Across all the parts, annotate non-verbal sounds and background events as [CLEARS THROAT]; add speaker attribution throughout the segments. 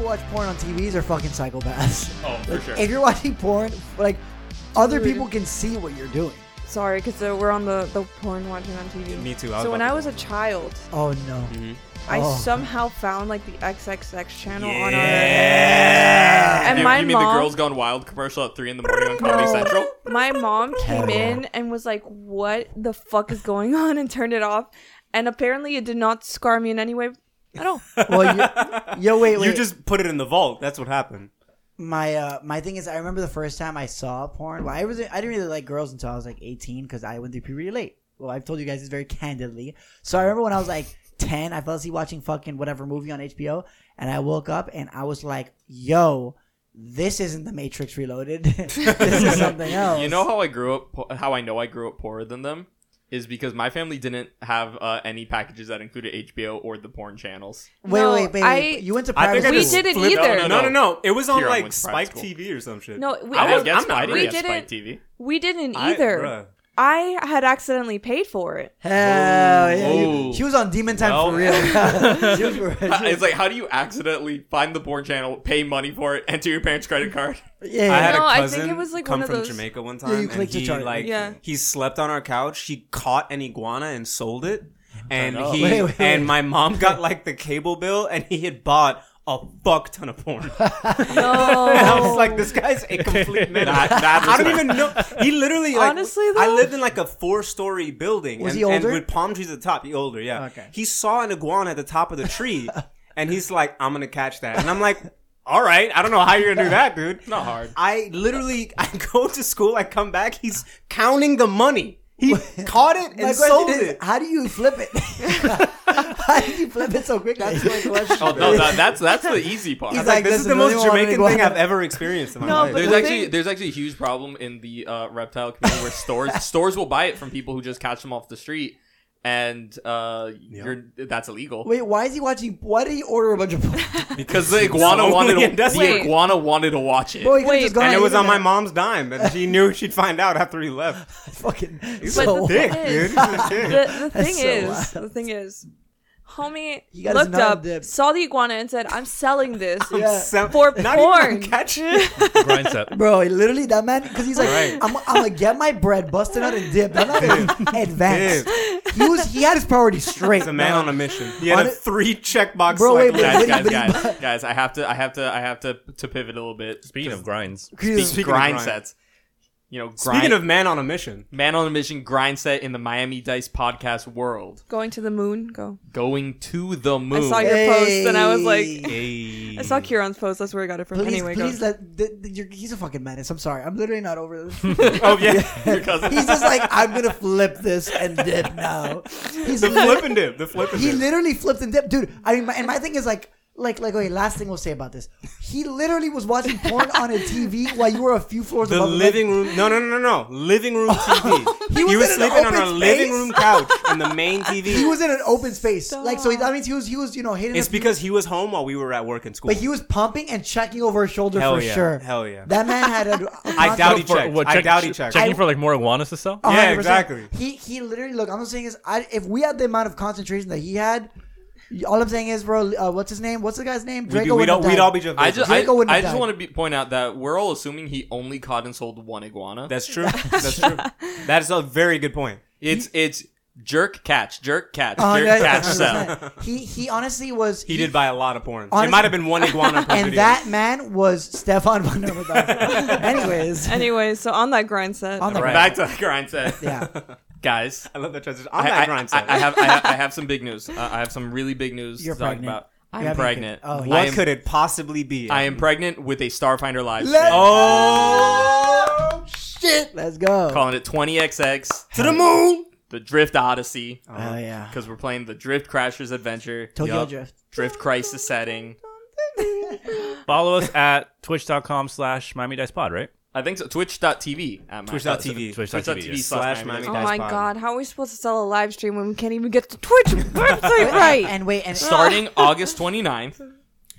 Speaker 1: watch porn on TVs are fucking psychopaths.
Speaker 2: [LAUGHS] Oh, for
Speaker 1: Like,
Speaker 2: sure.
Speaker 1: If you're watching porn, like other
Speaker 3: Dude.
Speaker 1: people can see what you're doing.
Speaker 3: Sorry, because we're on the, the porn watching on TV.
Speaker 2: Me too, I was
Speaker 3: so when
Speaker 2: about
Speaker 3: I
Speaker 2: to
Speaker 3: was a child,
Speaker 1: Oh no.
Speaker 2: Mm-hmm.
Speaker 1: Oh.
Speaker 3: I somehow found like the XXX channel on our.
Speaker 2: Yeah.
Speaker 3: And
Speaker 2: you,
Speaker 3: my
Speaker 2: you mean
Speaker 3: mom-
Speaker 2: the Girls Gone Wild commercial at three in the morning on Comedy
Speaker 3: No.
Speaker 2: Central?
Speaker 3: My mom came
Speaker 1: Hell yeah.
Speaker 3: in and was like, "What the fuck is going on?" and turned it off. And apparently, it did not scar me in any way at
Speaker 2: [LAUGHS]
Speaker 3: all.
Speaker 1: Well, you, yo, wait, wait.
Speaker 4: You just put it in the vault. That's what happened.
Speaker 1: my uh, my thing is, I remember the first time I saw porn. Like, I was I didn't really like girls until I was like 18 because I went through puberty late. Well, I've told you guys this very candidly. So I remember when I was like 10, I fell asleep watching fucking whatever movie on HBO, and I woke up and I was like, "Yo, this isn't The Matrix Reloaded. [LAUGHS] this
Speaker 2: [LAUGHS]
Speaker 1: is something else."
Speaker 2: You know how I grew up, po- how I know I grew up poorer than them? Is because my family didn't have uh, any packages that included HBO or the porn channels.
Speaker 1: Wait,
Speaker 3: No,
Speaker 1: wait, wait,
Speaker 3: I-
Speaker 1: wait. You went to
Speaker 4: I
Speaker 1: private
Speaker 4: think I
Speaker 3: We
Speaker 4: just
Speaker 1: school.
Speaker 3: didn't
Speaker 4: flipped-
Speaker 3: either.
Speaker 4: No, no, no, no. It was on
Speaker 2: Here, I
Speaker 4: like
Speaker 2: went to private
Speaker 4: Spike
Speaker 2: school.
Speaker 4: TV or some shit.
Speaker 3: No, we,
Speaker 2: I
Speaker 3: I,
Speaker 2: was get
Speaker 3: I,
Speaker 2: Spike.
Speaker 3: we
Speaker 2: I didn't get Spike
Speaker 3: didn't.
Speaker 2: TV.
Speaker 3: We didn't
Speaker 4: I-
Speaker 3: either.
Speaker 4: bruh.
Speaker 3: I had accidentally paid for
Speaker 2: [LAUGHS]
Speaker 3: it.
Speaker 1: Hell yeah! you-
Speaker 2: Whoa.
Speaker 1: she was on Demon Time
Speaker 2: Well-
Speaker 1: for
Speaker 4: [LAUGHS]
Speaker 1: real. She was- she was-
Speaker 2: [LAUGHS] it's like, how do you accidentally find the porn channel, pay money for it, enter your parents' credit card?
Speaker 1: [LAUGHS] yeah.
Speaker 4: I had
Speaker 3: No,
Speaker 4: a
Speaker 3: I think
Speaker 4: cousin
Speaker 3: it was, like,
Speaker 4: come
Speaker 3: one of
Speaker 4: from
Speaker 3: those-
Speaker 4: Jamaica one
Speaker 1: you
Speaker 4: time, and
Speaker 1: clicked the
Speaker 4: he
Speaker 1: chart.
Speaker 4: like
Speaker 3: Yeah.
Speaker 4: he slept on our couch. He caught an iguana and sold it, and
Speaker 2: know.
Speaker 4: he
Speaker 1: Wait, wait,
Speaker 4: and
Speaker 1: wait.
Speaker 4: my mom got like the cable bill, and he had bought a fuck ton of
Speaker 3: [LAUGHS]
Speaker 4: porn.
Speaker 3: No,
Speaker 4: I
Speaker 1: Oh.
Speaker 4: was like, this guy's a
Speaker 2: [LAUGHS]
Speaker 4: complete man.
Speaker 2: That- that
Speaker 4: I don't
Speaker 2: respect.
Speaker 4: even know. He literally, like,
Speaker 3: Honestly,
Speaker 4: I
Speaker 3: though-
Speaker 4: lived in like a four-story building.
Speaker 1: Was
Speaker 4: and,
Speaker 1: he
Speaker 4: and
Speaker 1: older?
Speaker 4: with palm trees at the top. He older, yeah.
Speaker 1: Okay.
Speaker 4: He saw an iguana at the top of the
Speaker 1: [LAUGHS]
Speaker 4: tree, and he's like, "I'm gonna catch that." And I'm like, "All right, I don't know how you're gonna do that, dude."
Speaker 2: [LAUGHS] Not hard.
Speaker 4: I literally, [LAUGHS] I go to school, I come back, he's counting the money.
Speaker 1: [LAUGHS]
Speaker 4: He caught it
Speaker 1: My
Speaker 4: and sold
Speaker 1: question is,
Speaker 4: it.
Speaker 1: how do you flip it? how did you flip it so quickly? That's my [LAUGHS] question.
Speaker 2: Oh, no, that, that's that's the easy part.
Speaker 1: He's
Speaker 4: Like,
Speaker 1: like,
Speaker 4: this
Speaker 1: this
Speaker 4: is
Speaker 1: is
Speaker 4: the most
Speaker 1: another one,
Speaker 4: Jamaican
Speaker 1: iguana.
Speaker 4: thing I've ever experienced in my
Speaker 3: No,
Speaker 4: life.
Speaker 3: but-
Speaker 2: There's
Speaker 3: the
Speaker 2: actually
Speaker 3: thing-
Speaker 2: there's actually a huge problem in the uh, reptile community
Speaker 1: [LAUGHS]
Speaker 2: where stores stores will buy it from people who just catch them off the street, and uh, you're that's illegal.
Speaker 1: Wait, why is he watching? Why did he order a bunch of porn?
Speaker 2: Because the
Speaker 1: [LAUGHS]
Speaker 2: iguana
Speaker 4: only
Speaker 2: wanted
Speaker 4: in
Speaker 2: to,
Speaker 4: Destiny.
Speaker 2: the
Speaker 3: Wait.
Speaker 2: iguana wanted to watch it.
Speaker 1: Boy,
Speaker 2: [LAUGHS]
Speaker 1: he could've
Speaker 3: Wait,
Speaker 1: just gone
Speaker 4: and it was on my
Speaker 1: internet.
Speaker 4: mom's dime, and she knew [LAUGHS] she'd find out after he left. [LAUGHS]
Speaker 1: Fucking
Speaker 3: But
Speaker 1: so
Speaker 3: the
Speaker 4: Dick,
Speaker 3: thing
Speaker 4: dude.
Speaker 1: [LAUGHS]
Speaker 3: is- the, the
Speaker 1: That's
Speaker 3: thing
Speaker 1: so
Speaker 3: is,
Speaker 1: wild.
Speaker 3: the thing is, homie
Speaker 1: He got his
Speaker 3: looked
Speaker 1: nut
Speaker 3: up,
Speaker 1: dipped.
Speaker 3: saw the iguana, and said, "I'm selling this."
Speaker 1: [LAUGHS] Yeah.
Speaker 4: So-
Speaker 3: For
Speaker 4: not even
Speaker 3: porn.
Speaker 1: [LAUGHS]
Speaker 4: catch it.
Speaker 5: Grind set.
Speaker 1: Bro, he literally that man because he's like,
Speaker 4: Right.
Speaker 1: I'm, I'm gonna get my bread, bust it out, and dip. I'm not gonna advance. He was he had his priorities straight.
Speaker 4: He's a man
Speaker 1: dog.
Speaker 4: on a mission. He had
Speaker 1: On
Speaker 4: a
Speaker 1: it-
Speaker 4: three checkbox.
Speaker 1: Bro, wait, but-
Speaker 4: like,
Speaker 2: guys,
Speaker 1: what-
Speaker 2: guys,
Speaker 1: but he-
Speaker 2: guys, guys, I have to, I have to, I have to, to pivot a little bit.
Speaker 5: Speaking of grinds,
Speaker 1: He's-
Speaker 4: Speaking of
Speaker 2: grind
Speaker 4: grind.
Speaker 2: sets, you know, grind,
Speaker 4: Speaking of man on a mission,
Speaker 2: man on a mission grind set in the Miami Dice podcast world,
Speaker 3: Going to the moon. Go.
Speaker 2: going to the moon.
Speaker 3: I saw your post, and I was like,
Speaker 4: hey.
Speaker 1: [LAUGHS]
Speaker 3: I saw Kieran's post. That's where I got it from.
Speaker 1: Please,
Speaker 3: anyway, go.
Speaker 1: please let. th- th- you're, he's a fucking menace. I'm sorry. I'm literally not over this.
Speaker 4: oh
Speaker 1: [LAUGHS]
Speaker 2: [LAUGHS]
Speaker 4: yeah,
Speaker 2: Your cousin.
Speaker 1: he's just like, I'm gonna flip this and dip now. He's
Speaker 4: the
Speaker 1: lit-
Speaker 4: flip and dip, the flip and
Speaker 1: He
Speaker 4: dip.
Speaker 1: literally flipped and dipped, dude. I mean, my, and my thing is like, like, like. Wait, last thing we'll say about this. He literally was watching porn on a TV while you were a few floors
Speaker 4: The
Speaker 1: above. him.
Speaker 4: living room, no, no, no, no, no, living
Speaker 1: [LAUGHS]
Speaker 4: room TV.
Speaker 1: He was
Speaker 4: he was
Speaker 1: in an
Speaker 4: sleeping on
Speaker 1: open
Speaker 4: our living
Speaker 1: space?
Speaker 4: room couch in
Speaker 1: [LAUGHS]
Speaker 4: the main TV.
Speaker 1: Like, he was in an open space, like so. That means he was, he was, you know, hitting.
Speaker 4: it's
Speaker 1: a-
Speaker 4: because he was home while we were at work and school.
Speaker 1: but he was pumping and checking over his shoulder
Speaker 4: Hell
Speaker 1: for
Speaker 4: yeah.
Speaker 1: sure.
Speaker 4: Hell yeah.
Speaker 1: That man
Speaker 4: [LAUGHS]
Speaker 1: had a. a
Speaker 4: I doubt he
Speaker 1: constant-
Speaker 5: For-
Speaker 4: checked.
Speaker 5: what,
Speaker 4: I
Speaker 5: check-
Speaker 4: doubt he checked.
Speaker 5: Checking for like more iguanas to sell.
Speaker 1: a
Speaker 4: Yeah,
Speaker 1: 100%.
Speaker 4: exactly.
Speaker 1: He he literally look. I'm saying is, I, if we had the amount of concentration that he had, all I'm saying is, bro, uh, what's his name? What's the guy's name?
Speaker 4: we'd, be,
Speaker 1: Draco.
Speaker 4: we'd, all,
Speaker 1: wouldn't have
Speaker 4: we'd
Speaker 1: died.
Speaker 4: all be just.
Speaker 2: I just, I,
Speaker 1: Draco wouldn't
Speaker 2: I
Speaker 1: have
Speaker 2: just
Speaker 1: died.
Speaker 2: want to be, point out that we're all assuming he only caught and sold one iguana.
Speaker 4: That's true. That's
Speaker 1: [LAUGHS]
Speaker 4: true. that is a very good point.
Speaker 2: it's it's jerk catch, jerk catch,
Speaker 1: Oh,
Speaker 2: jerk
Speaker 1: yeah, [LAUGHS]
Speaker 2: catch, sell.
Speaker 1: 100%. He he honestly was.
Speaker 4: He did buy a lot of porn.
Speaker 1: Honestly-
Speaker 4: it might have been
Speaker 1: [LAUGHS]
Speaker 4: one iguana per
Speaker 1: and
Speaker 4: video. [LAUGHS]
Speaker 1: that man was Stefan Van
Speaker 3: [LAUGHS]
Speaker 1: Rimmelberg. Anyways,
Speaker 3: [LAUGHS] Anyway, so on that grind set,
Speaker 1: on the
Speaker 4: Right.
Speaker 2: Back to the grind set,
Speaker 1: yeah,
Speaker 2: guys.
Speaker 4: I love that transition. I'm
Speaker 2: I-
Speaker 4: not
Speaker 2: I-
Speaker 4: grind
Speaker 2: I, I have, I have I have some
Speaker 1: [LAUGHS]
Speaker 2: big news. Uh, I have some really big news
Speaker 1: You're
Speaker 2: to talk
Speaker 1: pregnant.
Speaker 2: about.
Speaker 1: You
Speaker 2: I'm
Speaker 1: haven't
Speaker 2: pregnant.
Speaker 1: been- oh, yeah.
Speaker 2: I
Speaker 4: What
Speaker 2: am,
Speaker 4: could it possibly be?
Speaker 2: I am pregnant with a Starfinder live.
Speaker 1: Let-
Speaker 2: stream.
Speaker 4: oh shit!
Speaker 1: let's go.
Speaker 2: calling it 20XX,
Speaker 1: [LAUGHS]
Speaker 4: To the moon.
Speaker 2: the Drift Odyssey,
Speaker 1: Oh yeah,
Speaker 2: because we're playing the Drift Crashers Adventure,
Speaker 1: Tokyo
Speaker 2: Yup.
Speaker 1: Drift.
Speaker 2: Drift Crisis setting.
Speaker 5: [LAUGHS] Follow us at twitch.com slash Miami Dice Pod, right?
Speaker 2: I think so. Twitch.tv. at my-
Speaker 4: Twitch.tv.
Speaker 2: uh, Twitch.tv
Speaker 5: Twitch.tv
Speaker 2: slash
Speaker 4: slash Miami
Speaker 2: Miami Dice.
Speaker 3: oh
Speaker 4: Dice
Speaker 3: my
Speaker 4: Pod.
Speaker 3: god, how are we supposed to sell a live stream when we can't even get the
Speaker 1: [LAUGHS]
Speaker 3: Twitch website right?
Speaker 1: And wait, and
Speaker 4: [LAUGHS]
Speaker 2: Starting August 29th,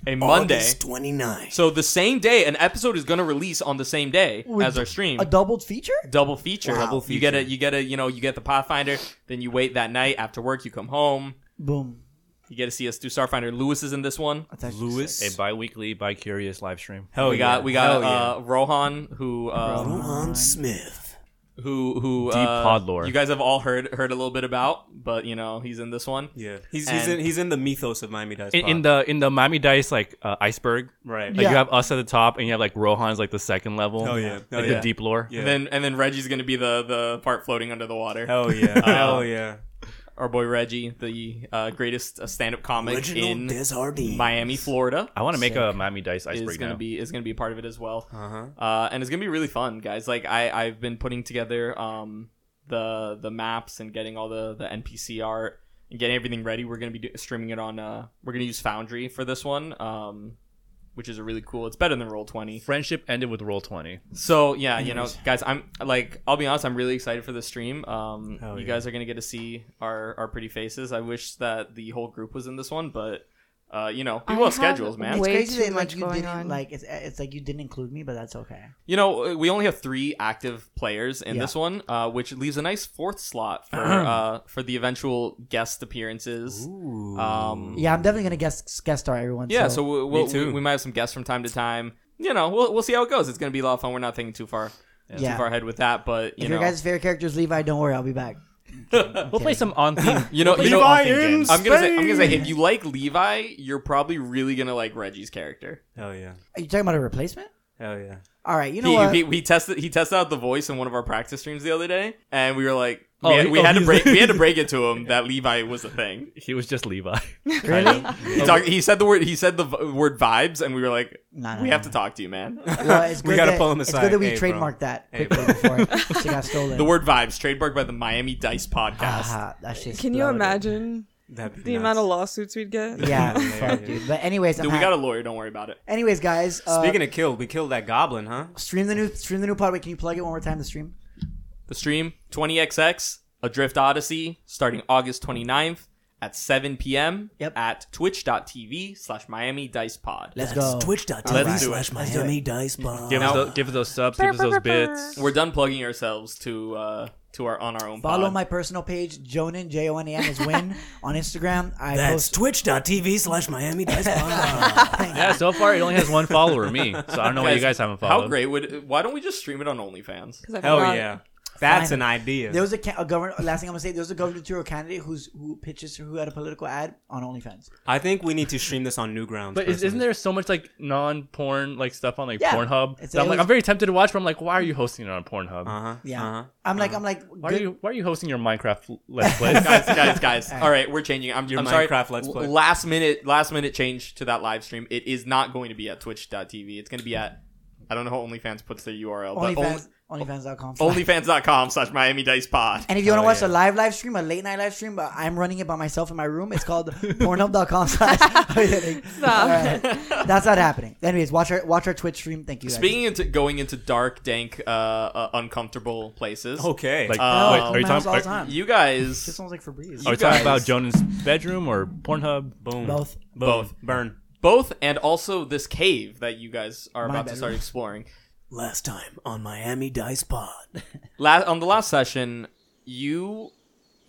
Speaker 2: a Monday.
Speaker 4: twenty nine.
Speaker 2: So the same day, an episode is going to release on the same day as our stream.
Speaker 1: a doubled feature.
Speaker 2: double feature.
Speaker 4: Double
Speaker 2: You get a you get a you know you get the Pathfinder, then you wait that night after work, you come home,
Speaker 1: Boom.
Speaker 2: You get to see us through Starfinder. Lewis is in this one.
Speaker 1: That's actually
Speaker 4: Lewis.
Speaker 5: A bi-weekly, bi-curious live stream.
Speaker 2: we got we got uh, Rohan who uh,
Speaker 1: Rohan
Speaker 4: Smith.
Speaker 2: who who
Speaker 5: Deep
Speaker 2: uh,
Speaker 5: pod lore.
Speaker 2: You guys have all heard heard a little bit about, but you know he's in this one.
Speaker 4: Yeah, he's he's
Speaker 2: And-
Speaker 4: in, he's in the mythos of Miami Dice.
Speaker 5: in, in the in the Miami Dice like uh, iceberg.
Speaker 4: right.
Speaker 5: Like
Speaker 1: Yeah.
Speaker 5: you have us at the top, and you have like Rohan's like the second level.
Speaker 4: Oh, yeah. Oh,
Speaker 5: like
Speaker 4: yeah.
Speaker 5: the deep lore.
Speaker 4: Yeah.
Speaker 2: And then and then Reggie's gonna be the the part floating under the Uh, water.
Speaker 4: Hell
Speaker 2: [LAUGHS]
Speaker 4: yeah! Hell yeah!
Speaker 2: Our boy Reggie, the uh, greatest uh, stand up comic in
Speaker 1: Desardines.
Speaker 2: Miami, Florida.
Speaker 5: I want to make a Miami Dice
Speaker 2: is
Speaker 5: iceberg
Speaker 2: gonna
Speaker 5: now.
Speaker 2: be is gonna be a part of it as well.
Speaker 4: Uh huh.
Speaker 2: uh, and it's gonna be really fun, guys. Like I I've been putting together um the the maps and getting all the the NPC art and getting everything ready. We're gonna be do- streaming it on uh we're gonna use Foundry for this one um. Which is a really cool. It's better than Roll Twenty.
Speaker 5: Friendship ended with roll twenty.
Speaker 2: So yeah, you know, guys, I'm like, I'll be honest, I'm really excited for this stream. Um,
Speaker 4: Hell
Speaker 2: you
Speaker 4: yeah.
Speaker 2: guys are gonna get to see our our pretty faces. I wish that the whole group was in this one, but uh, you know,
Speaker 3: I
Speaker 2: people
Speaker 3: have
Speaker 2: have schedules, man.
Speaker 1: It's
Speaker 3: Way too
Speaker 1: crazy that
Speaker 3: much
Speaker 1: like you
Speaker 3: going
Speaker 1: didn't
Speaker 3: on.
Speaker 1: like it's it's like you didn't include me, but that's okay.
Speaker 2: You know, uh, we only have three active players in
Speaker 1: Yeah.
Speaker 2: this one, uh, which leaves a nice fourth
Speaker 4: [CLEARS THROAT]
Speaker 2: slot for uh, for the eventual guest
Speaker 4: Uh,
Speaker 2: appearances. Um,
Speaker 1: Yeah, I'm definitely gonna guest guest star everyone.
Speaker 2: yeah, so, we, we'll,
Speaker 4: Me too.
Speaker 2: we we might have some guests from time to time. You know, we'll we'll see how it goes. It's gonna be a lot of fun. We're not thinking too far
Speaker 1: Yeah.
Speaker 2: too far ahead with that, but you
Speaker 1: if
Speaker 2: know,
Speaker 1: your guys' favorite character is Levi, don't worry, I'll be back.
Speaker 5: We'll play some on theme.
Speaker 2: you know, you know.
Speaker 5: Levi
Speaker 2: I'm
Speaker 5: in
Speaker 2: gonna say, I'm gonna say, if you like Levi, you're probably really gonna like Reggie's character.
Speaker 4: Hell yeah!
Speaker 1: Are you talking about a replacement?
Speaker 4: Hell yeah!
Speaker 1: All right, you know
Speaker 2: He,
Speaker 1: what?
Speaker 2: he, he tested he tested out the voice in one of our practice streams the other day, and we were like,
Speaker 5: Oh,
Speaker 2: we, had,
Speaker 5: he-
Speaker 2: we
Speaker 5: oh,
Speaker 2: had to
Speaker 5: he's-
Speaker 2: break
Speaker 1: [LAUGHS]
Speaker 2: we had to break it to him that Levi was a thing.
Speaker 5: he was just Levi.
Speaker 1: really?
Speaker 2: He, talk, he said the word. He said the v- word vibes, and we were like,
Speaker 1: Nah, nah,
Speaker 2: "We
Speaker 1: nah.
Speaker 2: have to talk to you, man." [LAUGHS]
Speaker 1: Well, Uh, it's
Speaker 4: [LAUGHS] We
Speaker 1: good
Speaker 4: gotta
Speaker 1: that-
Speaker 4: pull him
Speaker 1: It's
Speaker 4: aside.
Speaker 1: good that we
Speaker 4: Hey, bro.
Speaker 1: trademarked that
Speaker 4: Hey,
Speaker 1: quickly before it
Speaker 4: [LAUGHS]
Speaker 1: got stolen.
Speaker 2: the word vibes, trademarked by the Miami Dice podcast.
Speaker 1: Ah, that shit's
Speaker 3: Can you
Speaker 1: bloated.
Speaker 3: imagine
Speaker 4: That'd be
Speaker 3: the
Speaker 4: nuts.
Speaker 3: amount of lawsuits we'd get? [LAUGHS]
Speaker 5: [LAUGHS]
Speaker 1: Yeah,
Speaker 4: Yeah, yeah,
Speaker 1: fuck,
Speaker 4: yeah.
Speaker 1: dude. But anyways, I'm
Speaker 2: Dude, we
Speaker 1: happy.
Speaker 2: got a lawyer. Don't worry about it.
Speaker 1: Anyways, guys. Uh,
Speaker 4: Speaking of kill, we killed that goblin, huh?
Speaker 1: stream the new stream the new pod. Wait, can you plug it one more time? The stream.
Speaker 2: The stream 20xx Adrift Odyssey starting August 29th at 7 p.m.
Speaker 1: Yep.
Speaker 2: at twitch.tv slash Miami Dice Pod.
Speaker 1: Let's go.
Speaker 2: Let's
Speaker 6: twitch.tv
Speaker 2: do it.
Speaker 6: slash Miami Dice Bar.
Speaker 5: Give us those, give us those subs. Give us those bits.
Speaker 2: We're done plugging ourselves to uh, to our on our own.
Speaker 1: Follow
Speaker 2: pod.
Speaker 1: my personal page, Jonan J O N A N is
Speaker 5: [LAUGHS]
Speaker 1: win on Instagram. I
Speaker 6: That's
Speaker 1: post
Speaker 6: twitch.tv slash Miami
Speaker 4: [LAUGHS]
Speaker 6: Dice Bar.
Speaker 5: Yeah, so far it only has one follower, me. So I don't know why Oh, you guys haven't followed.
Speaker 2: How great would? Why don't we just stream it on OnlyFans?
Speaker 3: 'Cause I
Speaker 4: Hell
Speaker 3: forgot. [LAUGHS]
Speaker 4: yeah! That's
Speaker 1: Fine.
Speaker 4: an idea.
Speaker 1: There was a, ca- a governor. Last thing I'm gonna say, there was a gubernatorial candidate who's who pitches who had a political ad on OnlyFans.
Speaker 4: I think we need to stream this on Newgrounds.
Speaker 5: But is,
Speaker 4: personally.
Speaker 5: isn't there so much like non-porn like stuff on like
Speaker 1: Yeah.
Speaker 5: Pornhub?
Speaker 1: It's-
Speaker 5: that I'm
Speaker 1: it
Speaker 5: like
Speaker 1: was-
Speaker 5: I'm very tempted to watch, but I'm like, why are you hosting it on Pornhub?
Speaker 4: Uh-huh.
Speaker 1: Yeah,
Speaker 4: Uh-huh.
Speaker 1: I'm like, I'm like,
Speaker 5: Why
Speaker 1: good-
Speaker 5: are you why are you hosting your Minecraft l-
Speaker 4: [LAUGHS]
Speaker 5: Let's Plays?
Speaker 2: guys, guys, guys. All right, we're changing. I'm,
Speaker 4: Your
Speaker 2: I'm sorry.
Speaker 4: Minecraft Let's Play.
Speaker 2: Last minute, last minute change to that live stream. It is not going to be at Twitch.tv. It's going to be at I don't know how OnlyFans puts their URL,
Speaker 1: [LAUGHS]
Speaker 2: but
Speaker 1: OnlyFans, OnlyFans.com.
Speaker 2: only, OnlyFans.com slash Miami Dice Pod.
Speaker 1: [LAUGHS] and if you want to
Speaker 4: Oh,
Speaker 1: watch a
Speaker 4: yeah.
Speaker 1: live live stream, a late night live stream, but I'm running it by myself in my room. It's called Pornhub.com. slash [LAUGHS] Oh, All right. That's not happening. Anyways, watch our watch our Twitch stream. Thank you. guys.
Speaker 2: Speaking into going into dark, dank, uh, uh, uncomfortable places.
Speaker 4: Okay.
Speaker 5: Like,
Speaker 2: Uh,
Speaker 5: wait,
Speaker 1: Oh,
Speaker 5: are you
Speaker 1: man,
Speaker 5: talking?
Speaker 1: all the
Speaker 5: Are,
Speaker 1: time.
Speaker 2: You
Speaker 1: This
Speaker 2: guys,
Speaker 1: sounds like Febreze.
Speaker 5: are we
Speaker 2: you
Speaker 5: talking about
Speaker 2: guys-
Speaker 5: Jonan's bedroom or Pornhub?
Speaker 4: boom.
Speaker 1: Both.
Speaker 4: Boom.
Speaker 2: Both.
Speaker 4: Uh, Burn.
Speaker 2: both, and also this cave that you guys are
Speaker 1: My
Speaker 2: about to
Speaker 1: bedroom.
Speaker 2: start exploring.
Speaker 6: Last time on Miami Dice Pod.
Speaker 2: La- on the last session, you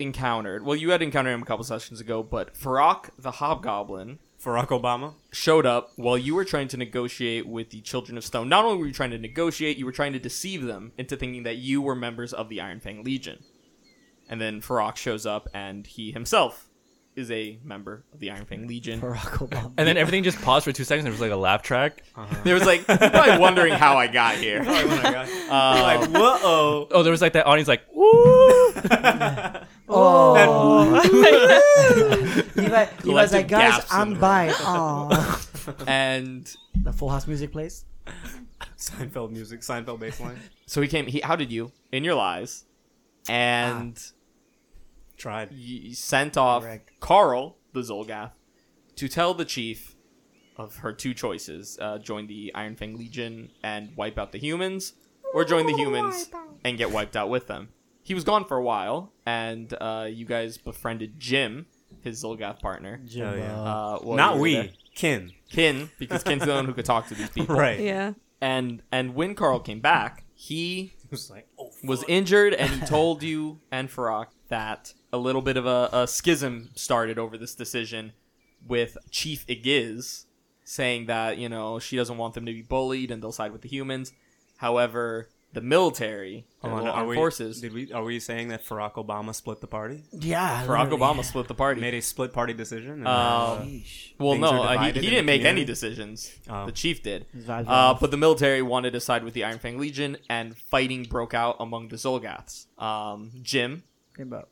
Speaker 2: encountered. Well, you had encountered him a couple sessions ago, but Farak the Hobgoblin.
Speaker 4: Barack Obama.
Speaker 2: showed up while you were trying to negotiate with the Children of Stone. Not only were you trying to negotiate, you were trying to deceive them into thinking that you were members of the Iron Fang Legion. And then Farrakh shows up, and he himself is a member of the Iron Fang Legion.
Speaker 1: Barack Obama.
Speaker 5: And then everything just paused for two seconds. There was like a laugh track.
Speaker 1: Uh-huh.
Speaker 2: There was like, you're probably wondering how I got here.
Speaker 4: Oh my god.
Speaker 2: Uh,
Speaker 4: Whoa.
Speaker 5: Oh, there was like that audience like, woo!
Speaker 1: Oh, Levi, Levi's like,
Speaker 2: Collective
Speaker 1: guys,
Speaker 2: gasps in the
Speaker 1: I'm
Speaker 2: room.
Speaker 1: by. Oh,
Speaker 2: and
Speaker 1: the Full House music plays.
Speaker 4: [LAUGHS] Seinfeld music. Seinfeld baseline.
Speaker 2: so he came, he outed you in your lies, and
Speaker 4: Tried.
Speaker 2: you sent off
Speaker 1: Correct.
Speaker 2: Carl the Zolgath to tell the chief of her two choices: uh, join the Iron Fang Legion and wipe out the humans, or join the humans and get wiped out with them. He was gone for a while, and uh, you guys befriended Jim, his Zolgath partner.
Speaker 4: Hell yeah.
Speaker 2: Uh, while you
Speaker 4: Not
Speaker 2: were
Speaker 4: we.
Speaker 2: there.
Speaker 4: Kin.
Speaker 2: Kin, because Kin's the one who could talk to these people.
Speaker 4: Right.
Speaker 3: [LAUGHS] Yeah.
Speaker 2: And and when Carl came back, he
Speaker 4: It was like, oh,
Speaker 2: was injured and he told you and Farak that a little bit of a, a schism started over this decision with Chief Igiz saying that, you know, she doesn't want them to be bullied and they'll side with the humans. However, the military, the
Speaker 4: Hold on,
Speaker 2: little
Speaker 4: are
Speaker 2: armed
Speaker 4: we,
Speaker 2: forces,
Speaker 4: Did we? Are we saying that Barack Obama split the party?
Speaker 1: Yeah.
Speaker 4: [LAUGHS]
Speaker 2: Barack
Speaker 1: literally.
Speaker 2: Obama split the party.
Speaker 4: Made a split party decision. and, uh,
Speaker 2: Um,
Speaker 1: Yeesh.
Speaker 2: Well,
Speaker 4: Things
Speaker 2: no,
Speaker 4: are
Speaker 2: uh, he,
Speaker 4: divided
Speaker 2: he
Speaker 4: in the
Speaker 2: didn't make any
Speaker 4: community?
Speaker 2: decisions.
Speaker 4: Oh.
Speaker 2: The chief did.
Speaker 1: His vibes were
Speaker 2: Uh,
Speaker 1: off.
Speaker 2: but the military wanted to side with the Iron Fang Legion, and fighting broke out among the Zolgaths. Um, Jim,
Speaker 1: Rainbow.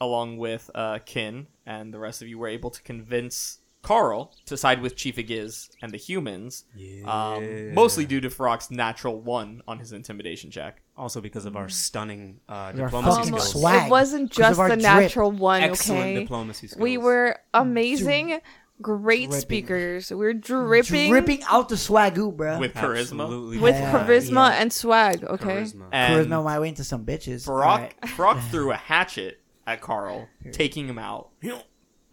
Speaker 2: along with uh, Kin and the rest of you, were able to convince Carl to side with Chief Agiz and the humans, um, mostly due to Frog's natural one on his intimidation check.
Speaker 4: also because of our stunning uh,
Speaker 1: With our
Speaker 4: diplomacy
Speaker 1: fucking
Speaker 4: skills.
Speaker 1: swag.
Speaker 3: It wasn't
Speaker 1: 'Cause of
Speaker 3: just
Speaker 1: our
Speaker 3: the
Speaker 1: drip.
Speaker 3: natural one,
Speaker 4: Excellent
Speaker 3: okay?
Speaker 4: diplomacy skills.
Speaker 3: We were amazing, great
Speaker 1: Dripping.
Speaker 3: speakers. We are dripping,
Speaker 1: Dripping out the swagoo, bro.
Speaker 2: With charisma.
Speaker 4: Absolutely
Speaker 3: with
Speaker 1: Yeah,
Speaker 3: charisma
Speaker 1: yeah.
Speaker 3: and swag, okay?
Speaker 4: charisma.
Speaker 2: And
Speaker 1: charisma my way into some bitches.
Speaker 2: Brock, Brock
Speaker 1: [SIGHS]
Speaker 2: threw a hatchet at Carl, taking him out.
Speaker 4: [LAUGHS]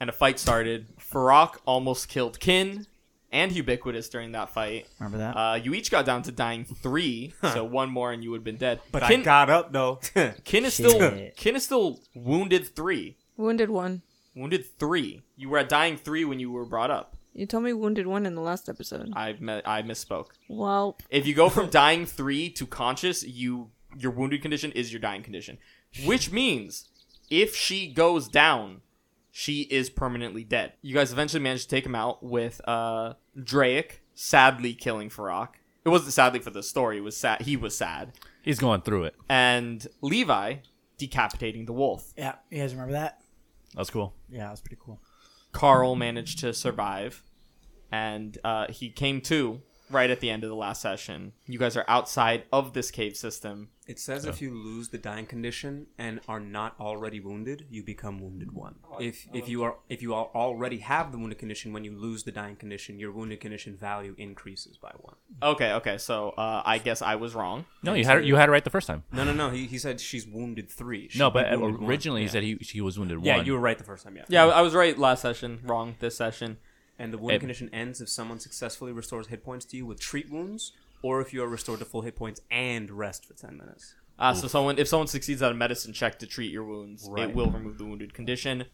Speaker 2: And a fight started. Farrakh almost killed Kin and Ubiquitous during that fight.
Speaker 1: Remember that?
Speaker 2: Uh, you each got down to dying three, so one more and you would have been dead.
Speaker 4: But
Speaker 2: Kin,
Speaker 4: I got up though. [LAUGHS]
Speaker 2: Kin is
Speaker 1: Shit.
Speaker 2: still Kin is still wounded three.
Speaker 3: Wounded one.
Speaker 2: Wounded three. You were at dying three when you were brought up.
Speaker 3: You told me wounded one in the last episode.
Speaker 2: I me- I misspoke.
Speaker 3: Well,
Speaker 2: If you go from dying three to conscious, you your wounded condition is your dying condition, which means if she goes down, she is permanently dead. You guys eventually managed to take him out with uh Drake sadly killing Farrakh. It wasn't sadly for the story. It was sad. He was sad,
Speaker 5: [LAUGHS] He's going through it.
Speaker 2: and Levi decapitating the wolf.
Speaker 1: yeah, you guys remember that?
Speaker 5: That's cool.
Speaker 1: Yeah, that was pretty cool.
Speaker 2: Carl managed to survive, and uh, he came to right at the end of the last session. You guys are outside of this cave system.
Speaker 4: it says if you lose the dying condition and are not already wounded, you become wounded one. If if you are if you are already have the wounded condition, when you lose the dying condition, your wounded condition value increases by one.
Speaker 2: Okay, okay. So uh, I guess I was wrong.
Speaker 5: No, you had it, you had it right the first time.
Speaker 4: No, no, no. He, he said she's wounded three. She'd
Speaker 5: No,
Speaker 4: be
Speaker 5: but
Speaker 4: wounded one.
Speaker 5: originally
Speaker 4: yeah.
Speaker 5: he said he she was wounded
Speaker 4: Yeah,
Speaker 5: one.
Speaker 4: you were right the first time. Yeah.
Speaker 2: Yeah, I was right last session. Wrong this session.
Speaker 4: And the wound
Speaker 5: It-
Speaker 4: condition ends if someone successfully restores hit points to you with treat wounds, or if you are restored to full hit points and rest for ten minutes.
Speaker 2: Uh, so someone, if someone succeeds at a medicine check to treat your wounds,
Speaker 4: Right.
Speaker 2: it will remove the wounded condition.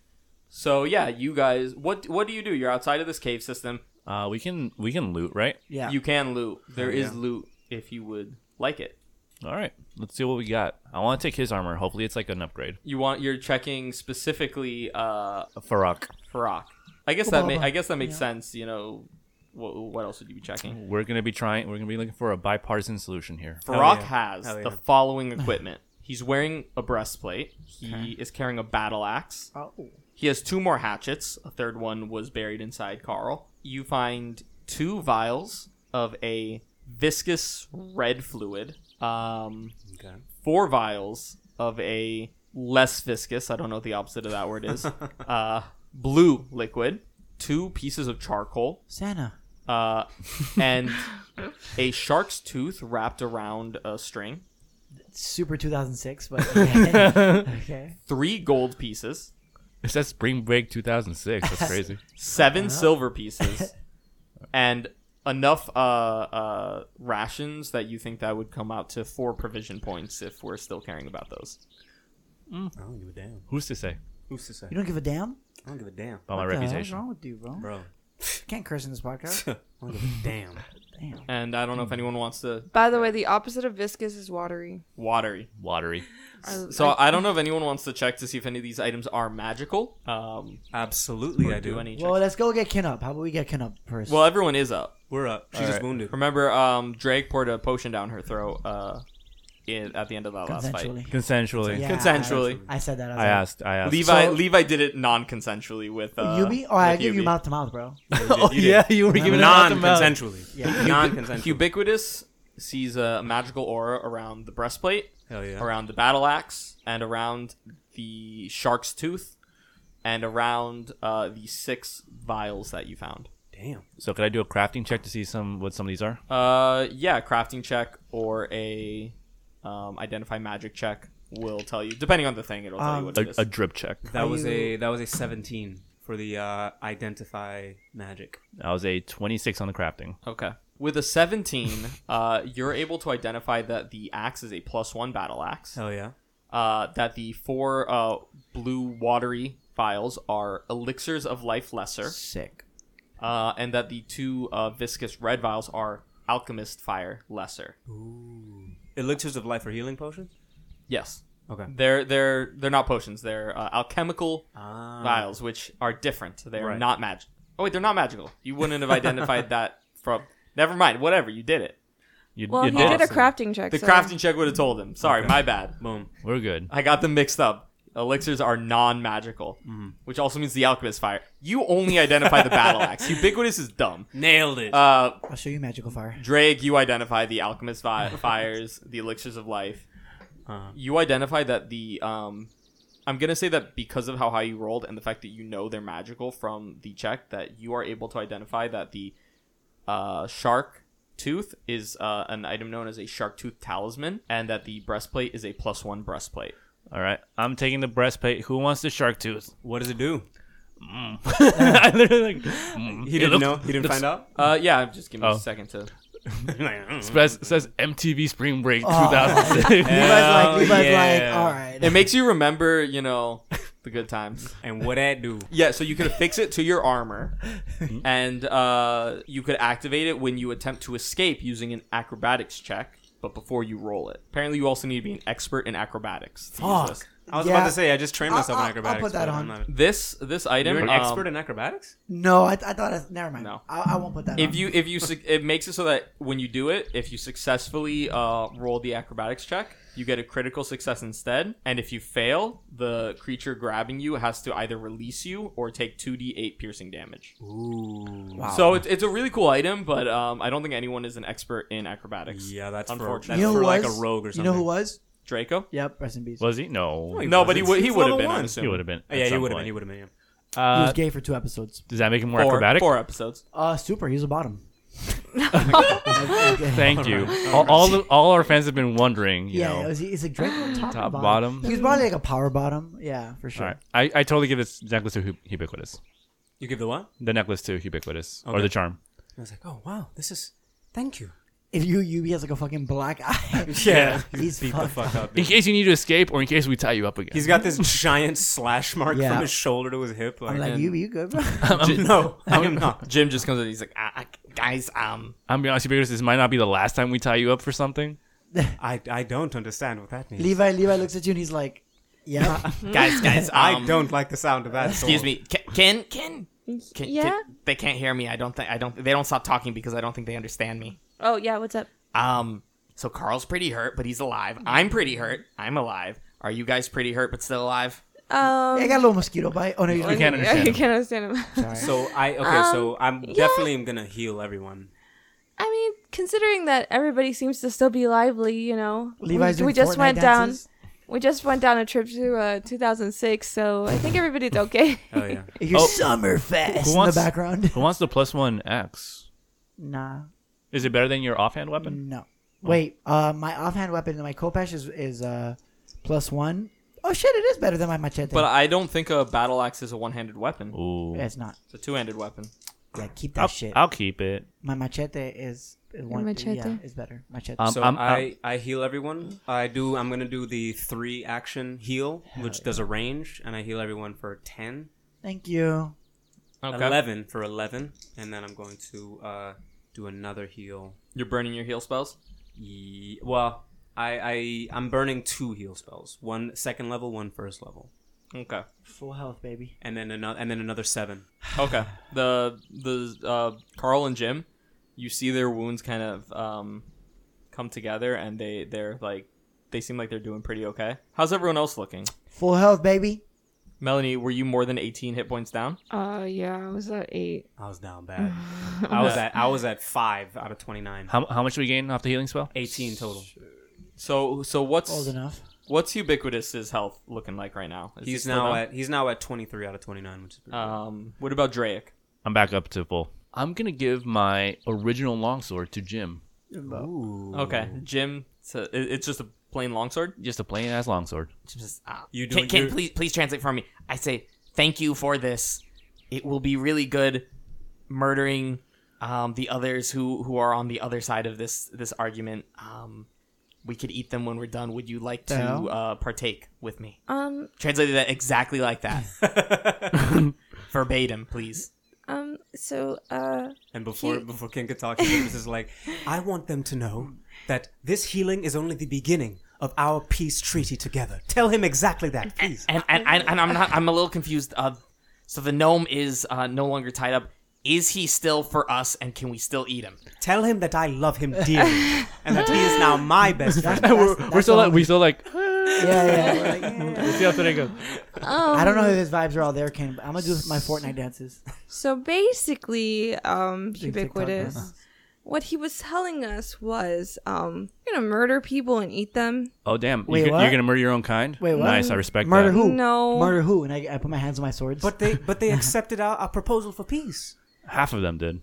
Speaker 2: So yeah, you guys, what what do you do? You're outside of this cave system.
Speaker 5: Uh, we can we can loot, right?
Speaker 1: Yeah.
Speaker 2: You can loot. There is
Speaker 4: yeah.
Speaker 2: loot if you would like it.
Speaker 5: All right, let's see what we got. I want to take his armor. Hopefully, it's like an upgrade.
Speaker 2: You want you're checking specifically uh
Speaker 5: Farrakh.
Speaker 2: for rock. I guess that ma-
Speaker 1: Obama.
Speaker 2: I guess that makes
Speaker 1: Yeah.
Speaker 2: sense. You know, what, what else would you be checking?
Speaker 5: We're gonna be trying. We're gonna be looking for a bipartisan solution here.
Speaker 2: Barack
Speaker 4: yeah.
Speaker 2: has
Speaker 4: Hell
Speaker 2: the
Speaker 4: yeah.
Speaker 2: following equipment. He's wearing a breastplate. He is carrying a battle axe.
Speaker 1: oh.
Speaker 2: He has two more hatchets. A third one was buried inside Carl. You find two vials of a viscous red fluid, um,
Speaker 4: Okay.
Speaker 2: four vials of a less viscous, I don't know what the opposite of that word is,
Speaker 4: [LAUGHS]
Speaker 2: uh, blue liquid, two pieces of charcoal,
Speaker 1: Santa.
Speaker 2: uh, and a shark's tooth wrapped around a string,
Speaker 1: Super 2006, but okay. okay.
Speaker 2: three gold pieces,
Speaker 5: It says Spring Break 2006. That's crazy.
Speaker 2: seven silver pieces, [LAUGHS] and enough uh, uh, rations that you think that would come out to four provision points if we're still caring about those.
Speaker 4: I don't give a damn.
Speaker 5: Who's to say
Speaker 4: Who's to say?
Speaker 1: You don't give a damn?
Speaker 4: I don't give a damn,
Speaker 5: about my
Speaker 1: What the hell is
Speaker 5: reputation?
Speaker 1: wrong with you, bro?
Speaker 4: bro.
Speaker 1: Can't curse in this podcast.
Speaker 4: I don't give a damn.
Speaker 1: Damn.
Speaker 2: And I don't know if anyone wants to
Speaker 3: by the way, the opposite of viscous is watery.
Speaker 2: watery.
Speaker 5: Watery.
Speaker 3: I-
Speaker 2: So I don't know if anyone wants to check to see if any of these items are magical. Um,
Speaker 4: Absolutely, I
Speaker 2: do,
Speaker 4: do.
Speaker 2: any checks.
Speaker 1: Well, let's go get Ken up. How about we get Ken up first?
Speaker 2: Well, everyone is up.
Speaker 4: We're up. She's just wounded.
Speaker 2: Remember, um, Drake poured a potion down her throat uh, in, at the end of that last fight.
Speaker 1: consensually.
Speaker 5: Consensually.
Speaker 1: Yeah,
Speaker 2: Consensually.
Speaker 1: I, I said that. I, was
Speaker 5: I
Speaker 1: like,
Speaker 5: asked. I asked.
Speaker 2: Levi
Speaker 1: So-
Speaker 2: Levi did it non-consensually with uh,
Speaker 1: Yubi? Oh, I
Speaker 2: with
Speaker 1: give
Speaker 2: Yubi.
Speaker 1: you mouth to mouth, bro.
Speaker 5: Oh, yeah, you were giving it out to mouth.
Speaker 4: Non-consensually.
Speaker 1: Yeah.
Speaker 4: Non-consensual.
Speaker 2: Ubiquitous sees a magical aura around the breastplate,
Speaker 4: Hell yeah.
Speaker 2: around the battle axe, and around the shark's tooth, and around uh, the six vials that you found.
Speaker 4: Damn.
Speaker 5: So could I do a crafting check to see some what some of these are?
Speaker 2: Uh, yeah, crafting check or a um, identify magic check will tell you. Depending on the thing, it'll tell you what
Speaker 1: Um,
Speaker 5: A,
Speaker 2: it is.
Speaker 5: a drip check.
Speaker 4: That
Speaker 1: Are
Speaker 4: was
Speaker 1: you-
Speaker 4: a that was a 17 for the uh, identify magic.
Speaker 5: I was a 26 on the crafting.
Speaker 2: Okay. With a 17, uh, you're able to identify that the axe is a plus one battle axe,
Speaker 4: Hell yeah.
Speaker 2: uh, that the four uh, blue watery vials are elixirs of life lesser,
Speaker 1: Sick.
Speaker 2: uh, and that the two uh, viscous red vials are alchemist fire lesser.
Speaker 4: Elixirs of life are healing potions.
Speaker 2: Yes,
Speaker 4: Okay.
Speaker 2: they're they're they're not potions. They're uh, alchemical
Speaker 4: Ah.
Speaker 2: vials, which are different. They're
Speaker 4: Right.
Speaker 2: not magic. Oh wait, they're not magical. You wouldn't have identified that from. Never mind. Whatever you did it.
Speaker 5: You,
Speaker 3: Well,
Speaker 5: you
Speaker 3: he
Speaker 5: did
Speaker 3: did a
Speaker 5: awesome.
Speaker 3: crafting check.
Speaker 2: The
Speaker 3: so-
Speaker 2: crafting check would have told him. Sorry, my bad.
Speaker 4: Boom.
Speaker 5: We're good.
Speaker 2: I got them mixed up. Elixirs are non-magical, which also means the alchemist fire. You only identify the battle axe. Ubiquitous is dumb.
Speaker 4: Nailed it.
Speaker 2: Uh,
Speaker 1: I'll show you magical fire.
Speaker 2: Drake, you identify the alchemist vi- fires, the elixirs of life.
Speaker 4: Uh-huh.
Speaker 2: You identify that the um, I'm gonna say that because of how high you rolled and the fact that you know they're magical from the check, that you are able to identify that the uh, shark tooth is uh, an item known as a shark tooth talisman, and that the breastplate is a plus one breastplate.
Speaker 5: All right. I'm taking the breastplate. Who wants the shark tooth?
Speaker 4: what does it do?
Speaker 5: [LAUGHS] I literally like, mm.
Speaker 4: He
Speaker 5: It
Speaker 4: didn't
Speaker 5: looks-
Speaker 4: know. He didn't
Speaker 5: looks-
Speaker 4: find out.
Speaker 2: Uh, yeah, just give me
Speaker 5: Oh.
Speaker 2: a second to.
Speaker 5: Says, says MTV Spring Break 2006.
Speaker 1: Levi's like, Levi's
Speaker 4: yeah.
Speaker 1: like, all right.
Speaker 2: It makes you remember, you know, the good times.
Speaker 4: [LAUGHS] and what that do?
Speaker 2: Yeah, so you could affix it to
Speaker 4: [LAUGHS]
Speaker 2: your armor, and uh, you could activate it when you attempt to escape using an acrobatics check, but before you roll it. Apparently, you also need to be an expert in acrobatics. To use this.
Speaker 4: I was
Speaker 1: Yeah.
Speaker 4: about to say I just trained
Speaker 1: I'll-
Speaker 4: myself
Speaker 1: I'll-
Speaker 4: in
Speaker 1: I'll
Speaker 4: acrobatics.
Speaker 1: put that
Speaker 4: but I'm
Speaker 1: on.
Speaker 4: not-
Speaker 2: This this item.
Speaker 4: You're an
Speaker 2: um,
Speaker 4: expert in acrobatics?
Speaker 1: No, I, I thought. I, never mind.
Speaker 2: No.
Speaker 1: I, I won't put that.
Speaker 2: if
Speaker 1: on.
Speaker 2: you if you suc- it makes it so that when you do it, if you successfully uh, roll the acrobatics check, you get a critical success instead. And if you fail, the creature grabbing you has to either release you or take two d eight piercing damage.
Speaker 1: wow.
Speaker 2: So it's, it's a really cool item, but um, I don't think anyone is an expert in acrobatics.
Speaker 4: Yeah, that's for,
Speaker 2: Unfortunately.
Speaker 1: you
Speaker 4: that's
Speaker 1: know
Speaker 4: for
Speaker 1: who
Speaker 4: like a
Speaker 1: was?
Speaker 4: rogue or
Speaker 1: You
Speaker 4: something.
Speaker 1: know who was?
Speaker 2: Draco.
Speaker 1: Yep, rest in peace.
Speaker 5: Was he? No.
Speaker 4: he
Speaker 2: No, but he
Speaker 4: It's-
Speaker 2: would he
Speaker 4: it's
Speaker 2: would have
Speaker 4: level
Speaker 2: been.
Speaker 4: one.
Speaker 2: I'm
Speaker 5: He
Speaker 2: assuming.
Speaker 5: would have been.
Speaker 4: Oh,
Speaker 5: at
Speaker 4: yeah, he
Speaker 5: some
Speaker 4: would have been.
Speaker 5: point.
Speaker 4: He would have been. Yeah.
Speaker 1: he
Speaker 5: Uh,
Speaker 1: was gay for two episodes.
Speaker 5: does that make him more
Speaker 2: Four,
Speaker 5: acrobatic?
Speaker 2: four episodes.
Speaker 1: Uh, super. He was a bottom.
Speaker 5: [LAUGHS]
Speaker 4: [LAUGHS]
Speaker 5: Thank you. All, all, the, all our fans have been wondering. You
Speaker 1: yeah,
Speaker 5: know.
Speaker 1: it was, he's like Draco top,
Speaker 5: Top,
Speaker 1: and bottom.
Speaker 5: bottom.
Speaker 1: He was probably like a power bottom. Yeah, for
Speaker 5: all
Speaker 1: sure.
Speaker 5: right. I, I totally give this necklace to Hu- Ubiquitous.
Speaker 4: You give the what?
Speaker 5: The necklace to Ubiquitous. Or
Speaker 4: Okay.
Speaker 5: the charm.
Speaker 4: I was like, oh wow, this is. Thank you.
Speaker 1: If you you he has like a fucking black eye.
Speaker 4: Yeah,
Speaker 1: He's
Speaker 4: beat the
Speaker 1: fucked
Speaker 4: fuck up.
Speaker 5: In
Speaker 4: dude.
Speaker 5: case you need to escape or in case we tie you up again.
Speaker 4: He's got this giant slash mark
Speaker 1: Yeah.
Speaker 4: from his shoulder to his hip. Like,
Speaker 1: I'm like
Speaker 4: [LAUGHS]
Speaker 2: And-
Speaker 1: you you good bro? [LAUGHS]
Speaker 4: no, [LAUGHS] I am not.
Speaker 2: [LAUGHS] Jim just comes in. He's like, ah, ah, guys, um,
Speaker 5: I'm be honest, Ubiquitous, this might not be the last time we tie you up for something.
Speaker 4: I, I don't understand what that means.
Speaker 1: Levi Levi looks at you and he's like, yeah.
Speaker 2: guys, guys,
Speaker 4: [LAUGHS] I
Speaker 2: um,
Speaker 4: don't like the sound of that.
Speaker 2: Excuse
Speaker 4: song.
Speaker 2: me, Ken, Ken, Ken, Ken-
Speaker 3: Yeah?
Speaker 2: they can't hear me. I don't think I don't. They don't stop talking because I don't think they understand me.
Speaker 3: Oh yeah, what's up?
Speaker 2: Um, so Carl's pretty hurt, but he's alive. I'm pretty hurt. I'm alive. Are you guys pretty hurt but still alive?
Speaker 3: Um,
Speaker 1: I got a little mosquito bite. Oh no, you
Speaker 3: [LAUGHS]
Speaker 5: can't understand
Speaker 3: You
Speaker 5: him.
Speaker 3: can't understand him.
Speaker 4: So I okay. so I'm definitely am gonna heal everyone.
Speaker 3: I mean, considering that everybody seems to still be lively, you know,
Speaker 1: Levi's
Speaker 3: we, we
Speaker 1: doing
Speaker 3: just
Speaker 1: Fortnite
Speaker 3: went
Speaker 1: dances.
Speaker 3: down. We just went down a trip to uh, 2006, so I think everybody's okay. [LAUGHS]
Speaker 4: Oh yeah.
Speaker 1: Your
Speaker 5: Oh.
Speaker 1: summer fest
Speaker 5: Who
Speaker 1: in the
Speaker 5: wants-
Speaker 1: background.
Speaker 5: [LAUGHS] Who wants the plus one X?
Speaker 1: nah,
Speaker 5: Is it better than your offhand weapon?
Speaker 2: Oh.
Speaker 1: no. Wait, uh, my offhand weapon and my kopesh is is uh plus one. Oh shit, it is better than my machete.
Speaker 2: I don't think a battle axe is a one-handed weapon.
Speaker 5: Ooh.
Speaker 1: yeah, it's not.
Speaker 2: It's a two-handed weapon.
Speaker 1: Yeah, keep that
Speaker 5: I'll,
Speaker 1: Mm, shit.
Speaker 5: I'll keep it.
Speaker 1: my machete is, is one.
Speaker 3: machete.
Speaker 1: Yeah, is better. Machete.
Speaker 5: Um,
Speaker 4: So
Speaker 5: I'm-
Speaker 4: I, I heal everyone. I do. I'm gonna do the three action heal, which does a range, and I heal everyone for ten.
Speaker 1: Thank you.
Speaker 4: 11 for 11 and then i'm going to uh, do another heal
Speaker 2: You're burning your heal spells.
Speaker 4: Ye- well I, I i'm burning two heal spells one second level one first level
Speaker 2: Okay.
Speaker 1: Full health, baby.
Speaker 4: and then another and then another seven
Speaker 2: Okay. The the uh, Carl and Jim, you see their wounds kind of um, come together, and they they're like they seem like they're doing pretty okay. How's everyone else looking?
Speaker 1: Full health, baby.
Speaker 2: Melanie, were you more than eighteen hit points down?
Speaker 3: Uh, yeah, I was at eight.
Speaker 4: i was down bad i
Speaker 2: [LAUGHS]
Speaker 4: was at i was at five out of 29
Speaker 5: How, how much do we gain off the healing spell?
Speaker 4: 18 total
Speaker 2: So so
Speaker 1: Old
Speaker 2: what's
Speaker 1: enough.
Speaker 2: what's ubiquitous's health looking like right now? Is he
Speaker 4: he's
Speaker 2: still
Speaker 4: now
Speaker 2: down?
Speaker 4: at he's now at 23 out of 29 which is pretty
Speaker 2: Um, what about Drake?
Speaker 5: I'm back up to full. I'm going to give my original longsword to Jim.
Speaker 2: Okay, Jim. So it, it's just a plain longsword.
Speaker 5: Just a plain ass longsword.
Speaker 2: Jim says, uh,
Speaker 4: You
Speaker 2: can,
Speaker 4: doing
Speaker 2: can
Speaker 4: your-
Speaker 2: please please translate for me. I say thank you for this. It will be really good murdering um, the others who who are on the other side of this this argument. Um, we could eat them when we're done. Would you like to
Speaker 1: hell?
Speaker 2: uh, partake with me?
Speaker 3: Um,
Speaker 2: [LAUGHS] Translated that exactly like that, verbatim, please.
Speaker 3: um, um, so, uh,
Speaker 4: And before
Speaker 3: He-
Speaker 4: before King could talk, James is
Speaker 1: [LAUGHS]
Speaker 4: like, I want them to know that this healing is only the beginning of our peace treaty together. Tell him exactly that, please.
Speaker 2: And and, and, and I'm not. I'm a little confused. Uh, so the gnome is uh, no longer tied up. Is he still for us? And can we still eat him?
Speaker 4: Tell him that I love him dearly and that he is now my best
Speaker 6: [LAUGHS]
Speaker 4: friend.
Speaker 2: [LAUGHS]
Speaker 1: That's- that's
Speaker 5: We're still
Speaker 1: the
Speaker 5: like, we still like.
Speaker 1: whole- yeah, yeah. we're like,
Speaker 5: Let's see how today goes.
Speaker 1: I don't know if his vibes are all there, Ken. But I'm gonna do my Fortnite dances.
Speaker 3: so basically, um, ubiquitous.
Speaker 1: dances.
Speaker 3: What he was telling us was, um, you're gonna murder people and eat them.
Speaker 5: Oh damn!
Speaker 1: Wait,
Speaker 5: you're,
Speaker 1: what?
Speaker 5: you're gonna murder your own kind.
Speaker 1: Wait, what?
Speaker 5: Nice, I respect
Speaker 1: Murder
Speaker 5: that.
Speaker 1: who?
Speaker 3: No.
Speaker 1: Murder who? And I, I put my hands on my swords.
Speaker 4: But they but they accepted our, our proposal for peace.
Speaker 5: Half of them did.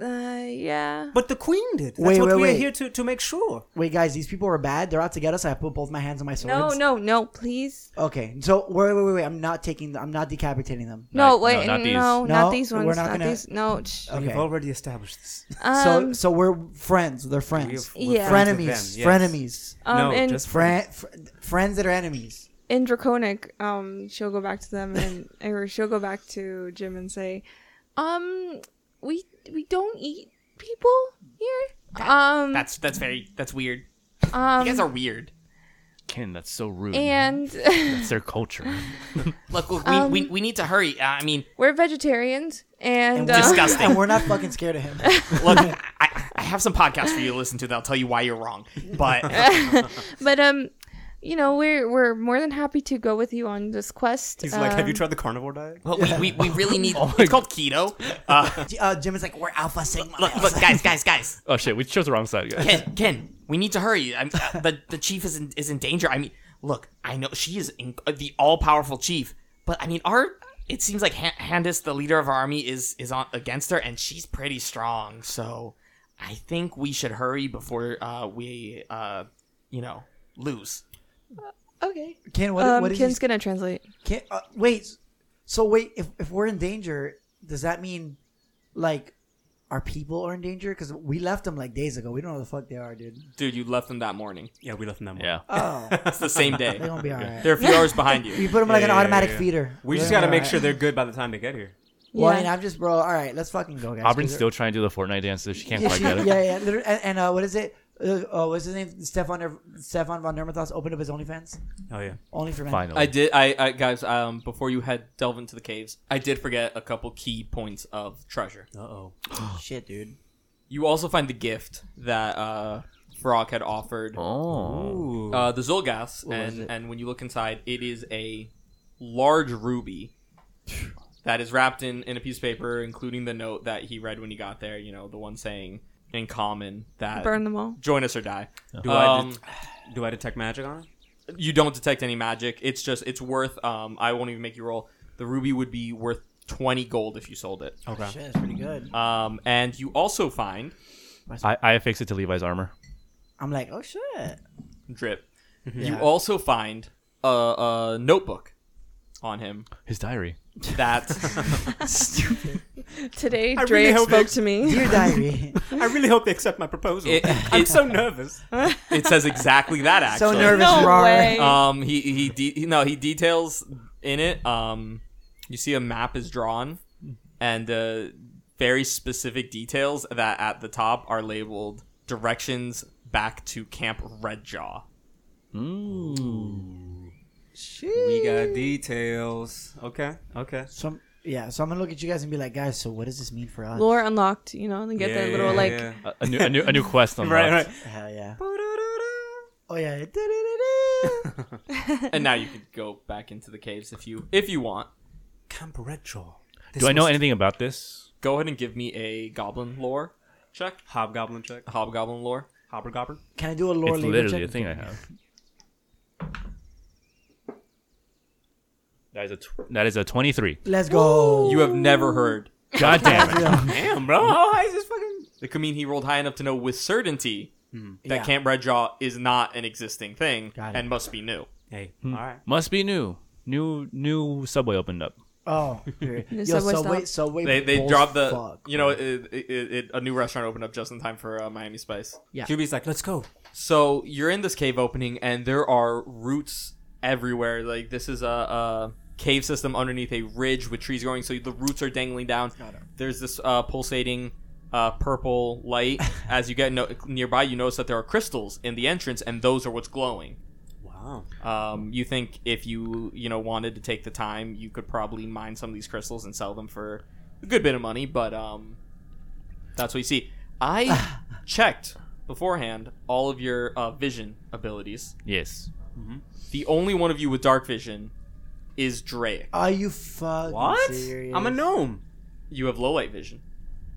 Speaker 3: Uh, yeah.
Speaker 4: But the queen did. That's
Speaker 1: Wait,
Speaker 4: what
Speaker 1: wait,
Speaker 4: we are
Speaker 1: wait.
Speaker 4: here to, to make sure.
Speaker 1: wait, guys, these people are bad. They're out to get us. I put both my hands on my
Speaker 3: No,
Speaker 1: swords.
Speaker 3: no, no, please.
Speaker 1: Okay, so wait, wait, wait, wait. I'm not taking. The, I'm not decapitating them.
Speaker 3: No,
Speaker 5: Not-
Speaker 3: wait, no,
Speaker 5: no, not these.
Speaker 3: no,
Speaker 1: No,
Speaker 3: not these
Speaker 1: we're
Speaker 3: ones.
Speaker 1: not
Speaker 3: not
Speaker 1: gonna-
Speaker 3: these. No. Shh.
Speaker 1: Okay.
Speaker 4: We've already established this.
Speaker 1: so,
Speaker 3: Um,
Speaker 1: so we're friends. They're friends.
Speaker 4: We've- we're
Speaker 3: yeah.
Speaker 4: friends with
Speaker 1: frenemies.
Speaker 4: them,
Speaker 1: Frenemies.
Speaker 4: yes.
Speaker 3: um,
Speaker 4: no,
Speaker 3: and
Speaker 4: just
Speaker 1: Fri- fr- friends that are enemies.
Speaker 3: in Draconic, um, she'll go back to them and [LAUGHS] or she'll go back to Jim and say, um, we we don't eat people here. Um,
Speaker 2: That's that's very that's weird.
Speaker 3: um,
Speaker 2: You guys are weird.
Speaker 5: Ken, that's so rude.
Speaker 3: and
Speaker 5: it's their culture.
Speaker 2: Look, look, we, we, we need to hurry. Uh, I mean,
Speaker 3: we're vegetarians and,
Speaker 1: we're-
Speaker 3: uh,
Speaker 2: Disgust- Disgusting.
Speaker 1: And we're not fucking scared of him.
Speaker 2: look, I, I have some podcasts for you to listen to that'll tell you why you're wrong. But
Speaker 3: [LAUGHS] but um, you know, we're we're more than happy to go with you on this quest.
Speaker 4: He's like, have you
Speaker 3: Um,
Speaker 4: tried the carnivore diet?
Speaker 2: but we, we, we really need. It's called keto. Uh,
Speaker 1: Uh, Jim is like, we're alpha sigma.
Speaker 2: look, look, guys, guys, guys.
Speaker 5: [LAUGHS] oh shit, we chose the wrong side, guys.
Speaker 2: Ken, Ken, we need to hurry. I'm, uh, the the chief is in, is in danger. I mean, look, I know she is in, uh, the all powerful chief, but I mean, our it seems like Han- Handis, the leader of our army, is is on against her, and she's pretty strong. So, I think we should hurry before uh, we uh, you know lose.
Speaker 3: Okay.
Speaker 1: Ken, what,
Speaker 3: um,
Speaker 1: what is
Speaker 3: Ken's gonna translate.
Speaker 1: Ken, uh, wait. So wait, if, if we're in danger, does that mean like our people are in danger? Because we left them like days ago. We don't know the fuck they are, dude.
Speaker 2: Dude, you left them that morning.
Speaker 4: Yeah, we left them that one.
Speaker 5: Yeah.
Speaker 1: [LAUGHS] Oh,
Speaker 2: That's the same day.
Speaker 1: they're gonna be alright.
Speaker 2: They're a few hours behind
Speaker 1: We
Speaker 4: [LAUGHS]
Speaker 2: you.
Speaker 1: put them like
Speaker 4: Yeah,
Speaker 1: an
Speaker 4: yeah, yeah,
Speaker 1: automatic
Speaker 4: yeah.
Speaker 1: feeder.
Speaker 4: We just
Speaker 1: They're gonna
Speaker 4: gotta
Speaker 1: be
Speaker 4: make
Speaker 1: alright.
Speaker 4: sure they're good by the time they get here.
Speaker 1: Well,
Speaker 3: Yeah.
Speaker 1: and I'm just bro. All right, let's fucking go, guys.
Speaker 5: Auburn's
Speaker 1: 'cause
Speaker 5: still trying to do the Fortnite dance, so she can't
Speaker 1: [LAUGHS] Yeah,
Speaker 5: quite
Speaker 1: she-
Speaker 5: [LAUGHS] get it.
Speaker 1: yeah, yeah. Literally- And, and uh, what is it? Uh, uh, what's his name? Stefan Stefan von Nermathos opened up his OnlyFans.
Speaker 4: Oh yeah.
Speaker 1: Only for men.
Speaker 5: Finally.
Speaker 2: I did. I, I guys, um, before you had delve into the caves, I did forget a couple key points of treasure.
Speaker 4: Uh oh.
Speaker 1: Shit, dude.
Speaker 2: You also find the gift that uh, Frog had offered
Speaker 5: oh.
Speaker 4: Ooh.
Speaker 2: uh, the Zolgaths,
Speaker 1: was
Speaker 2: and
Speaker 1: it?
Speaker 2: and when you look inside, it is a large ruby that is wrapped in in a piece of paper, including the note that he read when he got there. You know, the one saying in common that
Speaker 3: Burn them all.
Speaker 2: join us or die.
Speaker 4: do I
Speaker 2: Um,
Speaker 4: det- do I detect magic on it?
Speaker 2: you don't detect any magic. It's just it's worth. Um, I won't even make you roll. The ruby would be worth twenty gold if you sold it.
Speaker 4: Okay.
Speaker 1: Shit, that's pretty good.
Speaker 2: Um, and you also find
Speaker 5: I, I affix it to Levi's armor.
Speaker 1: I'm like, oh shit.
Speaker 5: [LAUGHS]
Speaker 2: drip. You
Speaker 4: Mm-hmm.
Speaker 1: Yeah.
Speaker 2: also find a, a notebook on him
Speaker 5: His diary.
Speaker 4: [LAUGHS]
Speaker 2: that
Speaker 3: Today,
Speaker 4: I
Speaker 3: Dre
Speaker 4: really hope
Speaker 3: spoke
Speaker 4: it-
Speaker 1: [LAUGHS]
Speaker 3: to me.
Speaker 1: Dear
Speaker 5: [LAUGHS]
Speaker 1: diary.
Speaker 4: I really hope they accept my proposal.
Speaker 2: It-
Speaker 4: I'm
Speaker 2: it-
Speaker 4: so nervous.
Speaker 2: [LAUGHS] it says exactly that.
Speaker 1: so
Speaker 2: Actually,
Speaker 1: nervous,
Speaker 3: No
Speaker 1: Rar.
Speaker 3: way.
Speaker 2: Um, he he de- he- no he details in it. Um, you see a map is drawn, and uh, very specific details that at the top are labeled directions back to Camp
Speaker 1: [LAUGHS]
Speaker 2: Redjaw.
Speaker 4: We got details. Okay. Okay.
Speaker 1: So I'm- yeah, so I'm gonna look at you guys and be like, guys, so what does this mean for us?
Speaker 3: Lore unlocked. You know, and get that little like.
Speaker 2: Uh,
Speaker 5: A, a new, a new, a new quest [LAUGHS] on
Speaker 4: right, right.
Speaker 1: Hell yeah. Oh yeah.
Speaker 2: and now you can go back into the caves if you if you want.
Speaker 4: Camp Redjaw.
Speaker 5: Do I know anything about this?
Speaker 2: Go ahead and give me a goblin lore check,
Speaker 4: Hobgoblin check.
Speaker 2: hobgoblin lore.
Speaker 4: Hobgoblin.
Speaker 1: Can I do a lore
Speaker 5: it's
Speaker 1: label
Speaker 5: literally
Speaker 1: check?
Speaker 5: a thing I have. That is a tw- that is a [LAUGHS] twenty-three.
Speaker 1: Let's go.
Speaker 2: You have never heard.
Speaker 5: God damn it!
Speaker 4: Damn,
Speaker 5: [LAUGHS]
Speaker 4: bro. How high Oh, is this fucking?
Speaker 2: It could mean he rolled high enough to know with certainty that
Speaker 1: Hmm. Yeah.
Speaker 2: Camp Redjaw is not an existing thing
Speaker 1: Got it.
Speaker 2: and must be new.
Speaker 4: Hey. All right.
Speaker 5: Must be new. New new subway opened up.
Speaker 1: Oh, period.
Speaker 3: [LAUGHS] The
Speaker 1: Yo,
Speaker 3: subway
Speaker 1: so wait,
Speaker 3: stop.
Speaker 1: so wait.
Speaker 2: They they
Speaker 1: bulls
Speaker 2: dropped the
Speaker 1: fuck.
Speaker 2: you know it, it, it, it- a new restaurant opened up just in time for uh, Miami Spice.
Speaker 1: Yeah.
Speaker 4: Juby's like, let's go.
Speaker 2: So you're in this cave opening and there are roots everywhere. Like this is a, a cave system underneath a ridge with trees growing, so the roots are dangling down. There's this uh, pulsating uh, purple light.
Speaker 1: [LAUGHS]
Speaker 2: As you get no- nearby, you notice that there are crystals in the entrance, and those are what's glowing.
Speaker 4: Wow.
Speaker 2: Um, you think if you you know wanted to take the time, you could probably mine some of these crystals and sell them for a good bit of money. But um, that's what you see.
Speaker 4: [LAUGHS]
Speaker 2: I checked beforehand all of your uh, vision abilities.
Speaker 5: Yes.
Speaker 2: The only one of you with dark vision is Drake.
Speaker 1: Are you fucking
Speaker 4: What?
Speaker 1: serious?
Speaker 4: I'm a gnome.
Speaker 2: You have low light vision.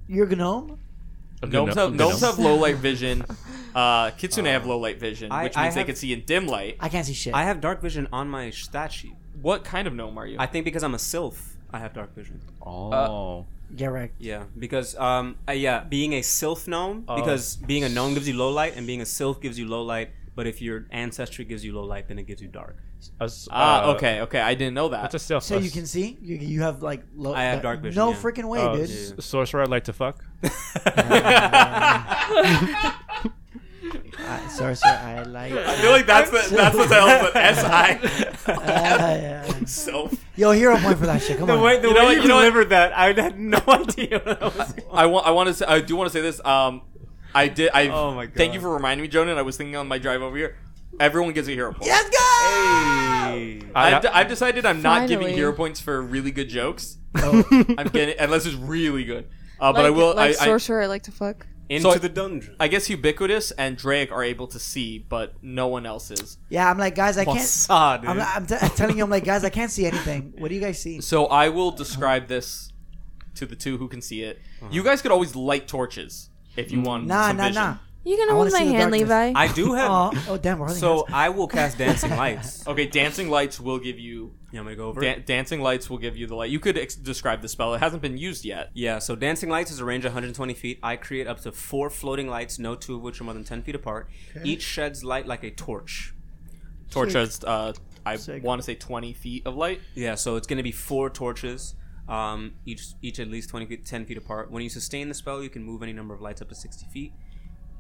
Speaker 1: You're a gnome?
Speaker 2: Gnomes,
Speaker 5: no-
Speaker 2: have,
Speaker 5: good
Speaker 2: gnomes
Speaker 5: gnome.
Speaker 2: have low
Speaker 5: [LAUGHS]
Speaker 2: light vision. Uh, Kitsune have low light vision,
Speaker 4: I-
Speaker 2: which
Speaker 4: I
Speaker 2: means they
Speaker 4: have-
Speaker 2: can see in dim light.
Speaker 1: I can't see shit.
Speaker 4: I have dark vision on my stat sheet.
Speaker 2: What kind of gnome are you?
Speaker 4: I think because I'm a sylph, I have dark vision.
Speaker 5: Oh.
Speaker 1: Get right.
Speaker 4: Yeah, because um, uh, yeah, being a sylph gnome
Speaker 2: Oh.
Speaker 4: because being a gnome gives you low light and being a sylph gives you low light. But if your ancestry gives you low light, then it gives you dark. [LAUGHS]
Speaker 5: Us-
Speaker 2: ah,
Speaker 5: uh,
Speaker 2: okay, okay. I didn't know that.
Speaker 5: That's a self.
Speaker 1: So you can see? You, you have like low.
Speaker 4: I have dark vision,
Speaker 1: No
Speaker 4: yeah.
Speaker 1: freaking way,
Speaker 5: uh,
Speaker 1: dude.
Speaker 5: s- sorcerer I'd like to fuck. [LAUGHS]
Speaker 1: Uh, sorry, sorry. [LAUGHS] I like. [LAUGHS]
Speaker 2: I feel like [LAUGHS] that's the that's what the hell with S
Speaker 5: [LAUGHS]
Speaker 2: I
Speaker 1: Uh, yeah.
Speaker 2: self.
Speaker 1: Yo, hero point for that shit. Come on.
Speaker 4: the
Speaker 2: You know way what, you you know what? delivered
Speaker 4: that, I had no [LAUGHS] idea. What I
Speaker 2: [LAUGHS]
Speaker 4: was
Speaker 2: I want I want to say, I do want to say this. Um, I did. I
Speaker 4: Oh my God.
Speaker 2: thank you for reminding me, Jonan. I was thinking on my drive over here. Everyone gets a hero point.
Speaker 1: Let's go.
Speaker 2: I've, d- I've decided I'm not giving
Speaker 3: Finally.
Speaker 2: hero points for really good jokes.
Speaker 5: [LAUGHS]
Speaker 1: Oh, [LAUGHS]
Speaker 2: I'm getting [LAUGHS] unless it's really good. Uh,
Speaker 3: like,
Speaker 2: but I will.
Speaker 3: Like
Speaker 2: I, I,
Speaker 3: sorcerer, I like to fuck.
Speaker 4: Into
Speaker 2: So I-
Speaker 4: the dungeon.
Speaker 2: I guess ubiquitous and Drake are able to see, but no one else is.
Speaker 1: yeah, I'm like, guys, I can't.
Speaker 4: Facade,
Speaker 1: I'm,
Speaker 4: dude.
Speaker 1: I'm, t- I'm telling you, I'm like, guys, I can't see anything. What do you guys see?
Speaker 2: So I will describe this to the two who can see it.
Speaker 4: Uh-huh.
Speaker 2: You guys could always light torches if you want.
Speaker 1: Nah,
Speaker 2: some
Speaker 1: nah,
Speaker 2: vision.
Speaker 1: nah.
Speaker 3: You gonna
Speaker 1: I wanna
Speaker 3: hold my
Speaker 1: see the
Speaker 3: hand,
Speaker 1: darkness.
Speaker 3: Levi?
Speaker 4: I do have.
Speaker 1: Oh, oh damn, we're holding
Speaker 4: so
Speaker 1: hands.
Speaker 4: I will cast dancing lights.
Speaker 2: [LAUGHS] Okay, dancing lights will give you
Speaker 4: You want me to go over? it?
Speaker 2: Dan- dancing lights will give you the light. You could ex- describe the spell. It hasn't been used yet.
Speaker 4: Yeah, so dancing lights is a range of 120 feet. I create up to four floating lights, no two of which are more than 10 feet apart. Each sheds light like a torch.
Speaker 2: Torch has, uh, I
Speaker 1: Sick.
Speaker 2: want to say, twenty feet of light.
Speaker 4: Yeah, so it's going to be four torches, um, each each at least 20 feet, 10 feet apart. When you sustain the spell, you can move any number of lights up to 60 feet.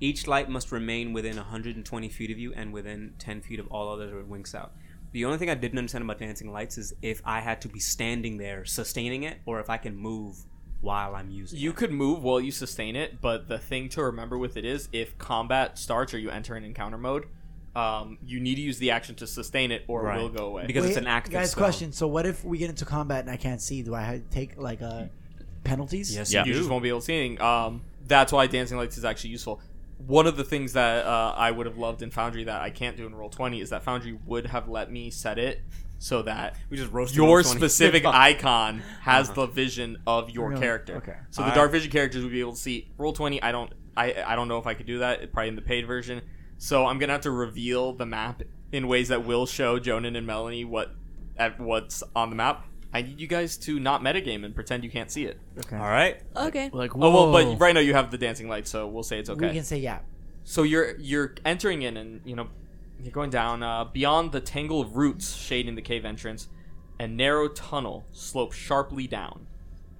Speaker 4: Each light must remain within 120 feet of you and within 10 feet of all others, or it winks out. The only thing I didn't understand about dancing lights is if I had to be standing there sustaining it, or if I can move while I'm using
Speaker 2: You
Speaker 4: it.
Speaker 2: could move while you sustain it, but the thing to remember with it is, if combat starts or you enter an encounter mode, um, you need to use the action to sustain it, or
Speaker 4: Right.
Speaker 2: it will go away.
Speaker 4: Because it's an active
Speaker 1: guys,
Speaker 4: spell.
Speaker 1: question. So what if we get into combat and I can't see? Do I ha- take like uh, penalties?
Speaker 4: Yes,
Speaker 5: Yeah.
Speaker 4: you
Speaker 2: you
Speaker 4: do.
Speaker 2: just won't be able to see anything. Um, that's why dancing lights is actually useful. One of the things that uh, I would have loved in Foundry that I can't do in Roll Twenty is that Foundry would have let me set it so that
Speaker 4: We just roasted
Speaker 2: your
Speaker 4: 120.
Speaker 2: specific icon has the vision of your
Speaker 1: Really?
Speaker 2: character.
Speaker 1: Okay.
Speaker 2: So the dark vision characters would be able to see roll twenty. I don't. I I don't know if I could do that. Probably in the paid version. So I'm gonna have to reveal the map in ways that will show Jonan and Melanie what at what's on the map. I need you guys to not metagame and pretend you can't see it.
Speaker 1: Okay.
Speaker 4: All right.
Speaker 3: okay.
Speaker 5: Like
Speaker 2: Oh well, but right now you have the dancing light, so we'll say it's okay.
Speaker 1: We can say yeah.
Speaker 2: So you're you're entering in, and you know you're going down uh, beyond the tangle of roots shading the cave entrance. A narrow tunnel slopes sharply down.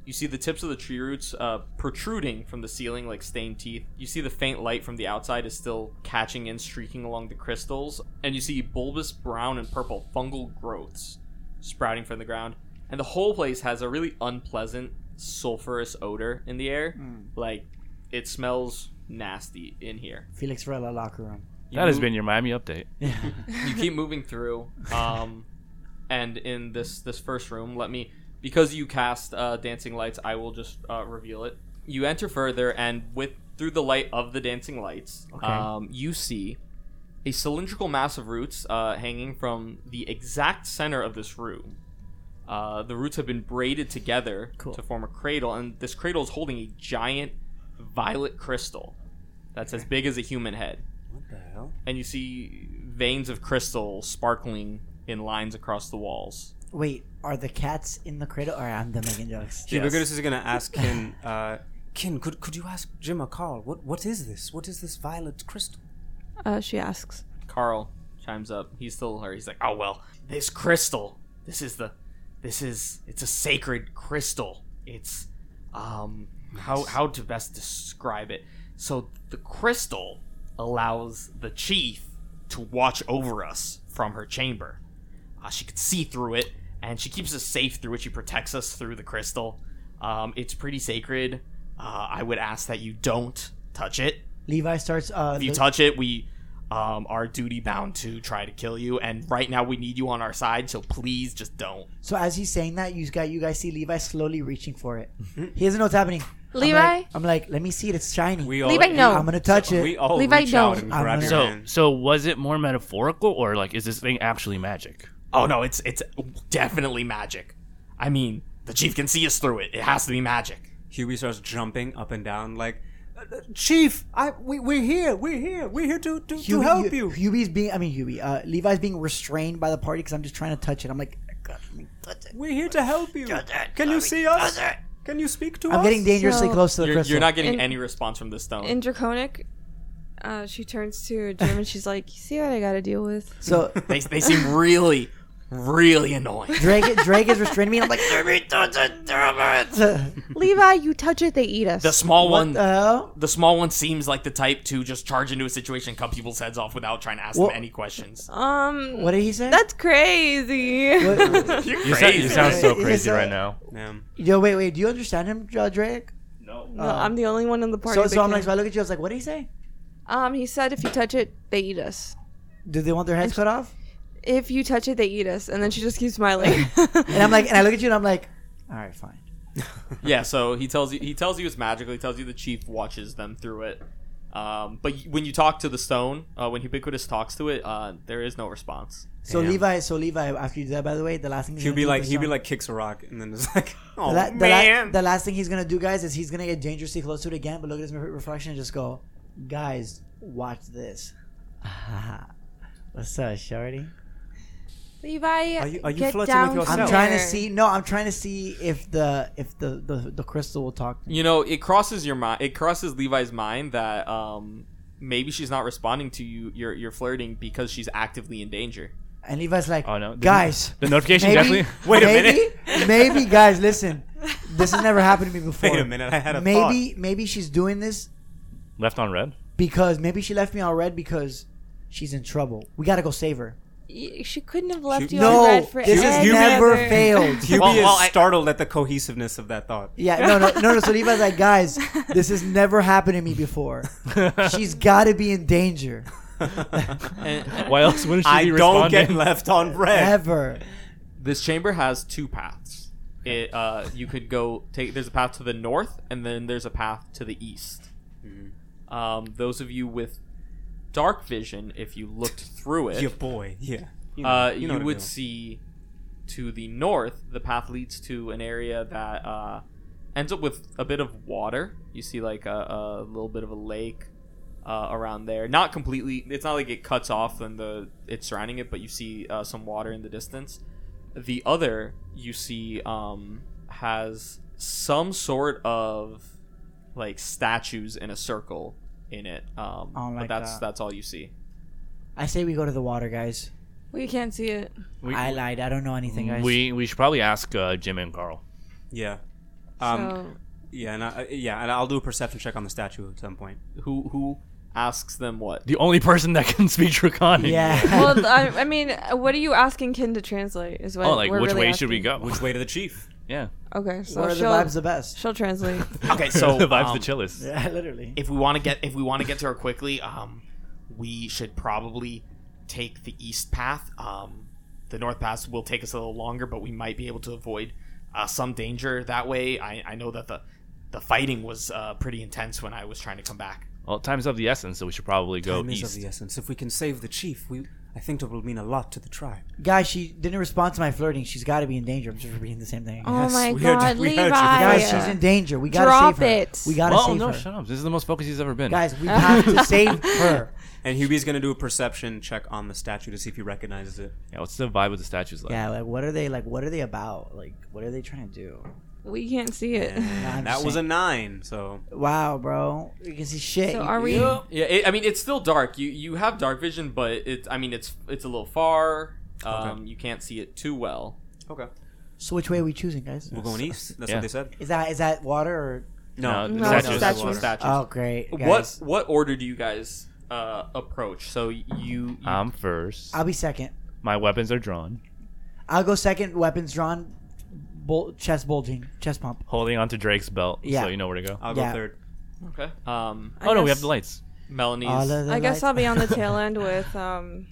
Speaker 2: You see the tips of the tree roots uh, protruding from the ceiling like stained teeth. You see the faint light from the outside is still catching and streaking along the crystals, and you see bulbous brown and purple fungal growths sprouting from the ground. And the whole place has a really unpleasant sulfurous odor in the air. Like it smells nasty in here.
Speaker 1: Felix Varela locker room.
Speaker 5: that has been your Miami update.
Speaker 2: you keep moving through um and in this this first room let me because you cast uh, dancing lights i will just uh, reveal it you enter further and with through the light of the dancing lights um, you see a cylindrical mass of roots uh, hanging from the exact center of this room uh, the roots have been braided together to form a cradle and this cradle is holding a giant violet crystal that's as big as a human head
Speaker 4: What the hell?
Speaker 2: and you see veins of crystal sparkling in lines across the walls.
Speaker 1: Wait, are the cats in the cradle? Or I'm done making jokes.
Speaker 4: Cubiculus is gonna ask Kin. Uh, Kin, could could you ask Jim or Carl what what is this? What is this violet crystal?
Speaker 3: Uh, she asks.
Speaker 2: Carl chimes up. He's still hurt. He's like, "Oh well, this crystal. This is the, this is it's a sacred crystal. It's, um, how how to best describe it? So the crystal allows the chief to watch over us from her chamber. Uh, she could see through it, and she keeps a safe through which she protects us through the crystal. Um, it's pretty sacred. Uh, I would ask that you don't touch it.
Speaker 1: Levi starts. Uh,
Speaker 2: If you
Speaker 1: look-
Speaker 2: touch it, we um, are duty bound to try to kill you. And right now, we need you on our side, so please just don't.
Speaker 1: so as he's saying that, you guys, you guys see Levi slowly reaching for it.
Speaker 4: Mm-hmm.
Speaker 1: he doesn't know what's happening. I'm
Speaker 3: Levi?
Speaker 1: like- I'm like, let me see it. It's shiny.
Speaker 4: We
Speaker 2: Oh,
Speaker 4: all,
Speaker 3: Levi, no.
Speaker 1: I'm gonna touch it.
Speaker 4: We all
Speaker 3: Levi,
Speaker 4: reach
Speaker 3: no.
Speaker 4: out and
Speaker 1: I'm
Speaker 4: grab
Speaker 1: gonna-
Speaker 4: your
Speaker 5: So,
Speaker 4: hand.
Speaker 5: so was it more metaphorical, or like, is this thing actually magic?
Speaker 2: Oh no, it's it's definitely magic. I mean, the chief can see us through it. It has to be magic.
Speaker 4: Huey starts jumping up and down like, "Uh, uh, Chief, I we we're here, we're here, we're here to to, to
Speaker 1: Huey-
Speaker 4: help
Speaker 1: Hu-
Speaker 4: you.
Speaker 1: Huey's being, I mean, Huey, uh, Levi's being restrained by the party because I'm just trying to touch it. I'm like, God, let me touch it.
Speaker 4: We're here to help you. Can you see us? Can you speak to us?
Speaker 1: I'm getting dangerously
Speaker 3: So-
Speaker 1: close to the
Speaker 2: You're,
Speaker 1: crystal.
Speaker 2: you're not getting
Speaker 3: In-
Speaker 2: any response from this stone.
Speaker 3: In Draconic, uh, she turns to Jim and she's like, "You see what I got to deal with?"
Speaker 2: [LAUGHS]
Speaker 1: so
Speaker 4: [LAUGHS]
Speaker 2: they, they seem really, really annoying.
Speaker 1: Drake, Drake is restraining me. And I'm like, "Let me [LAUGHS] touch it, damn it."
Speaker 3: Levi, you touch it, they eat us.
Speaker 2: The small
Speaker 1: What
Speaker 2: one,
Speaker 1: the hell?
Speaker 2: the small one seems like the type to just charge into a situation, and cut people's heads off without trying to ask
Speaker 1: Well-
Speaker 2: them any questions.
Speaker 3: um,
Speaker 1: What did he say?
Speaker 3: [LAUGHS] that's crazy. [LAUGHS]
Speaker 5: [LAUGHS]
Speaker 1: What-
Speaker 2: You're
Speaker 5: You, sound, you
Speaker 2: crazy.
Speaker 5: sound so
Speaker 1: Is
Speaker 5: crazy
Speaker 1: that-
Speaker 5: right now.
Speaker 4: Yeah.
Speaker 1: Yo, wait, wait. Do you understand him, uh, Drake?
Speaker 3: No, I'm the only one in the party.
Speaker 1: So, so I'm
Speaker 3: that
Speaker 1: like, so
Speaker 3: can-
Speaker 1: I look at you. I was like, what did he say?
Speaker 3: um, he said if you touch it, they eat us.
Speaker 1: Do they want their heads cut off?
Speaker 3: If you touch it, they eat us. And then she just keeps smiling.
Speaker 1: [LAUGHS] And I'm like, and I look at you, and I'm like, all right, fine.
Speaker 2: yeah, so he tells you he tells you it's magical. He tells you the chief watches them through it. Um, but y- when you talk to the stone, uh, when Ubiquitous talks to it, uh, there is no response.
Speaker 1: So
Speaker 4: Damn.
Speaker 1: Levi, so Levi, after you do that, by the way, the last thing he's
Speaker 4: He'll
Speaker 1: gonna
Speaker 4: be
Speaker 1: do
Speaker 4: like
Speaker 1: with
Speaker 4: he'll be
Speaker 1: Sean-
Speaker 4: like kicks a rock and then it's [LAUGHS] like oh
Speaker 1: The, la- the, la-
Speaker 4: man
Speaker 1: the last thing he's gonna do, guys, is he's gonna get dangerously close to it again. But look at his re- reflection and just go, guys, watch this. [LAUGHS] What's up, shorty?
Speaker 3: Levi,
Speaker 4: Are you- are you
Speaker 3: get
Speaker 4: flirting
Speaker 3: down
Speaker 4: with yourself?
Speaker 1: I'm
Speaker 3: here.
Speaker 1: trying to see. No, I'm trying to see if the if the the, the crystal will talk. to me.
Speaker 2: You know, it crosses your mind. It crosses Levi's mind that um, maybe she's not responding to you. You're, you're flirting because she's actively in danger.
Speaker 1: And Levi's like,
Speaker 5: Oh, no. The-
Speaker 4: [LAUGHS]
Speaker 1: guys,
Speaker 5: The notification
Speaker 1: maybe,
Speaker 5: definitely.
Speaker 4: Wait a
Speaker 1: maybe, [LAUGHS] maybe, guys, listen, this has never happened to me before.
Speaker 4: [LAUGHS] [LAUGHS] Wait a minute, I had a
Speaker 1: Maybe, maybe she's doing this
Speaker 5: Left on red.
Speaker 1: because maybe she left me on red because she's in trouble. We gotta go save her.
Speaker 3: Y- She couldn't have left
Speaker 4: She-
Speaker 3: you
Speaker 1: no,
Speaker 3: on red for
Speaker 1: this has
Speaker 4: You-
Speaker 1: never
Speaker 3: ever.
Speaker 1: failed.
Speaker 4: thought. Hubie
Speaker 2: Well, well,
Speaker 4: is
Speaker 2: I-
Speaker 4: startled at the cohesiveness of that thought. [LAUGHS]
Speaker 1: Yeah, no, no, no, no. So Levi's like, guys, this has never happened to me before. [LAUGHS] She's got to be in danger
Speaker 5: [LAUGHS] Why else wouldn't she
Speaker 4: I
Speaker 5: be
Speaker 4: don't
Speaker 5: responding?
Speaker 4: get left on red.
Speaker 1: ever.
Speaker 2: [LAUGHS] This chamber has two paths. It uh, you could go take. There's a path to the north, and then there's a path to the east. Um, those of you with dark vision, if you looked
Speaker 4: [LAUGHS]
Speaker 2: through it,
Speaker 4: Your boy, yeah.
Speaker 2: uh,
Speaker 4: you
Speaker 2: you,
Speaker 4: know the
Speaker 2: would
Speaker 4: deal.
Speaker 2: see to the north the path leads to an area that uh, ends up with a bit of water you see like a, a little bit of a lake uh, around there not completely it's not like it cuts off and the it's surrounding it but you see uh, some water in the distance the other you see um, has some sort of like statues in a circle in it um,
Speaker 1: I don't
Speaker 2: but
Speaker 1: like
Speaker 2: that's
Speaker 1: that.
Speaker 2: that's all you see
Speaker 1: I say we go to the water, guys.
Speaker 3: [LAUGHS] We can't see it.
Speaker 5: We,
Speaker 1: I lied. I don't know anything, guys.
Speaker 5: we we should probably ask uh, Jim and Carl.
Speaker 4: Yeah. Um,
Speaker 3: so
Speaker 4: Yeah, and I, uh, yeah, and I'll do a perception check on the statue at some point.
Speaker 2: who who asks them what
Speaker 5: The only person that can [LAUGHS] speak Draconic.
Speaker 1: yeah. [LAUGHS]
Speaker 3: [LAUGHS] well, th- I, I mean, what are you asking Kin to translate? Is what
Speaker 5: Oh, like
Speaker 3: we're
Speaker 5: which
Speaker 3: really
Speaker 5: way
Speaker 3: asking.
Speaker 5: should we go? [LAUGHS]
Speaker 4: Which way to the chief?
Speaker 5: yeah.
Speaker 3: Okay, so
Speaker 1: Where are the
Speaker 3: she'll
Speaker 1: vibes the best? [LAUGHS]
Speaker 3: she'll
Speaker 5: [LAUGHS]
Speaker 3: translate.
Speaker 2: Okay, [LAUGHS] so
Speaker 5: the vibes
Speaker 2: um,
Speaker 5: the chillest.
Speaker 1: Yeah, literally.
Speaker 2: If we want to get if we want to get to her quickly, um, we should probably take the east path. Um, the north path will take us a little longer, but we might be able to avoid uh, some danger that way. I, I know that the the fighting was uh, pretty intense when I was trying to come back.
Speaker 5: Well, time's of the essence, so we should probably go
Speaker 4: Time is of
Speaker 5: east.
Speaker 4: the essence. If we can save the chief, we I think that will mean a lot to the tribe.
Speaker 1: Guys, she didn't respond to my flirting. She's got to be in danger. I'm just repeating the same thing. again.
Speaker 3: oh
Speaker 4: Yes,
Speaker 3: my
Speaker 4: we heard you-
Speaker 3: God,
Speaker 4: we heard you.
Speaker 3: Levi!
Speaker 1: Guys, she's in danger. We gotta
Speaker 3: Drop
Speaker 1: save her.
Speaker 3: it.
Speaker 1: We gotta
Speaker 5: well,
Speaker 1: save
Speaker 5: no,
Speaker 1: her.
Speaker 5: shut up. This is the most focused he's ever been.
Speaker 1: Guys, we have to save her. [LAUGHS]
Speaker 4: And Hubie's gonna do a perception check on the statue to see if he recognizes it.
Speaker 5: yeah, what's the vibe of the statues like?
Speaker 1: Yeah, like what are they like? What are they about? Like what are they trying to do?
Speaker 3: we can't see it.
Speaker 1: I'm
Speaker 4: And that was a
Speaker 1: saying-
Speaker 4: nine, so
Speaker 1: Wow, bro, you can see shit.
Speaker 3: So are we?
Speaker 2: Yeah, it, I mean it's still dark. You you have dark vision, but it I mean it's it's a little far.
Speaker 4: Um,
Speaker 2: You can't see it too well.
Speaker 4: okay.
Speaker 1: So which way are we choosing, guys?
Speaker 4: We're going east. That's
Speaker 5: Yeah.
Speaker 4: what they said.
Speaker 1: Is that is that water or?
Speaker 5: No,
Speaker 3: No,
Speaker 5: statues.
Speaker 3: statues. Statues.
Speaker 1: Oh, great.
Speaker 2: What
Speaker 1: Guys,
Speaker 2: what order do you guys uh, approach? So you, you
Speaker 5: I'm first.
Speaker 1: I'll be second.
Speaker 5: My weapons are drawn.
Speaker 1: I'll go second. Weapons drawn, bul- chest bulging, chest pump.
Speaker 5: Holding onto Drake's belt,
Speaker 1: Yeah.
Speaker 5: so you know where to go.
Speaker 4: I'll go
Speaker 1: Yeah.
Speaker 4: third.
Speaker 2: Okay. Um,
Speaker 3: I
Speaker 5: oh no, we
Speaker 3: guess-
Speaker 5: have the lights.
Speaker 2: Melanie's
Speaker 1: All of the
Speaker 3: I guess
Speaker 1: lights-
Speaker 3: I'll
Speaker 1: [LAUGHS]
Speaker 3: be on the tail end with um,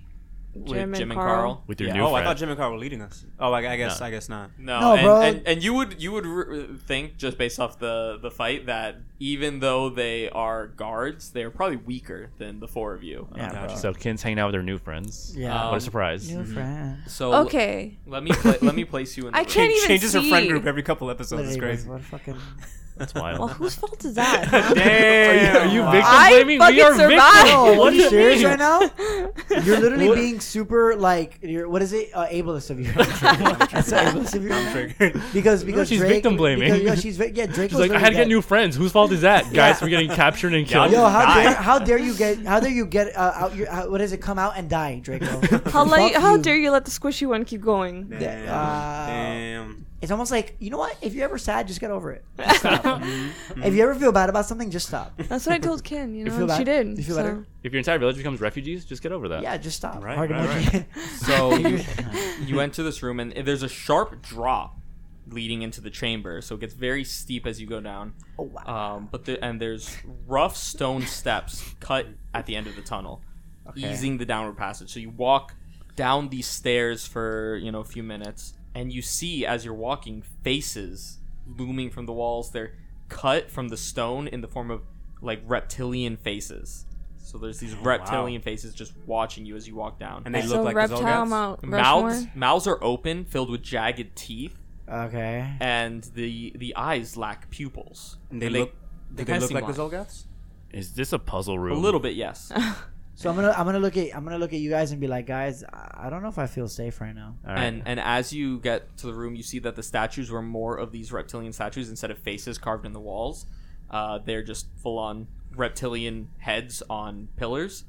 Speaker 3: Jim,
Speaker 2: with
Speaker 3: and,
Speaker 2: Jim and
Speaker 3: Carl.
Speaker 2: Carl.
Speaker 5: With your
Speaker 4: Yeah.
Speaker 5: new
Speaker 4: Oh, I
Speaker 5: friend.
Speaker 4: thought Jim and Carl were leading us. Oh, I, I guess
Speaker 5: No.
Speaker 4: I guess not.
Speaker 2: No,
Speaker 1: No,
Speaker 2: and,
Speaker 1: bro.
Speaker 2: And, and you would you would r think just based off the the fight that even though they are guards, they are probably weaker than the four of you.
Speaker 1: Yeah,
Speaker 4: Gotcha.
Speaker 1: bro.
Speaker 5: so Kin's hanging out with her new friends.
Speaker 1: Yeah. [LAUGHS]
Speaker 5: what
Speaker 2: Um,
Speaker 5: a surprise! [LAUGHS]
Speaker 1: New friend.
Speaker 2: So l-
Speaker 3: Okay.
Speaker 2: let me pla- let me
Speaker 3: [LAUGHS]
Speaker 2: place you in. The
Speaker 4: [LAUGHS]
Speaker 3: I
Speaker 2: room.
Speaker 3: can't even
Speaker 4: changes her friend
Speaker 3: see.
Speaker 4: group every couple episodes. It's
Speaker 1: Literally,
Speaker 4: crazy.
Speaker 1: what a
Speaker 5: [LAUGHS]
Speaker 1: fucking.
Speaker 5: That's
Speaker 4: [LAUGHS]
Speaker 3: [LAUGHS]
Speaker 5: wild.
Speaker 3: Well, whose fault is
Speaker 5: [LAUGHS]
Speaker 3: that? huh?
Speaker 5: Damn. Are you, are you victim
Speaker 3: I
Speaker 5: blaming?
Speaker 3: fucking
Speaker 5: We are
Speaker 3: survived.
Speaker 5: victims. [LAUGHS] What
Speaker 1: Are you
Speaker 5: do you
Speaker 1: serious
Speaker 5: mean?
Speaker 1: right
Speaker 3: [LAUGHS]
Speaker 1: now? You're literally
Speaker 5: What-
Speaker 1: being super like you're what is it uh, ableist of you? [LAUGHS] That's ableist of you.
Speaker 3: [LAUGHS]
Speaker 1: Because because
Speaker 5: she's
Speaker 1: Drake-
Speaker 5: victim blaming.
Speaker 1: Because, yeah, she's vi- yeah. Drake
Speaker 5: She's
Speaker 1: was
Speaker 5: like, I
Speaker 1: literally
Speaker 5: had to
Speaker 1: dead.
Speaker 5: get new friends. Whose fault
Speaker 1: [LAUGHS]
Speaker 5: is that, guys? We're getting captured and killed.
Speaker 1: Yo, how
Speaker 4: Die.
Speaker 1: dare, how dare
Speaker 5: [LAUGHS]
Speaker 1: you get how dare you get uh, out your how, what is it come out and die,
Speaker 5: [LAUGHS]
Speaker 1: Draco?
Speaker 3: How, let,
Speaker 1: Fuck
Speaker 3: how dare you let the squishy one keep going?
Speaker 4: Damn.
Speaker 3: uh,
Speaker 1: Wow.
Speaker 4: Damn.
Speaker 1: It's almost like you know what? If you're ever sad, just get over
Speaker 2: [LAUGHS]
Speaker 1: it. Just stop.
Speaker 5: Mm-hmm.
Speaker 1: if you ever feel bad about something, just stop.
Speaker 3: That's what I told Ken, you know,
Speaker 1: feel
Speaker 3: and she
Speaker 1: bad-
Speaker 3: did.
Speaker 1: you feel
Speaker 3: so.
Speaker 1: better?
Speaker 5: If your entire village becomes refugees, just get over that.
Speaker 1: Yeah, just stop.
Speaker 4: Right,
Speaker 1: Hard
Speaker 4: right,
Speaker 1: emoji.
Speaker 3: [LAUGHS]
Speaker 2: So you, you enter this room, and there's a sharp drop leading into the chamber. So it gets very steep as you go down.
Speaker 1: [LAUGHS] oh, wow.
Speaker 2: Um, but the, and there's rough stone steps cut at the end of the tunnel, easing the downward passage. So you walk down these stairs for you know a few minutes, and you see as you're walking faces looming from the walls. They're cut from the stone in the form of like reptilian faces. So there's these reptilian faces just watching you as you walk
Speaker 4: Oh,
Speaker 2: down.
Speaker 4: And they
Speaker 3: So
Speaker 4: look like the
Speaker 3: reptile
Speaker 4: Zolgats?
Speaker 3: mount.
Speaker 2: mouths
Speaker 3: Rushmore.
Speaker 2: mouths are open, filled with jagged teeth,
Speaker 1: okay.
Speaker 2: and the the eyes lack pupils.
Speaker 4: And [LAUGHS] they,
Speaker 2: And
Speaker 4: look. Do
Speaker 2: kinda
Speaker 4: they look
Speaker 2: seem
Speaker 4: like the
Speaker 2: blind.
Speaker 4: Zolgaths?
Speaker 5: Is this a puzzle
Speaker 2: A
Speaker 5: room?
Speaker 2: little bit, yes.
Speaker 1: So I'm gonna I'm gonna look at I'm gonna look at you guys and be like, guys, I I don't know if I feel safe right now.
Speaker 5: All right.
Speaker 2: and and as you get to the room, you see that the statues were more of these reptilian statues instead of faces carved in the walls. Uh, they're just full on reptilian heads on pillars.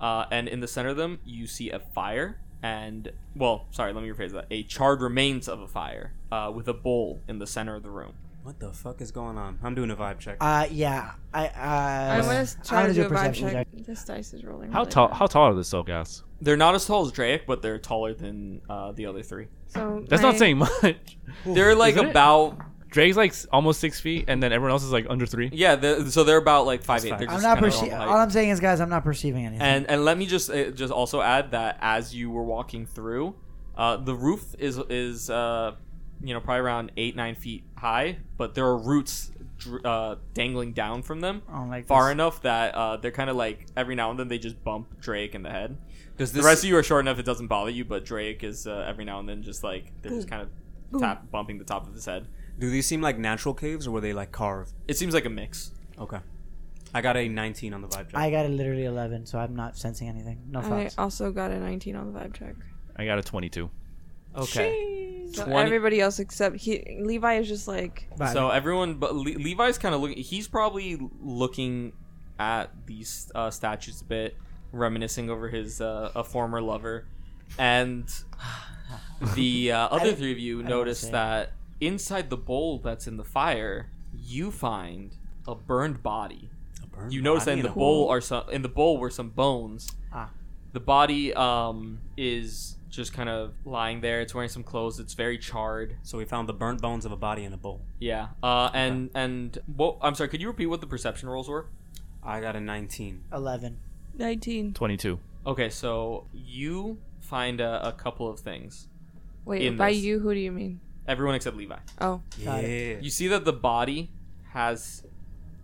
Speaker 2: Uh, and in the center of them, you see a fire. And, well, sorry, let me rephrase that. A charred remains of a fire uh, with a bowl in the center of the room.
Speaker 4: What the fuck is going on? I'm doing a vibe check.
Speaker 1: Uh, yeah. I uh,
Speaker 3: I'm gonna try to do a vibe
Speaker 1: perception
Speaker 3: check. This dice is rolling.
Speaker 5: how
Speaker 3: really
Speaker 5: tall?
Speaker 3: bad.
Speaker 5: How tall are the soul gas?
Speaker 2: They're not as tall as Drake, but they're taller than uh, the other three.
Speaker 3: So
Speaker 5: That's
Speaker 3: my-
Speaker 5: not saying much.
Speaker 7: [LAUGHS]
Speaker 2: They're like
Speaker 5: Isn't it?
Speaker 2: about
Speaker 5: Drake's like s- almost six feet, and then everyone else is like under three.
Speaker 2: yeah. They're, so they're about like five eight.
Speaker 4: fine.
Speaker 2: They're
Speaker 1: I'm
Speaker 2: just
Speaker 1: not
Speaker 2: kinda normal
Speaker 1: perceiving.
Speaker 2: height.
Speaker 1: All I'm saying is, guys, I'm not perceiving
Speaker 4: Mm-hmm.
Speaker 1: anything.
Speaker 2: And and let me just uh, just also add that as you were walking through, uh, the roof is is uh, you know probably around eight nine feet high, but there are roots dr- uh, dangling down from them.
Speaker 1: I don't like
Speaker 2: Far
Speaker 1: this.
Speaker 2: enough that uh, they're kind of like every now and then they just bump Drake in the head.
Speaker 4: Does
Speaker 2: The
Speaker 4: this
Speaker 2: rest of you are short enough it doesn't bother you, but Drake is uh, every now and then just like they're just kind of tap bumping the top of his head.
Speaker 4: do these seem like natural caves or were they like carved?
Speaker 2: It seems like a mix.
Speaker 4: Okay. I got a 19 on the vibe check.
Speaker 1: I got a literally 11, so I'm not sensing anything. No
Speaker 3: I
Speaker 1: thoughts.
Speaker 3: also got a 19 on the vibe check.
Speaker 5: I got a twenty-two.
Speaker 3: So
Speaker 2: 20
Speaker 3: everybody else except he, Levi is just like
Speaker 1: Vibe.
Speaker 2: So everyone, but Le- Levi's kind of looking. He's probably looking at these uh, statues a bit, reminiscing over his uh, a former lover, and [SIGHS] the uh, other
Speaker 1: don't-
Speaker 2: three of you
Speaker 1: don't wanna
Speaker 2: notice
Speaker 1: say.
Speaker 2: that inside the bowl that's in the fire, you find a burned body.
Speaker 4: A bird
Speaker 2: You notice that
Speaker 4: body
Speaker 2: in the
Speaker 4: and a-
Speaker 2: bowl are some in the bowl were some bones.
Speaker 1: Ah.
Speaker 2: The body um, is just kind of lying there. It's wearing some clothes. It's very charred.
Speaker 4: So we found the burnt bones of a body in a bowl.
Speaker 2: Yeah. Uh, and and what? I'm sorry. Could you repeat what the perception rolls were?
Speaker 4: I got a 19.
Speaker 1: 11.
Speaker 3: 19.
Speaker 5: Twenty-two.
Speaker 2: Okay, so you find a, a couple of things.
Speaker 3: Wait,
Speaker 2: In
Speaker 3: by
Speaker 2: this.
Speaker 3: you, who do you mean?
Speaker 2: Everyone except Levi.
Speaker 3: Oh,
Speaker 1: Got
Speaker 2: You see that the body has.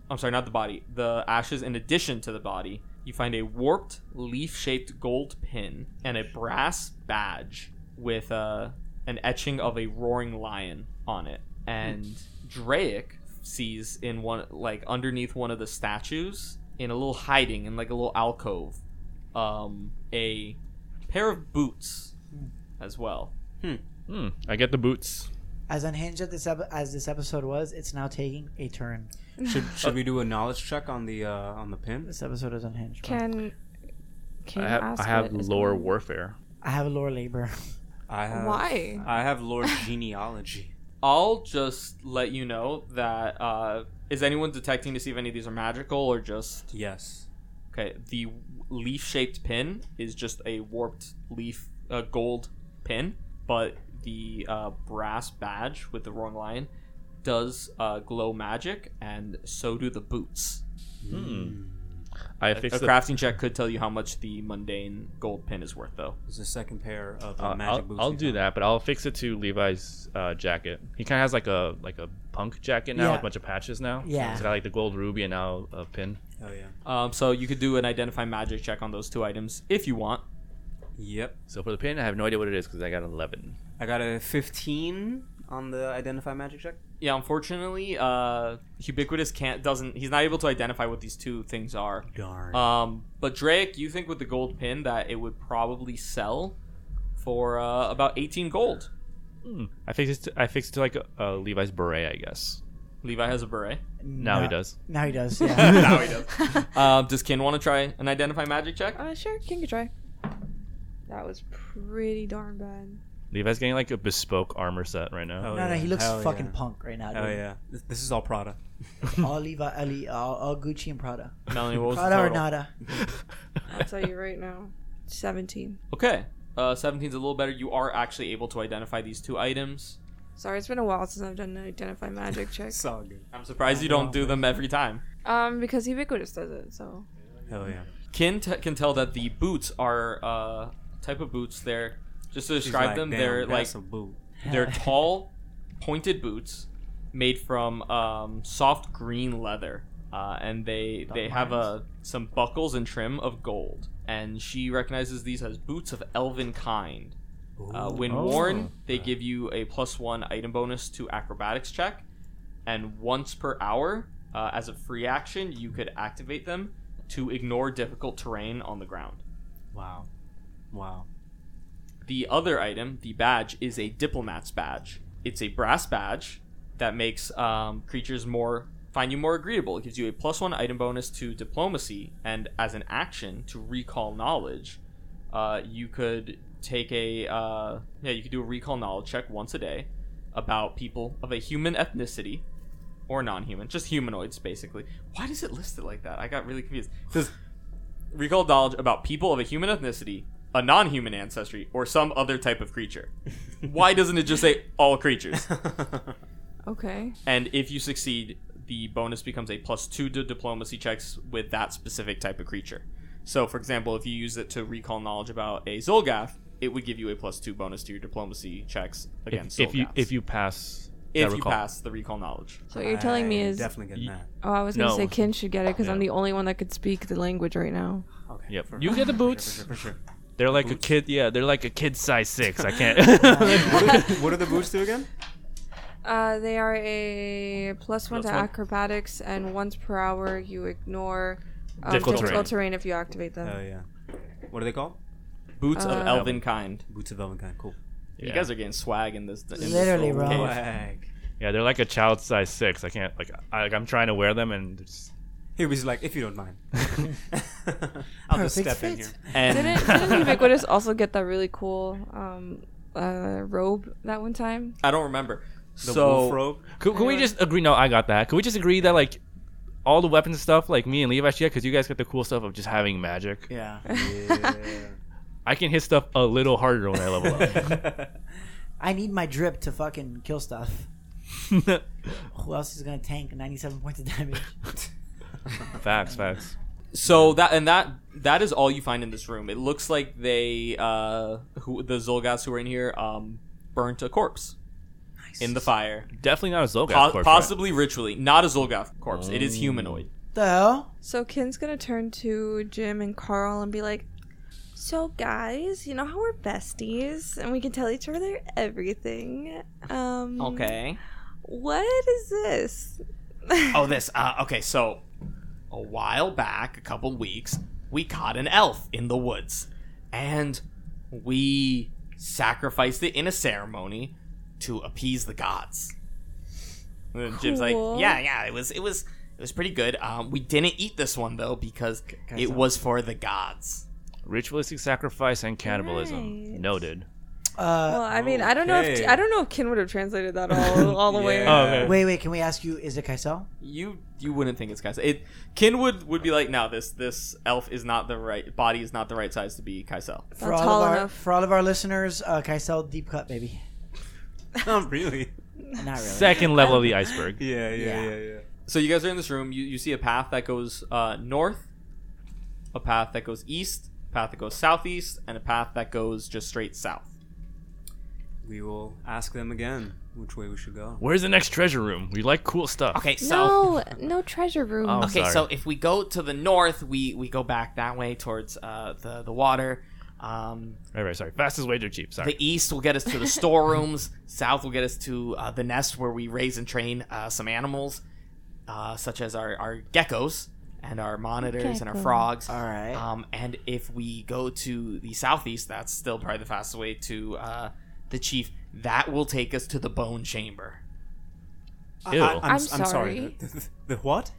Speaker 2: I'm sorry, not the body. The ashes. In addition to the body, you find a warped leaf-shaped gold pin and a brass badge with uh, an etching of a roaring lion on it. And Draic sees in one like underneath one of the statues in a little hiding in like a little alcove um a pair of boots as well
Speaker 5: Hmm. I get the boots.
Speaker 1: As unhinged at this ep- as this episode was, it's now taking a turn.
Speaker 4: Should should we do a knowledge check on the uh, on the pin?
Speaker 1: This episode is unhinged. bro.
Speaker 3: can can
Speaker 5: I
Speaker 3: you
Speaker 5: have,
Speaker 3: ask
Speaker 5: I have
Speaker 3: what is
Speaker 5: lore
Speaker 3: going on?
Speaker 5: warfare.
Speaker 1: I have a lower labor.
Speaker 4: I
Speaker 3: Uh,
Speaker 4: have
Speaker 3: [LAUGHS] Why?
Speaker 4: I have Lord genealogy.
Speaker 2: I'll just let you know that uh, is anyone detecting to see if any of these are magical or just
Speaker 4: Yes.
Speaker 2: okay. The leaf-shaped pin is just a warped leaf, uh, gold pin, but the uh, brass badge with the roaring lion does uh, glow magic, and so do the boots.
Speaker 7: I
Speaker 2: A,
Speaker 7: fixed
Speaker 2: a
Speaker 7: the
Speaker 2: crafting check could tell you how much the mundane gold pin is worth, though.
Speaker 4: There's a second pair of uh,
Speaker 7: Uh,
Speaker 4: magic
Speaker 7: I'll,
Speaker 4: boots.
Speaker 7: I'll
Speaker 4: we
Speaker 7: do
Speaker 4: found.
Speaker 7: that, but I'll fix it to Levi's uh, jacket. He kind of has like a like a punk jacket now with
Speaker 1: Yeah.
Speaker 7: a bunch of patches now.
Speaker 1: Yeah.
Speaker 7: It's got like the gold ruby and now a pin.
Speaker 4: Oh yeah.
Speaker 2: Um, so you could do an identify magic check on those two items if you want.
Speaker 4: Yep.
Speaker 7: So for the pin, I have no idea what it is because I got an eleven.
Speaker 4: I got a 15 on the identify magic check.
Speaker 2: Yeah, unfortunately, uh, ubiquitous can't doesn't he's not able to identify what these two things are.
Speaker 4: Darn.
Speaker 2: Um, but Drake, you think with the gold pin that it would probably sell for uh, about 18 gold.
Speaker 7: Hmm. I fixed it. To, I fixed it to like a, a Levi's beret, I guess.
Speaker 2: Levi has a beret.
Speaker 7: Now he does.
Speaker 1: Now he does.
Speaker 2: [LAUGHS] Oh,
Speaker 1: [LAUGHS] Yeah.
Speaker 2: now he does. Uh, does Kin want to try an identify magic
Speaker 4: [LAUGHS]
Speaker 2: check?
Speaker 3: [LAUGHS] Uh, sure, King could try. That was pretty darn bad.
Speaker 7: Levi's getting like a bespoke armor set right now.
Speaker 4: Oh,
Speaker 1: no, no, he looks
Speaker 4: Hell
Speaker 1: fucking
Speaker 4: yeah.
Speaker 1: punk right now. Dude.
Speaker 4: Oh yeah. This, this is all Prada.
Speaker 1: [LAUGHS]
Speaker 7: [LAUGHS]
Speaker 2: Oh.
Speaker 1: All Levi, Ali, all, all Gucci and Prada.
Speaker 2: Melanie, what was the
Speaker 1: Prada or
Speaker 2: total?
Speaker 1: nada.
Speaker 7: Oh,
Speaker 3: I'll
Speaker 7: [LAUGHS]
Speaker 3: tell you right now. [LAUGHS] 17.
Speaker 2: Okay. Uh, 17 is a little better. You are actually able to identify these two items.
Speaker 3: Sorry, it's been a while since I've done an identify
Speaker 2: [LAUGHS]
Speaker 3: magic check.
Speaker 4: It's all good.
Speaker 2: I'm surprised you don't do them every time.
Speaker 3: Um, because ubiquitous does it, so
Speaker 4: Hell yeah.
Speaker 2: Kin t- can tell that the boots are uh type of boots. They're just to
Speaker 4: She's
Speaker 2: describe
Speaker 4: like,
Speaker 2: them.
Speaker 4: "Damn,
Speaker 2: They're like
Speaker 4: that's a boot.
Speaker 1: [LAUGHS]
Speaker 2: they're tall, pointed boots made from um, soft green leather, uh, and they they have a some buckles and trim of gold. And she recognizes these as boots of elven kind. Uh, when
Speaker 7: Ooh.
Speaker 2: worn, they give you a plus one item bonus to acrobatics check, and once per hour, uh, as a free action, you could activate them to ignore difficult terrain on the ground.
Speaker 4: Wow. Wow.
Speaker 2: The other item, the badge, is a diplomat's badge. It's a brass badge that makes um, creatures more find you more agreeable. It gives you a plus one item bonus to diplomacy, and as an action to recall knowledge, uh, you could take a uh, yeah you could do a recall knowledge check once a day about people of a human ethnicity or non-human, just humanoids basically. Why does it list it like that? I got really confused. It says recall knowledge about people of a human ethnicity, a non-human ancestry, or some other type of creature. Why doesn't it just say all creatures?
Speaker 3: okay.
Speaker 2: And if you succeed, the bonus becomes a plus two to diplomacy checks with that specific type of creature. So, for example, if you use it to recall knowledge about a Zolgath, it would give you a plus two bonus to your diplomacy checks against
Speaker 7: If, if you
Speaker 2: Zolgaths.
Speaker 7: if you pass,
Speaker 2: if
Speaker 7: that
Speaker 2: you
Speaker 7: recall.
Speaker 2: pass the recall knowledge.
Speaker 3: So what you're telling me
Speaker 4: I'm
Speaker 3: is
Speaker 4: definitely getting that.
Speaker 3: oh, I was gonna
Speaker 7: No.
Speaker 3: say Kin should get it because I'm
Speaker 7: Yeah.
Speaker 3: the only one that could speak the language right now.
Speaker 4: Okay.
Speaker 7: Yep.
Speaker 4: [LAUGHS] For,
Speaker 7: You get the boots.
Speaker 2: [LAUGHS]
Speaker 4: for sure.
Speaker 7: They're like a kid. Yeah, they're like a kid size six. I
Speaker 2: [LAUGHS]
Speaker 7: can't. [LAUGHS]
Speaker 4: what are the boots do again?
Speaker 3: Uh, they are a plus one
Speaker 2: Plus
Speaker 3: to
Speaker 2: one.
Speaker 3: acrobatics, and once per hour you ignore um,
Speaker 7: Difficult
Speaker 3: difficult,
Speaker 7: terrain.
Speaker 3: terrain if you activate them.
Speaker 4: Hell Oh, yeah. What are they called?
Speaker 2: Boots
Speaker 3: Uh,
Speaker 2: of Elven kind.
Speaker 4: Boots of Elven kind. Cool.
Speaker 7: yeah.
Speaker 2: You guys are getting swag in this. In this
Speaker 1: Literally,
Speaker 2: little
Speaker 1: bro.
Speaker 2: cave.
Speaker 4: Wag.
Speaker 7: yeah, they're like a child size six. I can't. Like, I, like I'm trying to wear them and. Just, [LAUGHS]
Speaker 4: He was like, if you don't mind. [LAUGHS] I'll just
Speaker 1: Perfect
Speaker 4: step
Speaker 1: fit.
Speaker 4: in here.
Speaker 2: And [LAUGHS]
Speaker 3: Didn't, didn't Ubiquitous also get that really cool um, uh, robe that one time?
Speaker 2: I don't remember.
Speaker 4: The wolf [LAUGHS]
Speaker 2: so
Speaker 4: robe.
Speaker 7: could, could we just agree? No, I got that. Could we just agree that like all the weapons stuff, like me and Levi should get, because you guys get the cool stuff of just having magic.
Speaker 1: Yeah.
Speaker 7: I can hit stuff a little harder when I level
Speaker 1: I need my drip to fucking kill stuff.
Speaker 2: [LAUGHS]
Speaker 7: up. [LAUGHS]
Speaker 1: Who else is gonna tank 97 points of damage?
Speaker 7: facts, facts.
Speaker 2: so that and that that is all you find in this room. It looks like they uh who the Zolgas who were in here um burnt a corpse [LAUGHS] in the fire.
Speaker 7: Definitely not a Zolgath.
Speaker 2: Po-
Speaker 7: corpse, right?
Speaker 2: possibly ritually. Not a Zolgath corpse. It is humanoid.
Speaker 1: the hell?
Speaker 3: [LAUGHS] So Kin's gonna turn to Jim and Carl and be like, "So guys, you know how we're besties and we can tell each other everything. Um, what is this?
Speaker 2: Oh this uh okay, so a while back, a couple weeks, we caught an elf in the woods. And we sacrificed it in a ceremony to appease the gods. And then Jim's like,
Speaker 3: Cool.
Speaker 2: yeah, yeah, it was, it was, it was pretty good. Um, we didn't eat this one though because it was for the gods.
Speaker 7: Ritualistic sacrifice and cannibalism.
Speaker 3: Nice.
Speaker 7: Noted.
Speaker 1: Uh,
Speaker 3: Well, I mean, I don't know if
Speaker 4: Okay.
Speaker 3: I don't know if Kin would have translated that all all the way.
Speaker 4: Yeah.
Speaker 7: okay.
Speaker 1: wait, wait. Can we ask you? Is it Kaisel?
Speaker 2: You, you wouldn't think it's Kaisel. It, Kinwood would be like, no, this, this elf is not the right body is not the right size to be Kaisel.
Speaker 1: For
Speaker 3: That's
Speaker 1: all
Speaker 3: tall
Speaker 1: of our
Speaker 3: enough. [LAUGHS]
Speaker 1: for all of our listeners, uh, Kaisel deep cut, baby.
Speaker 4: Not [LAUGHS] really.
Speaker 1: Not really.
Speaker 7: Second level of the iceberg.
Speaker 4: Yeah, yeah,
Speaker 1: Yeah.
Speaker 4: yeah, yeah.
Speaker 2: So you guys are in this room. You, you see a path that goes uh, north, a path that goes east, a path that goes southeast, and a path that goes just straight south.
Speaker 4: We will ask them again which way we should go.
Speaker 7: Where's the next treasure room? We like cool stuff.
Speaker 2: Okay,
Speaker 3: No, no treasure room.
Speaker 7: Oh. I'm
Speaker 2: okay,
Speaker 7: sorry.
Speaker 2: so if we go to the north, we we go back that way towards uh, the the water. Um,
Speaker 7: Right, right. Sorry. Fastest way to cheap. Sorry.
Speaker 2: the east will get us to the storerooms. [LAUGHS] south will get us to uh, the nest where we raise and train uh, some animals, uh, such as our, our geckos and our monitors and our
Speaker 3: Gecko.
Speaker 2: frogs.
Speaker 1: All right.
Speaker 2: Um, and if we go to the southeast, that's still probably the fastest way to uh, the chief. That will take us to the bone chamber.
Speaker 7: Ew.
Speaker 3: I'm
Speaker 4: s-
Speaker 3: sorry.
Speaker 4: The, the- the what?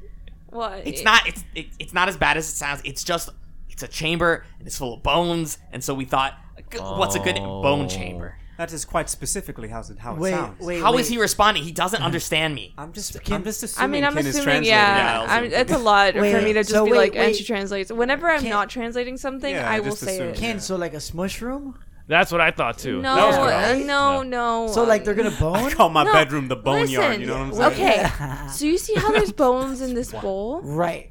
Speaker 3: What?
Speaker 2: It's not. It's it, it's not as bad as it sounds. It's just it's a chamber and it's full of bones. And so we thought, g- what's a good bone chamber?
Speaker 4: That is quite specifically how's it, how it
Speaker 1: Wait,
Speaker 4: sounds.
Speaker 2: [LAUGHS]
Speaker 1: wait.
Speaker 2: How is
Speaker 1: wait.
Speaker 2: he responding?
Speaker 1: [LAUGHS]
Speaker 2: He doesn't understand me.
Speaker 4: I'm just,
Speaker 1: Can-
Speaker 4: I'm just
Speaker 3: I
Speaker 4: assuming.
Speaker 3: mean, I'm
Speaker 4: Ken is
Speaker 3: assuming,
Speaker 4: translating.
Speaker 2: Yeah,
Speaker 3: yeah.
Speaker 2: I'll
Speaker 3: I'm,
Speaker 2: assume.
Speaker 3: it's a lot for
Speaker 1: Wait,
Speaker 3: me to just
Speaker 1: so
Speaker 3: be
Speaker 1: wait,
Speaker 3: like, and
Speaker 1: wait.
Speaker 3: she translates. Whenever I'm
Speaker 1: Can't-
Speaker 3: not translating something,
Speaker 4: Yeah,
Speaker 3: I will
Speaker 4: just
Speaker 3: say
Speaker 4: assume.
Speaker 3: it.
Speaker 4: Can't-
Speaker 1: Ken, so like a smush room?
Speaker 7: That's what I thought too.
Speaker 3: No,
Speaker 7: That was gross.
Speaker 3: uh, no, no.
Speaker 1: So like
Speaker 3: um,
Speaker 1: they're gonna
Speaker 2: [LAUGHS]
Speaker 4: I
Speaker 1: bone?
Speaker 4: call my
Speaker 3: No,
Speaker 4: bedroom the boneyard.
Speaker 3: listen,
Speaker 4: You know what I'm saying?
Speaker 3: Okay, so you see how there's bones in this bowl?
Speaker 1: [LAUGHS] Right.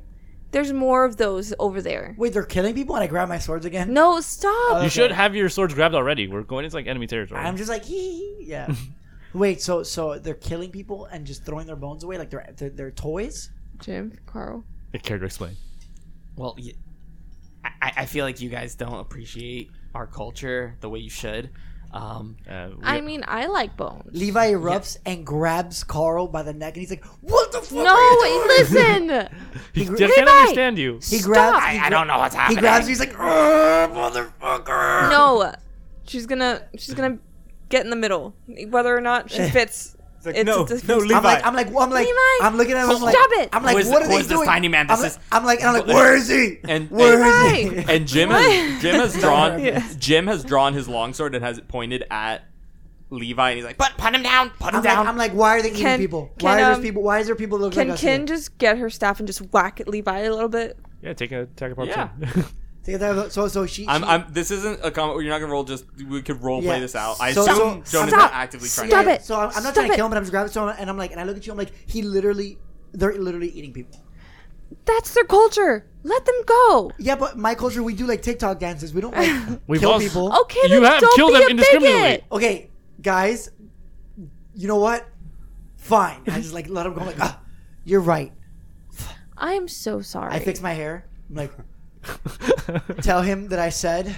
Speaker 3: There's more of those over there.
Speaker 1: Wait, they're killing people and I grab my swords again?
Speaker 3: No, stop.
Speaker 7: You
Speaker 1: Okay.
Speaker 7: should have your swords grabbed already. We're going into like enemy territory.
Speaker 1: I'm just like hee. hee." Yeah. [LAUGHS] Wait, so so they're killing people and just throwing their bones away like they're they're, they're toys?
Speaker 3: Jim, Carl.
Speaker 7: The character explain.
Speaker 2: Well, y I I I I feel like you guys don't appreciate our culture the way you should. Um,
Speaker 7: Uh, we-
Speaker 3: I mean, I like bones.
Speaker 1: Levi erupts and grabs Carl by the neck and he's like, "What the fuck?" are
Speaker 3: No,
Speaker 1: you doing?"
Speaker 3: wait, listen.
Speaker 7: [LAUGHS] he, I
Speaker 3: Levi!
Speaker 7: can't understand you.
Speaker 1: [LAUGHS] He grabs.
Speaker 2: I, I don't know what's
Speaker 1: He
Speaker 2: happening.
Speaker 1: grabs. me, He's like, "Ugh, motherfucker.
Speaker 3: No, she's gonna, she's gonna get in the middle, whether or
Speaker 1: [LAUGHS]
Speaker 3: not she fits.
Speaker 4: It's like,
Speaker 3: It's
Speaker 4: no,
Speaker 3: a different-
Speaker 4: no, Levi.
Speaker 1: I'm like, I'm like, well, I'm like,
Speaker 3: Levi,
Speaker 1: I'm looking at him. I'm like,
Speaker 3: stop it.
Speaker 1: I'm like,
Speaker 2: Who is
Speaker 1: what
Speaker 2: th-
Speaker 1: are
Speaker 2: who
Speaker 1: they
Speaker 2: is this
Speaker 1: doing?
Speaker 2: tiny man?
Speaker 1: I'm,
Speaker 2: This
Speaker 1: like,
Speaker 2: is-
Speaker 1: I'm like, I'm like,
Speaker 2: Who-
Speaker 1: where is he?
Speaker 2: And-
Speaker 1: where is
Speaker 3: Levi!
Speaker 1: he?
Speaker 2: And Jim
Speaker 3: What?
Speaker 2: has, Jim has
Speaker 1: [LAUGHS]
Speaker 2: drawn
Speaker 1: Yeah.
Speaker 2: Jim has drawn his longsword and has it pointed at Levi, and he's like, "Put put him down, put him
Speaker 1: I'm like,
Speaker 2: down."
Speaker 1: I'm like, why are they eating
Speaker 3: Can-
Speaker 1: people?
Speaker 3: can,
Speaker 1: Why are there
Speaker 3: um,
Speaker 1: people? Why is there people looking
Speaker 3: Can
Speaker 1: like us?
Speaker 3: Kin
Speaker 1: here?
Speaker 3: just get her staff and just whack at Levi a little bit?
Speaker 7: Yeah, take a attack apart.
Speaker 2: Yeah.
Speaker 7: too.
Speaker 1: Take that out. So, so she.
Speaker 2: I'm,
Speaker 1: she-
Speaker 2: I'm. This isn't a comment where you're not gonna roll. Just we could role play
Speaker 1: Yeah.
Speaker 2: this out. I
Speaker 1: So-
Speaker 2: assume
Speaker 1: so-
Speaker 2: Jonah's
Speaker 3: stop.
Speaker 2: not actively trying.
Speaker 3: Stop
Speaker 2: to
Speaker 3: it.
Speaker 1: So I'm, I'm not
Speaker 3: Stop
Speaker 1: trying to
Speaker 3: it.
Speaker 1: kill him, but I'm just grabbing. So and I'm like, and I look at you. I'm like, he literally, they're literally eating people.
Speaker 3: That's their culture. Let them go.
Speaker 1: Yeah, but my culture, we do like TikTok dances. We don't
Speaker 3: [LAUGHS]
Speaker 1: like
Speaker 7: [LAUGHS] We've
Speaker 1: kill
Speaker 7: also- [LAUGHS]
Speaker 1: people.
Speaker 3: Okay,
Speaker 7: You
Speaker 3: then
Speaker 7: have
Speaker 3: don't
Speaker 7: killed
Speaker 3: be
Speaker 7: them
Speaker 3: a
Speaker 7: indiscriminately.
Speaker 3: bigot.
Speaker 1: Okay, guys, you know what? Fine. I just like let him go. I'm like, ah, you're right.
Speaker 3: I am so sorry.
Speaker 1: I fixed my hair. I'm like, tell him that I said.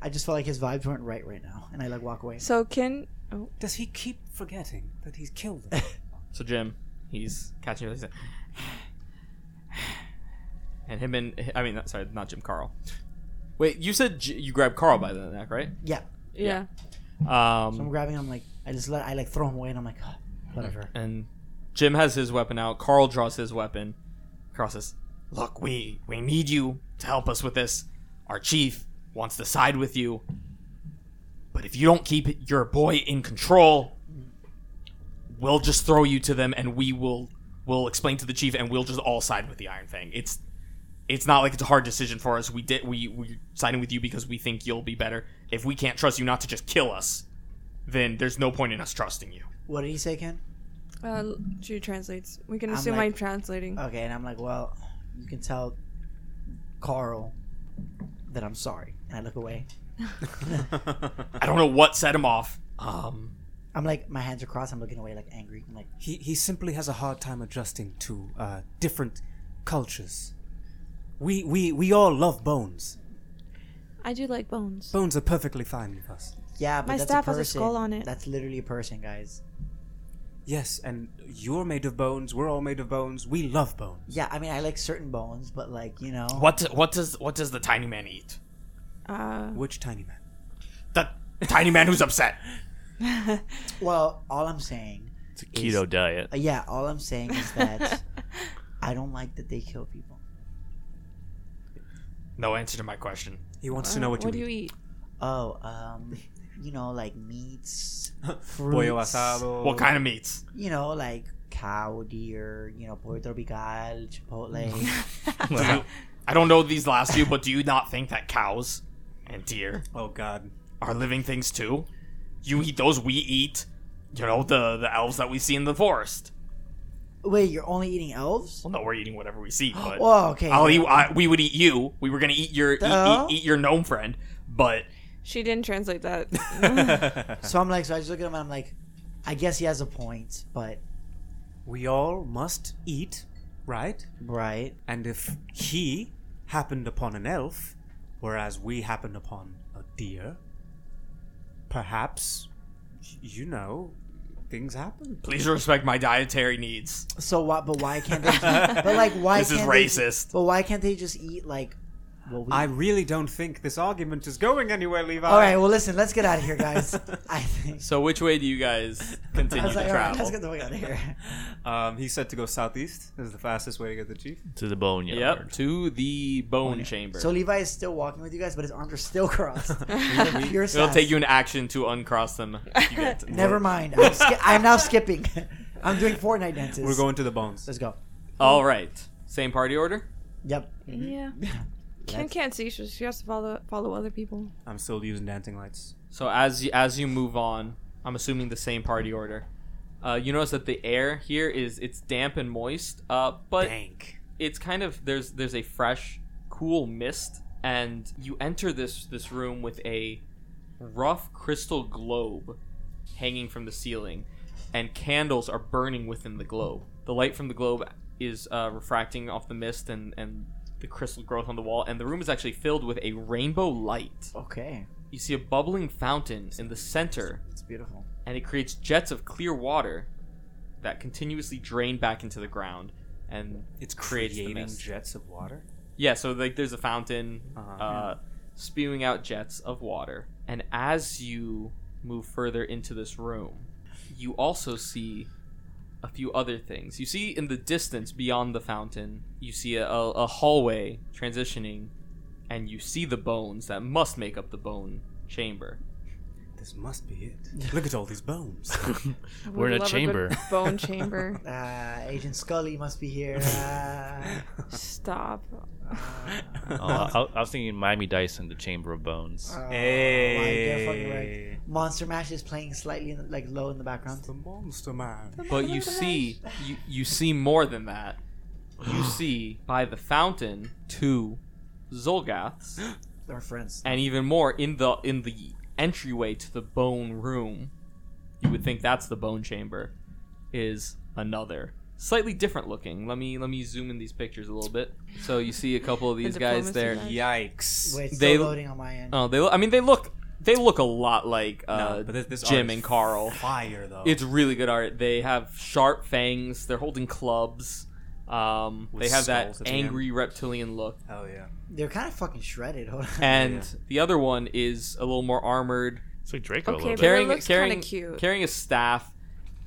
Speaker 1: I just felt like his vibes weren't right right now, and I like walk away.
Speaker 3: So Kin, oh,
Speaker 4: Does he keep forgetting that he's killed them?
Speaker 2: So Jim, he's catching you. He's like, [SIGHS] and him and I mean, not- sorry, not Jim. Carl. Wait, you said J- you grabbed Carl by the neck, right?
Speaker 1: Yeah,
Speaker 3: yeah.
Speaker 1: I'm
Speaker 2: Um,
Speaker 1: grabbing him. Like I just let I like throw him away, and I'm like, ah, whatever.
Speaker 2: and Jim has his weapon out. Carl draws his weapon. Carl says, "Look, we we need you to help us with this. Our chief wants to side with you, but if you don't keep your boy in control, we'll just throw you to them, and we will will explain to the chief, and we'll just all side with the Iron Fang. It's it's not like it's a hard decision for us. We did we we siding with you because we think you'll be better. If we can't trust you not to just kill us, then there's no point in us trusting you."
Speaker 1: What did he say, Ken?
Speaker 3: Uh, she translates. We can
Speaker 1: I'm
Speaker 3: assume
Speaker 1: like-
Speaker 3: I'm translating.
Speaker 1: Okay, and I'm like, well, you can tell Carl that I'm sorry, and I look away.
Speaker 2: I don't know what set him off. Um,
Speaker 1: I'm like, my hands are crossed. I'm looking away, like angry. I'm like,
Speaker 4: [LAUGHS] he he simply has a hard time adjusting to uh, different cultures. We we we all love bones.
Speaker 3: I do like bones.
Speaker 4: Bones are perfectly fine with us.
Speaker 1: yeah, but
Speaker 3: My
Speaker 1: that's
Speaker 3: staff
Speaker 1: a
Speaker 3: has
Speaker 1: person.
Speaker 3: a skull on it.
Speaker 1: That's literally a person, guys.
Speaker 4: Yes, and you're made of bones. We're all made of bones. We love bones.
Speaker 1: Yeah, I mean, I like certain bones, but like you know,
Speaker 2: what do- what does what does the tiny man eat?
Speaker 4: [LAUGHS]
Speaker 3: Uh, [LAUGHS]
Speaker 4: Which tiny man?
Speaker 2: The tiny man who's upset.
Speaker 1: Well, all I'm saying,
Speaker 7: it's a keto diet.
Speaker 1: uh, yeah, all I'm saying is
Speaker 3: [LAUGHS]
Speaker 1: that
Speaker 3: Uh,
Speaker 1: I don't like that they kill people.
Speaker 2: No answer to my question.
Speaker 4: He wants
Speaker 1: Uh,
Speaker 4: to know what,
Speaker 3: what do
Speaker 4: you
Speaker 3: you eat?
Speaker 1: Oh, um, you know, like meats, fruits,
Speaker 4: [LAUGHS] Pollo asado.
Speaker 2: What kind of meats?
Speaker 1: you know, like cow, deer, you know, pollo tropical, chipotle.
Speaker 4: [LAUGHS]
Speaker 2: Do you- I don't know these last few, but do you not think that cows and deer
Speaker 4: Oh God.
Speaker 2: are living things too? You eat those, we eat you know, the the elves that we see in the forest.
Speaker 1: Wait, you're only eating elves?
Speaker 2: Well, no, we're eating whatever we see, but
Speaker 1: [GASPS] Oh, okay.
Speaker 2: I'll eat, I, we would eat you. We were gonna eat your eat,
Speaker 1: hell?
Speaker 2: eat, eat your gnome friend, but
Speaker 3: She didn't
Speaker 1: [LAUGHS]
Speaker 3: translate that.
Speaker 1: So I'm like, so I just look at him and I'm like, I guess he has a point, but
Speaker 4: [LAUGHS] We all must eat, right?
Speaker 1: right.
Speaker 4: And if he happened upon an elf, whereas we happened upon a deer, perhaps, y- you know, things happen.
Speaker 2: please respect my dietary needs.
Speaker 1: So what? But why can't they? but like, why?
Speaker 2: [LAUGHS] This is
Speaker 1: can't they-
Speaker 2: racist.
Speaker 1: but why can't they just eat like? Well, we,
Speaker 4: I really don't think this argument is going anywhere, Levi.
Speaker 1: all right. Well, listen. Let's get out of here,
Speaker 4: [LAUGHS]
Speaker 1: guys. I think.
Speaker 2: So which way do you guys
Speaker 1: I
Speaker 2: continue
Speaker 1: was
Speaker 2: to
Speaker 1: like, all right,
Speaker 2: travel?
Speaker 1: let's get the fuck out of here.
Speaker 4: [LAUGHS] Um, he said to go southeast is the fastest way to get the chief.
Speaker 7: to the bone
Speaker 2: Yep, to the bone chamber. [LAUGHS]
Speaker 1: So [LAUGHS] Levi is still walking with you guys, but his arms are still
Speaker 4: [LAUGHS]
Speaker 1: crossed. Pure
Speaker 2: It'll
Speaker 1: sass.
Speaker 2: take you an action to uncross them. if you get to-
Speaker 1: [LAUGHS] Never mind. I'm, ski- I'm now skipping. [LAUGHS] I'm doing Fortnite dances.
Speaker 4: We're going to the bones.
Speaker 1: Let's go.
Speaker 2: All right, same party order.
Speaker 1: Yep.
Speaker 3: yeah. Kim can't see. She, she has to follow follow other people.
Speaker 4: I'm still using dancing lights.
Speaker 2: So as you, as you move on, I'm assuming the same party order. Uh, you notice that the air here is it's damp and moist, uh, but
Speaker 4: Dank.
Speaker 2: it's kind of there's there's a fresh, cool mist, and you enter this this room with a rough crystal globe hanging from the ceiling, and candles are burning within the globe. The light from the globe is uh, refracting off the mist and and the crystal growth on the wall, and the room is actually filled with a rainbow light
Speaker 1: Okay.
Speaker 2: you see a bubbling fountain in the center,
Speaker 1: It's beautiful.
Speaker 2: and it creates jets of clear water that continuously drain back into the ground. And
Speaker 4: It's
Speaker 2: Creates the
Speaker 4: creating
Speaker 2: mist.
Speaker 4: jets of water.
Speaker 2: yeah, so like there's a fountain
Speaker 4: Uh-huh.
Speaker 2: uh, spewing out jets of water. And as you move further into this room, you also see a few other things. You see in the distance beyond the fountain, you see a, a, a hallway transitioning, and you see the bones that must make up the bone chamber.
Speaker 4: This must be it. Look at all these bones.
Speaker 3: I
Speaker 7: We're in
Speaker 3: would
Speaker 7: a
Speaker 3: love good [LAUGHS]
Speaker 7: chamber.
Speaker 1: [LAUGHS]
Speaker 3: bone chamber.
Speaker 1: Uh, Agent Scully must be
Speaker 4: [LAUGHS]
Speaker 1: here. Uh,
Speaker 3: Stop.
Speaker 7: Oh, I, I was thinking Miami Dice and the Chamber of Bones.
Speaker 1: oh, my dear fucking word.
Speaker 4: hey.
Speaker 1: Monster Mash is playing slightly in the- like low in the background.
Speaker 4: The monster man.
Speaker 2: But you see, you, you see more than that. You see by the fountain two Zolgaths,
Speaker 1: They're friends.
Speaker 2: and even more in the in the entryway to the bone room. You would think that's the bone chamber, is another slightly different looking. Let me let me zoom in these pictures a little bit. So you see a couple of these guys
Speaker 3: diplomacy
Speaker 2: there.
Speaker 3: guy.
Speaker 4: Yikes.
Speaker 1: Wait, it's
Speaker 2: They-
Speaker 1: still loading on my end.
Speaker 2: Oh, they look. I mean, they look they look a lot like uh,
Speaker 4: No, but this- Oh. this
Speaker 2: Jim
Speaker 4: art is [LAUGHS]
Speaker 2: and Carl.
Speaker 4: Fire though.
Speaker 2: It's really good art. They have sharp fangs. They're holding clubs. Um,
Speaker 4: With
Speaker 2: they have that
Speaker 4: skulls at the
Speaker 2: angry reptilian look.
Speaker 4: hell yeah.
Speaker 1: They're kind of fucking shredded. Hold on.
Speaker 2: And
Speaker 4: Yeah.
Speaker 2: the other one is a little more armored,
Speaker 7: It's like Draco a
Speaker 3: Okay,
Speaker 7: little
Speaker 3: but-
Speaker 7: bit.
Speaker 2: carrying
Speaker 3: looks kinda
Speaker 2: carrying
Speaker 3: cute.
Speaker 2: carrying a staff,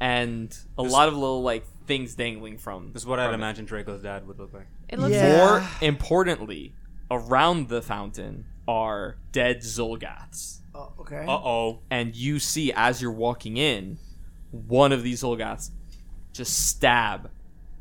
Speaker 2: and a lot of little like things dangling from.
Speaker 4: This is what I'd
Speaker 2: from it.
Speaker 4: imagine Draco's dad would look like.
Speaker 3: It looks
Speaker 1: Yeah.
Speaker 2: More importantly, around the fountain are dead Zolgaths.
Speaker 1: Oh, okay.
Speaker 2: uh,
Speaker 4: oh.
Speaker 2: and you see as you're walking in one of these Olgaths just stab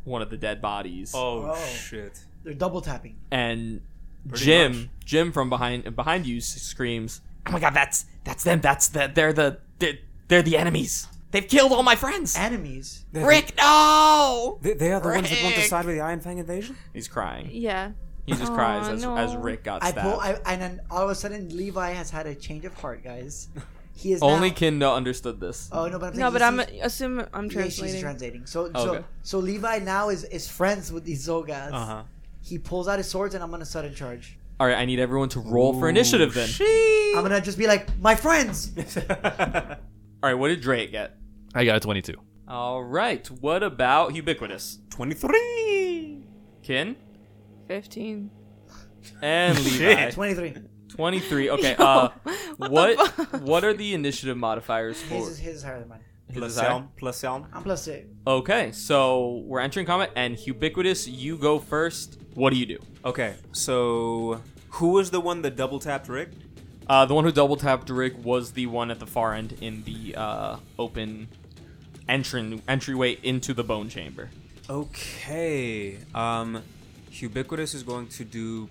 Speaker 2: one of the dead bodies
Speaker 4: Oh
Speaker 1: Oh.
Speaker 4: shit.
Speaker 1: They're double tapping.
Speaker 2: and
Speaker 4: Pretty
Speaker 2: Jim
Speaker 4: much.
Speaker 2: Jim from behind behind you s- screams oh my god that's that's them that's the they're the they're, they're the enemies they've killed all my friends
Speaker 1: Enemies.
Speaker 2: Rick no
Speaker 4: They, they are the ones that want to side with the Iron Fang invasion.
Speaker 2: he's crying
Speaker 3: Yeah.
Speaker 2: he just
Speaker 3: Aw,
Speaker 2: cries as,
Speaker 3: no.
Speaker 2: as Rick got
Speaker 1: I
Speaker 2: stabbed
Speaker 1: pull. I, and then all of a sudden, Levi has had a change of heart, guys. He is
Speaker 2: only
Speaker 1: Now,
Speaker 2: Ken understood this
Speaker 1: oh no, but I'm
Speaker 3: No,
Speaker 1: saying
Speaker 3: but
Speaker 1: he
Speaker 3: I'm
Speaker 1: sees-
Speaker 3: assume I'm
Speaker 1: yeah, she's
Speaker 3: translating.
Speaker 1: translating. So, so,
Speaker 2: Oh, Okay. Uh-huh.
Speaker 1: so Levi now is, is friends with these Zogas.
Speaker 4: Uh huh.
Speaker 1: He pulls out his swords, and I'm gonna sudden charge.
Speaker 2: all right I need everyone to roll for initiative then
Speaker 1: I'm gonna just be like, my
Speaker 2: [LAUGHS]
Speaker 1: friends.
Speaker 2: all right what did Drake get
Speaker 7: I got a 22.
Speaker 2: all right what about ubiquitous
Speaker 4: [LAUGHS] Twenty-three.
Speaker 2: Kin
Speaker 3: Fifteen. [LAUGHS]
Speaker 2: And Levi.
Speaker 1: 23.
Speaker 2: 23. Okay.
Speaker 3: Yo,
Speaker 2: uh,
Speaker 3: what the
Speaker 2: what
Speaker 3: fuck?
Speaker 2: what are the initiative modifiers
Speaker 1: His
Speaker 2: for?
Speaker 1: is, his is higher than mine.
Speaker 2: his
Speaker 4: Plus
Speaker 2: desire?
Speaker 4: Elm. Plus Elm.
Speaker 1: I'm plus six.
Speaker 2: Okay, so we're entering combat, and ubiquitous, you go first. What do you do?
Speaker 4: Okay. So who was the one that double tapped Rick?
Speaker 2: Uh, the one who double tapped Rick was the one at the far end in the uh, open entran- entryway into the bone chamber.
Speaker 4: Okay. Um, ubiquitous is going to do.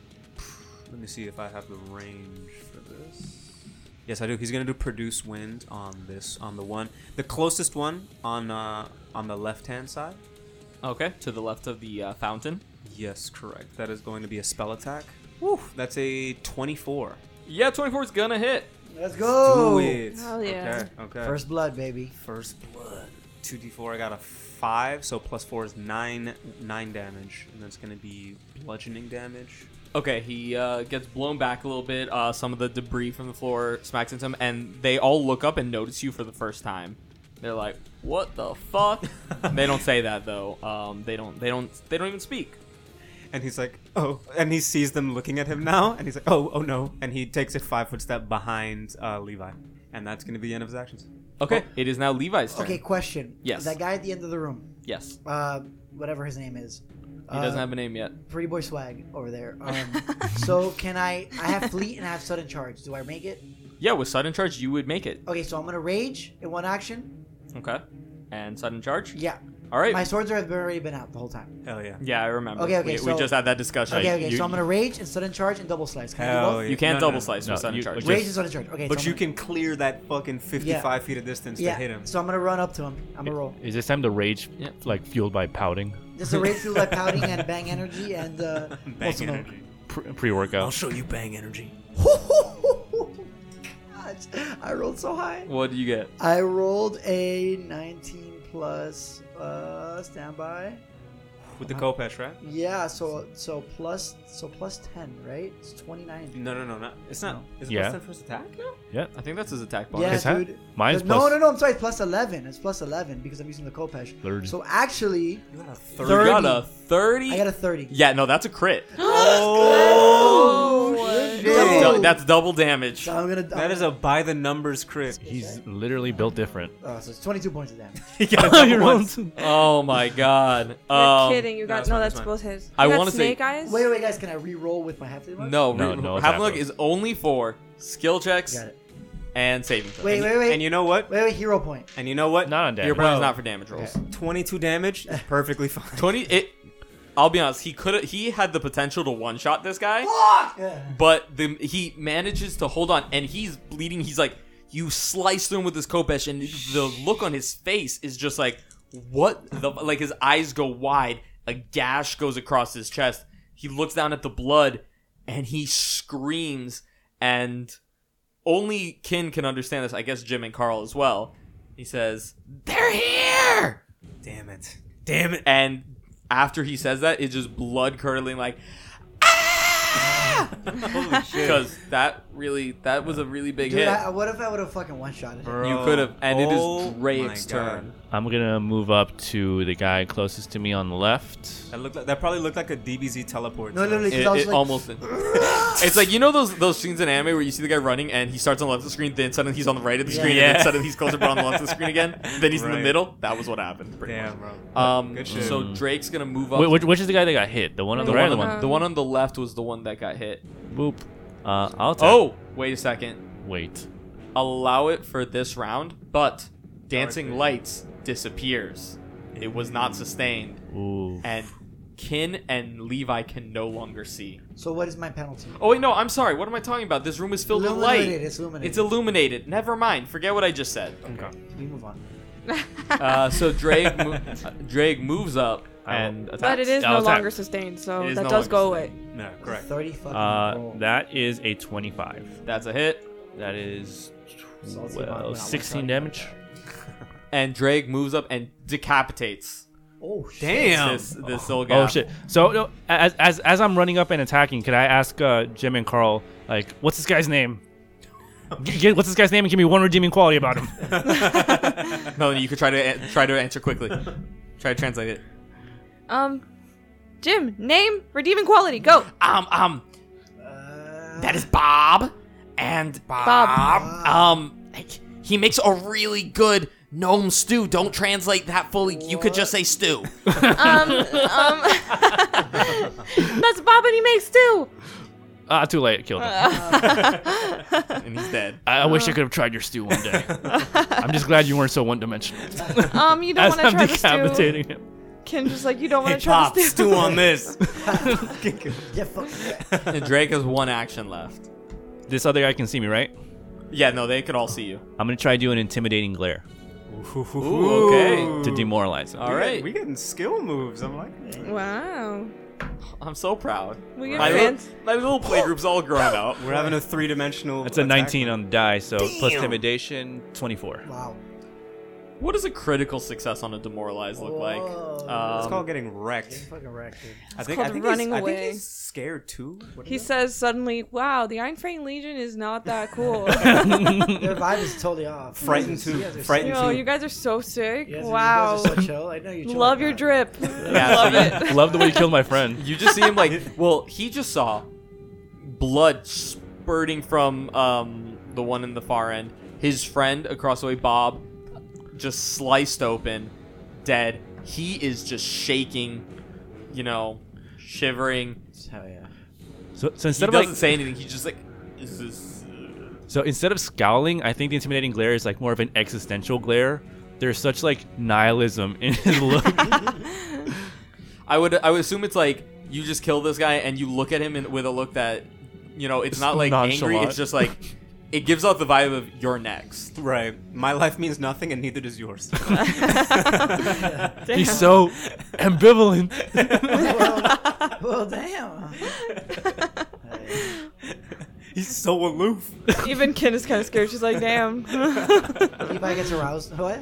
Speaker 4: Let me see if I have the range for this. Yes, I do. He's gonna do produce wind on this on the one, the closest one on uh, on the left hand side.
Speaker 2: Okay, to the left of the uh, fountain.
Speaker 4: Yes, correct. That is going to be a spell attack. Woo! That's a twenty-four.
Speaker 2: Yeah, 24 is gonna hit.
Speaker 1: Let's go.
Speaker 4: Do it.
Speaker 3: Oh! Hell yeah.
Speaker 4: Okay. Okay.
Speaker 1: First blood, baby.
Speaker 4: First blood. Two D four. I got a five, so plus four is nine nine damage, and that's gonna be bludgeoning damage.
Speaker 2: Okay, he uh, gets blown back a little bit. Uh, some of the debris from the floor smacks into him, and they all look up and notice you for the first time. They're like, "What the fuck?" they don't say that though. Um, they don't. They don't. They don't even speak.
Speaker 4: And he's like, oh, and he sees them looking at him now, and he's like, oh, oh no, and he takes a five foot step behind uh, Levi, and that's gonna be the end of his actions.
Speaker 2: Okay, it is now Levi's turn.
Speaker 1: Okay, question.
Speaker 2: Yes.
Speaker 1: That guy at the end of the room,
Speaker 2: Yes,
Speaker 1: uh, whatever his name is. uh,
Speaker 2: he doesn't have a name yet.
Speaker 1: pretty boy swag over
Speaker 4: [LAUGHS]
Speaker 1: there. Um, so can I? I have fleet and I have sudden charge. Do I make it?
Speaker 2: Yeah, with sudden charge, you would make it.
Speaker 1: Okay, so I'm gonna rage in one action.
Speaker 2: Okay, and sudden charge.
Speaker 1: Yeah,
Speaker 2: All right.
Speaker 1: my swords have already been out the whole time.
Speaker 4: Hell yeah.
Speaker 2: yeah, I remember.
Speaker 1: Okay, okay,
Speaker 2: We,
Speaker 1: so-
Speaker 2: we just had that discussion.
Speaker 1: Okay,
Speaker 2: You-
Speaker 1: okay.
Speaker 2: you,
Speaker 1: so I'm gonna rage and sudden charge and double slice. Can I do
Speaker 4: Hell
Speaker 1: both?
Speaker 4: yeah.
Speaker 2: You can't
Speaker 4: No, no,
Speaker 2: double
Speaker 4: no,
Speaker 2: slice
Speaker 7: no,
Speaker 2: with sudden
Speaker 7: you-
Speaker 2: charge.
Speaker 7: like,
Speaker 1: Rage
Speaker 7: just-
Speaker 1: and sudden charge. Okay,
Speaker 4: But
Speaker 1: so
Speaker 4: you
Speaker 1: I'm gonna-
Speaker 4: can clear that fucking 55 feet of distance
Speaker 1: yeah.
Speaker 4: to hit him.
Speaker 1: So I'm gonna run up to him. I'm gonna
Speaker 4: [LAUGHS]
Speaker 1: roll.
Speaker 7: Is this time to rage,
Speaker 2: Yeah.
Speaker 7: like fueled by pouting,
Speaker 1: Just a rage through like pouting and bang energy and uh,
Speaker 4: [LAUGHS] Bang
Speaker 1: also no.
Speaker 4: energy.
Speaker 7: pre
Speaker 6: I'll
Speaker 7: workout?
Speaker 6: show you bang energy.
Speaker 1: Gosh, [LAUGHS] I rolled so high.
Speaker 2: What do you get?
Speaker 1: I rolled a 19 plus uh, standby.
Speaker 4: With the Kopesh, right?
Speaker 1: Yeah, so so plus so plus ten, right? It's twenty nine.
Speaker 4: No, no, no, not. It's not. Is it
Speaker 7: Yeah.
Speaker 4: plus 10 first attack? No.
Speaker 2: I think that's his attack
Speaker 1: Yeah,
Speaker 2: bonus.
Speaker 7: His hat?
Speaker 1: dude.
Speaker 7: Mine's
Speaker 1: no,
Speaker 7: plus-
Speaker 1: no, no. I'm sorry. It's plus eleven. It's plus eleven because I'm using the Kopesh.
Speaker 7: Thirty.
Speaker 1: So actually,
Speaker 4: You got a third.
Speaker 2: You got
Speaker 1: 30.
Speaker 2: a thirty.
Speaker 1: I got a thirty.
Speaker 2: yeah, no, that's
Speaker 1: [GASPS]
Speaker 2: a crit.
Speaker 3: [LAUGHS]
Speaker 1: Oh, shit.
Speaker 2: That's
Speaker 1: Double.
Speaker 2: dou- that's double damage. [LAUGHS]
Speaker 1: So I'm gonna.
Speaker 4: That is a by the numbers crit.
Speaker 7: He's literally built [LAUGHS] different.
Speaker 1: Oh, so it's twenty two points of damage.
Speaker 4: He got a
Speaker 1: [LAUGHS]
Speaker 4: double once.
Speaker 2: Oh my god.
Speaker 3: [LAUGHS] You're
Speaker 2: Um,
Speaker 3: kidding. You got
Speaker 4: it's
Speaker 3: no.
Speaker 4: fine,
Speaker 3: That's
Speaker 4: it's fine.
Speaker 3: both his. You
Speaker 2: I
Speaker 3: got
Speaker 2: wanna say-
Speaker 3: snake eyes.
Speaker 1: Wait,
Speaker 3: [LAUGHS]
Speaker 1: wait, guys. Can I re-roll with my hefty one?
Speaker 2: No,
Speaker 7: No,
Speaker 2: re-
Speaker 7: no,
Speaker 2: Have a
Speaker 7: that
Speaker 2: look
Speaker 7: one.
Speaker 2: is only for skill checks
Speaker 1: Got it.
Speaker 2: and saving throws.
Speaker 1: Wait, wait, wait.
Speaker 4: And you know what?
Speaker 1: wait, wait. Hero point.
Speaker 4: And you know what?
Speaker 7: Not on
Speaker 2: Your
Speaker 7: damage.
Speaker 2: opponent's not for damage rolls.
Speaker 4: 22 damage is perfectly [LAUGHS] fine.
Speaker 2: Twenty. It. I'll be honest. He could. He had the potential to one shot this guy,
Speaker 1: Yeah.
Speaker 2: but the he manages to hold on, and he's bleeding. He's like, you sliced him with his kopesh, and the look on his face is just like, what the like. His eyes go wide. A gash goes across his chest. He looks down at the blood, and he screams. And only Kin can understand this. I guess Jim and Carl as well. He says, "They're here."
Speaker 4: Damn it.
Speaker 6: Damn it.
Speaker 2: and after he says that, it's just blood curdling, like
Speaker 4: [LAUGHS] Holy shit.
Speaker 2: because that really that was a really big
Speaker 1: Dude,
Speaker 2: hit.
Speaker 1: I, what if I would have fucking one shot it?
Speaker 2: you could have, and
Speaker 4: Oh
Speaker 2: it is Drake's
Speaker 4: my
Speaker 2: turn.
Speaker 4: God.
Speaker 7: I'm gonna move up to the guy closest to me on the left.
Speaker 4: That looked like, that probably looked like a DBZ teleport.
Speaker 1: No,
Speaker 4: to us.
Speaker 1: literally.
Speaker 2: It,
Speaker 1: I was
Speaker 2: it
Speaker 1: like-
Speaker 2: almost.
Speaker 1: [LAUGHS]
Speaker 2: it's like you know those those scenes in anime where you see the guy running and he starts on the left of the screen, then suddenly he's on the right of the screen, and then suddenly he's closer but on the left of the
Speaker 4: [LAUGHS]
Speaker 2: screen again. Then he's in the
Speaker 4: Right.
Speaker 2: middle. That was what happened. Pretty
Speaker 4: Damn, bro.
Speaker 2: much. Um,
Speaker 4: Good shit.
Speaker 2: so Drake's gonna move up.
Speaker 7: Wait, which, which is the guy that got hit? The one on
Speaker 2: the
Speaker 7: the
Speaker 2: one,
Speaker 7: right, or
Speaker 2: on
Speaker 7: the
Speaker 2: the,
Speaker 7: one.
Speaker 2: the one on the left was the one that got hit.
Speaker 7: Boop. Uh, I'll attack.
Speaker 2: Oh, wait a second.
Speaker 7: wait.
Speaker 2: allow it for this round, but Dancing Lights disappears. It was
Speaker 4: Mm.
Speaker 2: not sustained,
Speaker 7: Ooh.
Speaker 2: and Kin and Levi can no longer see.
Speaker 1: So what is my penalty?
Speaker 2: Oh wait, no, I'm sorry. What am I talking about? This room is filled with light.
Speaker 1: Illuminated, it's illuminated.
Speaker 2: It's illuminated. Never mind. Forget what I just said.
Speaker 1: We move on.
Speaker 2: Uh, so Drake, mo- uh, Drake moves up and attacks.
Speaker 3: But it is
Speaker 7: I'll
Speaker 3: no
Speaker 7: attack.
Speaker 3: longer sustained, so
Speaker 2: It is
Speaker 3: that
Speaker 2: no
Speaker 3: does
Speaker 2: longer
Speaker 3: go away.
Speaker 4: No,
Speaker 1: [LAUGHS]
Speaker 4: correct.
Speaker 1: Thirty fucking.
Speaker 7: Uh,
Speaker 1: roll.
Speaker 7: that is a 25.
Speaker 2: That's a hit.
Speaker 7: That is
Speaker 1: Salty Bond, when
Speaker 7: 12,
Speaker 1: I was
Speaker 7: 16
Speaker 1: talking
Speaker 7: damage.
Speaker 2: And Drake moves up and decapitates
Speaker 1: Oh shit.
Speaker 2: this this little guy.
Speaker 7: Oh shit! So no, as, as as I'm running up and attacking, can I ask uh, Jim and Carl like, what's this guy's name? G- get- what's this guy's name and give me one redeeming quality about him?
Speaker 2: No, you could try to an- try to answer quickly. try to translate it.
Speaker 3: Um, Jim, name, redeeming quality,
Speaker 2: [LAUGHS]
Speaker 3: go.
Speaker 2: Um um.
Speaker 1: Uh,
Speaker 2: That is Bob. And
Speaker 3: Bob.
Speaker 2: Um, he makes a really good gnome stew. Don't translate that fully. You could just say stew.
Speaker 3: Um, um, that's Bob and he makes
Speaker 2: [LAUGHS]
Speaker 3: too.
Speaker 7: [LAUGHS] Ah, too late, killed him.
Speaker 2: [LAUGHS] and he's dead.
Speaker 7: I, I wish I could have tried your stew one day. I'm just glad you weren't so one dimensional.
Speaker 3: Um, you don't
Speaker 7: As
Speaker 3: want to
Speaker 7: I'm
Speaker 3: try to stew.
Speaker 7: decapitating him.
Speaker 3: Ken just like you don't want
Speaker 4: Hey,
Speaker 3: to try
Speaker 4: Pop,
Speaker 3: to stew.
Speaker 4: stew on this.
Speaker 1: yeah, fuck.
Speaker 2: Drake has one action left.
Speaker 7: This other guy can see me, right?
Speaker 2: Yeah, no, they could all see you.
Speaker 7: I'm gonna try to do an intimidating glare
Speaker 2: Ooh, okay.
Speaker 7: to demoralize him.
Speaker 2: All right.
Speaker 4: we getting skill moves. I'm like,
Speaker 3: [LAUGHS] Wow.
Speaker 2: I'm so proud.
Speaker 3: We get
Speaker 2: My, little,
Speaker 3: fans.
Speaker 2: my little playgroup's all grown
Speaker 4: [LAUGHS]
Speaker 2: up.
Speaker 4: we're having a three-dimensional.
Speaker 7: That's a
Speaker 4: attack.
Speaker 7: 19
Speaker 5: um,
Speaker 7: on the die, so plus intimidation,
Speaker 1: [LAUGHS]
Speaker 7: 24.
Speaker 1: Wow.
Speaker 2: What does a critical success on a demoralize look like?
Speaker 1: Whoa.
Speaker 4: It's called
Speaker 2: Um,
Speaker 4: getting wrecked.
Speaker 1: Fucking wrecked, dude.
Speaker 4: I think,
Speaker 3: called
Speaker 4: I think
Speaker 3: running
Speaker 4: he's, I
Speaker 3: away.
Speaker 4: think he's scared too. What
Speaker 3: He
Speaker 4: is
Speaker 3: says suddenly, "Wow, the Einfang Legion is not
Speaker 1: [LAUGHS]
Speaker 3: that
Speaker 7: [LAUGHS]
Speaker 3: cool."
Speaker 1: Their vibe is totally off.
Speaker 4: Frightened
Speaker 1: You
Speaker 4: too.
Speaker 1: guys are so-
Speaker 4: Frightened
Speaker 3: Yo,
Speaker 4: too.
Speaker 3: you guys are so sick.
Speaker 1: you guys are-
Speaker 3: wow.
Speaker 1: You guys are so chill. I know
Speaker 3: [LAUGHS]
Speaker 1: you.
Speaker 3: Love your drip.
Speaker 2: [LAUGHS] Yeah,
Speaker 3: Love
Speaker 2: so
Speaker 3: it.
Speaker 7: Love the way you killed my friend.
Speaker 2: you just see him
Speaker 4: [LAUGHS]
Speaker 2: like, well, he just saw blood spurting from um, the one in the far end. His friend across the way, Bob, just sliced open, dead. He is just shaking, you know, shivering.
Speaker 1: Hell yeah.
Speaker 7: So, so
Speaker 2: He
Speaker 7: instead of
Speaker 2: doesn't
Speaker 7: like,
Speaker 2: say anything. He's just like, is this.
Speaker 7: so instead of scowling, I think the intimidating glare is like more of an existential glare. There's such like nihilism in his
Speaker 3: [LAUGHS]
Speaker 7: look.
Speaker 2: I would I would assume it's like you just kill this guy and you look at him and with a look that you know it's,
Speaker 7: It's
Speaker 2: not like angry
Speaker 7: nonchalant.
Speaker 2: it's just like it gives off the vibe of you're next.
Speaker 4: Right. My life means nothing, and neither does
Speaker 3: [LAUGHS]
Speaker 4: yours.
Speaker 7: He's so ambivalent.
Speaker 1: [LAUGHS]
Speaker 3: [LAUGHS]
Speaker 1: well, well, damn.
Speaker 4: [LAUGHS] He's so aloof.
Speaker 3: Even Kin is kind of scared. She's like,
Speaker 1: [LAUGHS]
Speaker 3: "Damn."
Speaker 4: [LAUGHS]
Speaker 1: Levi gets aroused. [LAUGHS] What?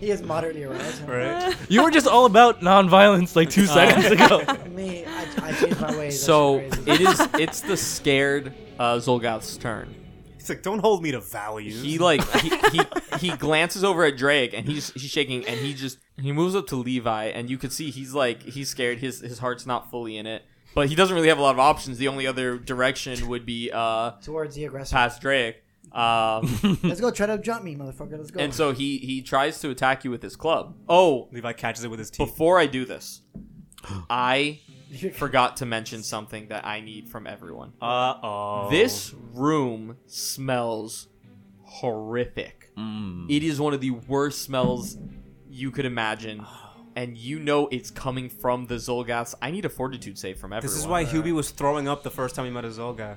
Speaker 1: he is moderately aroused.
Speaker 4: Right.
Speaker 7: You were just all about nonviolence like
Speaker 3: Uh.
Speaker 7: two seconds
Speaker 3: [LAUGHS]
Speaker 7: ago.
Speaker 1: Me, I, I changed my ways. That
Speaker 2: so
Speaker 1: shit crazy.
Speaker 2: it is it's the scared uh, Zolgoth's turn.
Speaker 4: He's like, don't hold me to values.
Speaker 2: He like he, he he glances over at Drake and he's he's shaking and he just he moves up to Levi and you could see he's like he's scared his his heart's not fully in it. But he doesn't really have a lot of options. The only other direction would be uh
Speaker 1: towards the aggressor.
Speaker 2: past Drake. Um
Speaker 1: Let's go. Try to jump me, motherfucker. Let's go.
Speaker 2: And
Speaker 1: [LAUGHS]
Speaker 2: so he he tries to attack you with his club. Oh,
Speaker 4: Levi catches it with his teeth.
Speaker 2: before I do this,
Speaker 4: [GASPS]
Speaker 2: I
Speaker 1: You're-
Speaker 2: forgot to mention something that I need from everyone.
Speaker 4: Uh oh.
Speaker 2: This room smells horrific.
Speaker 4: Mm.
Speaker 2: It is one of the worst smells you
Speaker 4: [SIGHS]
Speaker 2: could imagine. And you know it's coming from the Zolgaths. I need a fortitude save from everyone.
Speaker 4: This is why Hubie was throwing up the first time he met a [LAUGHS] Zolga.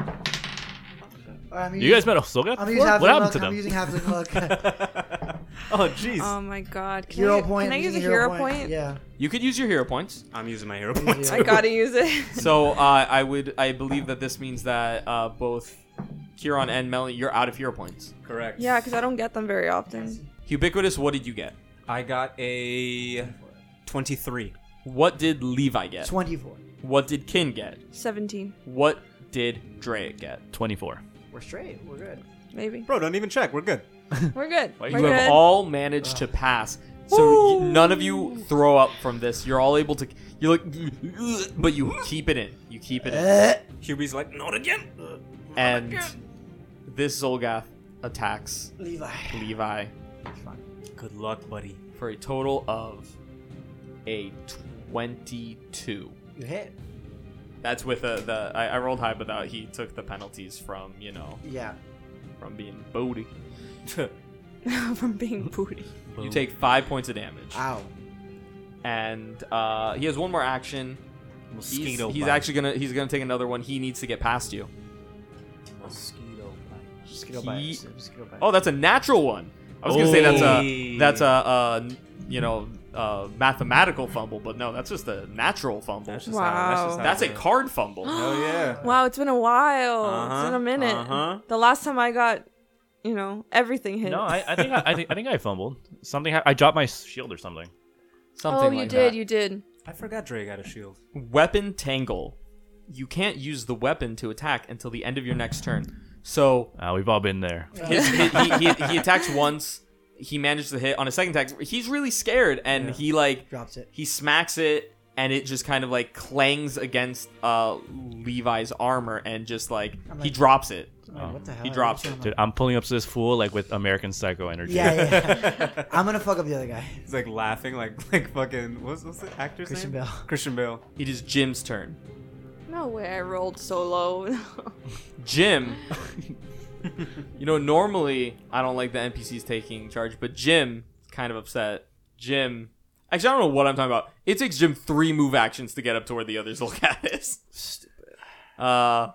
Speaker 1: All right, I'm
Speaker 7: You guys met a Soga?
Speaker 1: I'm
Speaker 7: before?
Speaker 1: using half
Speaker 7: What happened
Speaker 1: luck.
Speaker 7: to
Speaker 1: I'm
Speaker 7: them?
Speaker 1: using half
Speaker 4: [LAUGHS]
Speaker 1: luck.
Speaker 4: Oh jeez.
Speaker 3: oh my God. Can
Speaker 1: hero
Speaker 3: I,
Speaker 1: point.
Speaker 3: Can I
Speaker 1: I'm
Speaker 3: use a
Speaker 1: using
Speaker 3: hero, point?
Speaker 1: Yeah.
Speaker 2: You could use your hero
Speaker 4: [LAUGHS]
Speaker 2: points.
Speaker 4: I'm using my hero points.
Speaker 1: Yeah.
Speaker 3: I gotta
Speaker 1: [LAUGHS]
Speaker 3: use it.
Speaker 2: So uh, I would I believe that this means that uh, both Kieran and Melly, you're out of hero points.
Speaker 4: Correct.
Speaker 3: yeah, because I don't get them very often.
Speaker 2: Ubiquitous, what did you get?
Speaker 4: I got a
Speaker 3: Uh,
Speaker 4: 23.
Speaker 2: What did Levi get?
Speaker 1: Twenty-four.
Speaker 2: What did Kin get?
Speaker 3: Seventeen,
Speaker 2: What did Drake get?
Speaker 7: 24.
Speaker 1: We're straight. We're good.
Speaker 3: maybe.
Speaker 4: Bro, don't even check. We're good.
Speaker 3: We're good. We're
Speaker 2: you have
Speaker 3: good. [LAUGHS]
Speaker 2: all managed to pass. So y none of you throw up from this. You're all able to. You're like, [LAUGHS] but you keep it in. You keep it
Speaker 1: Eh.
Speaker 2: in.
Speaker 3: Uh,
Speaker 4: Hubie's like, not again.
Speaker 2: And this Zolgath attacks
Speaker 1: Levi.
Speaker 2: Levi
Speaker 4: Good luck, buddy.
Speaker 2: for a total of a 22.
Speaker 1: You hit.
Speaker 2: That's with a, the I, I rolled high, but that he took the penalties from you know
Speaker 1: Yeah.
Speaker 2: from being booty.
Speaker 3: from being booty.
Speaker 2: You take five points of damage,
Speaker 1: Ow.
Speaker 2: and uh, he has one more action. He's,
Speaker 4: Mosquito
Speaker 2: he's
Speaker 4: bite.
Speaker 2: actually gonna he's gonna take another one. He needs to get past you.
Speaker 4: Mosquito
Speaker 1: Just go by.
Speaker 2: He-
Speaker 1: Just go by.
Speaker 2: Oh, that's a natural one. I was gonna say that's a
Speaker 4: Oh.
Speaker 2: that's a, uh you know uh mathematical fumble, but no, that's just a natural fumble. That's,
Speaker 4: just how- that's
Speaker 3: Wow.
Speaker 4: just how
Speaker 2: a
Speaker 4: it is.
Speaker 2: card fumble. [GASPS]
Speaker 4: Hell yeah.
Speaker 3: Wow, it's been a while. It's
Speaker 4: Uh-huh,
Speaker 3: been a minute.
Speaker 4: uh-huh.
Speaker 3: The last time I got, you know, everything hit.
Speaker 7: No, I, I think I, I think I think I fumbled. Something ha- I dropped my shield or something.
Speaker 2: Something
Speaker 3: oh, you
Speaker 2: like
Speaker 3: did.
Speaker 2: that.
Speaker 3: You did.
Speaker 4: I forgot Dre got a [LAUGHS] shield.
Speaker 2: weapon tangle. You can't use the weapon to attack until the end of your next turn. So
Speaker 7: Uh, we've all been there.
Speaker 2: his, he, he, he, he attacks once. He manages to hit on a second attack. He's really scared, and he like
Speaker 1: Drops it.
Speaker 2: he smacks it, and it just kind of like clangs against uh, Levi's armor, and just like he
Speaker 1: like-
Speaker 2: drops it.
Speaker 3: Oh,
Speaker 1: Man, what the hell?
Speaker 2: He drops
Speaker 1: Every
Speaker 2: it.
Speaker 1: time
Speaker 7: Dude, I'm pulling up to this fool like with American Psycho energy. [LAUGHS]
Speaker 1: I'm- Yeah, yeah. yeah. I'm gonna fuck up the other guy.
Speaker 4: He's like laughing, like [LAUGHS] like fucking what's what's the actor's
Speaker 1: Christian
Speaker 4: name?
Speaker 1: Bale.
Speaker 4: Christian Bale.
Speaker 2: It is Jim's turn.
Speaker 3: No way. I rolled so [LAUGHS] low.
Speaker 2: Jim, you know normally I don't like the NPCs taking charge, but Jim is kind of upset. Jim, actually I don't know what I'm talking about. It takes Jim three move actions to get up [LAUGHS] to where the others look at is. Stupid. Uh,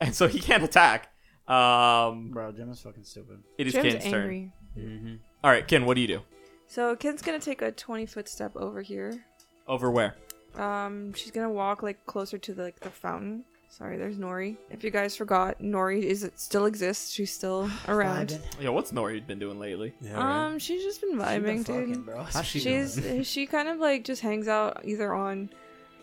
Speaker 2: and so he can't attack. Um,
Speaker 1: Bro, Jim is fucking stupid.
Speaker 2: it is
Speaker 3: Jim's
Speaker 2: Ken's turn.
Speaker 3: angry.
Speaker 2: All right, Ken, what do you do?
Speaker 3: So Ken's gonna take a twenty foot step over here.
Speaker 2: Over where?
Speaker 3: Um, she's gonna walk like closer to the, like the fountain. Sorry, there's Nori. If you guys forgot, Nori is it still exists. She's still around.
Speaker 1: Vibing.
Speaker 2: Yo, what's Nori been doing lately?
Speaker 4: Yeah, right.
Speaker 3: Um, she's just been
Speaker 1: She been
Speaker 3: vibing,
Speaker 1: fucking,
Speaker 3: dude.
Speaker 1: bro.
Speaker 4: How's she
Speaker 3: She's [LAUGHS]
Speaker 4: doing?
Speaker 3: she kind of like just hangs out either on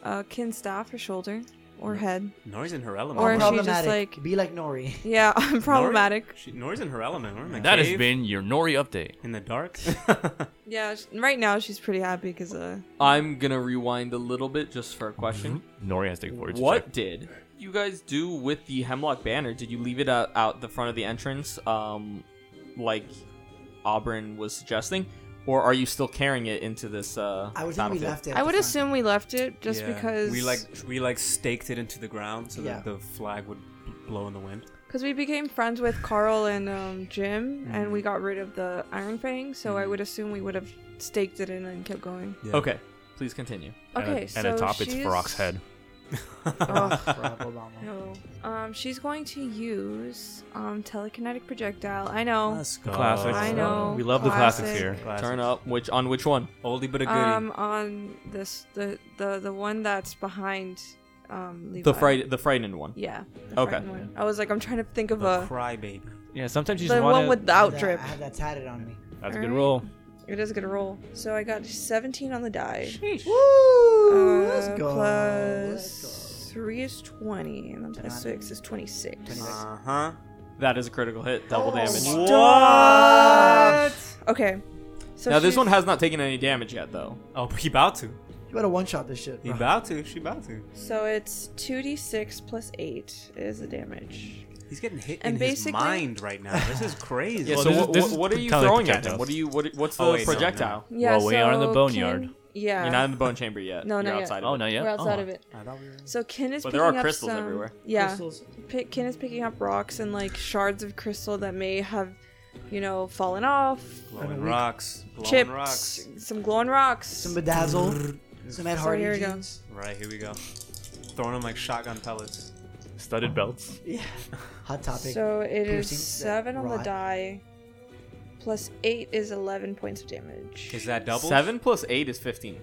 Speaker 3: uh Ken's staff, her shoulder, or head.
Speaker 4: Nori's in her element.
Speaker 3: Or
Speaker 1: I'm
Speaker 3: if
Speaker 4: Nori-
Speaker 3: she just,
Speaker 1: problematic.
Speaker 3: like-
Speaker 1: be like Nori.
Speaker 3: Yeah, [LAUGHS] I'm problematic.
Speaker 4: She, Nori's in her element. We're in a
Speaker 5: That has
Speaker 4: cave,
Speaker 5: been your Nori update.
Speaker 4: in the dark.
Speaker 3: Yeah, sh- right now she's pretty happy because uh
Speaker 2: I'm gonna rewind a little bit just for a question.
Speaker 5: Nori has to take a fortitude
Speaker 2: What
Speaker 5: check.
Speaker 2: did you guys do with the hemlock banner? Did you leave it out, out the front of the entrance, um, like Auburn was suggesting, or are you still carrying it into this? Uh,
Speaker 1: I would think we
Speaker 2: battlefield?
Speaker 1: left it. at
Speaker 3: I
Speaker 1: the
Speaker 3: would
Speaker 1: front. [LAUGHS]
Speaker 3: assume we left it just
Speaker 4: Yeah.
Speaker 3: because
Speaker 4: we like we like staked it into the ground so that
Speaker 1: Yeah.
Speaker 4: the flag would blow in the wind.
Speaker 3: Because we became friends with Carl and um, Jim, and we got rid of the Iron Fang, so I would assume we would have staked it in and kept going.
Speaker 4: Yeah.
Speaker 2: Okay, please continue.
Speaker 3: Okay,
Speaker 5: and,
Speaker 3: so
Speaker 5: and atop
Speaker 3: she's...
Speaker 5: it's Farrak's head.
Speaker 3: Ugh,
Speaker 1: Barack Obama.
Speaker 3: no. Um, she's going to use um telekinetic projectile. I know.
Speaker 4: Let's go.
Speaker 5: Classics.
Speaker 3: I know.
Speaker 5: We love the classics
Speaker 3: Classic.
Speaker 5: here.
Speaker 4: Classics.
Speaker 2: Turn up which on which one?
Speaker 4: Oldie but a goodie.
Speaker 3: Um, on this the the the one that's behind um Levi.
Speaker 2: The fright the frightened one.
Speaker 3: Yeah. the
Speaker 2: Okay.
Speaker 3: frightened one. I was like, I'm trying to think of
Speaker 4: the
Speaker 3: a
Speaker 4: crybaby.
Speaker 5: Yeah, sometimes you just
Speaker 3: the
Speaker 5: want
Speaker 3: one
Speaker 5: to.
Speaker 1: I
Speaker 3: without
Speaker 1: have
Speaker 3: drip.
Speaker 1: that- I have that tatted on me.
Speaker 5: That's a
Speaker 3: Alright.
Speaker 5: good roll.
Speaker 3: It is a good roll. So I got 17 on the die.
Speaker 1: Woo!
Speaker 3: Uh,
Speaker 1: let's go.
Speaker 3: plus
Speaker 1: Let's
Speaker 3: three is twenty, and then plus six is twenty-six.
Speaker 4: Uh huh.
Speaker 2: That is a critical hit,
Speaker 3: Oh.
Speaker 2: double damage.
Speaker 3: Okay. So
Speaker 2: Now this
Speaker 3: she's-
Speaker 2: one has not taken any damage yet though.
Speaker 4: Oh, he about to.
Speaker 1: go. You better one shot this shit.
Speaker 4: He
Speaker 1: Bro.
Speaker 4: about to. She about to.
Speaker 3: So it's two d six plus eight is the damage.
Speaker 4: He's getting hit
Speaker 3: And
Speaker 4: in his
Speaker 3: basically-
Speaker 4: mind right now. This
Speaker 3: [LAUGHS]
Speaker 4: is crazy.
Speaker 2: Yeah.
Speaker 5: Well,
Speaker 2: so
Speaker 5: this is-
Speaker 2: what,
Speaker 5: this
Speaker 2: what,
Speaker 5: is
Speaker 2: what are you
Speaker 5: telling
Speaker 2: throwing at
Speaker 5: projectiles.
Speaker 2: him? What do you what? What's the
Speaker 4: Oh, wait, no,
Speaker 2: projectile?
Speaker 3: Yeah.
Speaker 5: Well, we are in the
Speaker 3: so
Speaker 5: boneyard.
Speaker 3: Kin- yeah.
Speaker 2: You're not in the bone chamber yet.
Speaker 3: No,
Speaker 2: You're
Speaker 3: not yet.
Speaker 2: outside
Speaker 5: Oh,
Speaker 2: of it.
Speaker 5: not yet.
Speaker 3: We're outside
Speaker 5: Oh.
Speaker 3: of it.
Speaker 4: I thought we were.
Speaker 3: So Kin is
Speaker 2: But
Speaker 3: picking
Speaker 2: there are
Speaker 3: up
Speaker 2: crystals
Speaker 3: some,
Speaker 2: everywhere.
Speaker 3: Yeah.
Speaker 1: Crystals.
Speaker 3: Pi- Kin is picking up rocks and like shards of crystal that may have, you know, fallen off,
Speaker 4: Blowing rocks. Blowing
Speaker 3: chips,
Speaker 4: rocks.
Speaker 3: some glowing rocks.
Speaker 1: Some bedazzle. some Ed
Speaker 3: So
Speaker 1: Hardy
Speaker 3: here we go.
Speaker 1: jeans.
Speaker 4: Right here we go. Throwing them like shotgun pellets.
Speaker 5: Studded belts.
Speaker 1: Yeah. Hot topic.
Speaker 3: So it is
Speaker 1: piercing that
Speaker 3: seven on the
Speaker 1: rod.
Speaker 3: die, plus eight is eleven points of damage.
Speaker 4: Is that doubled?
Speaker 2: Seven plus eight is fifteen.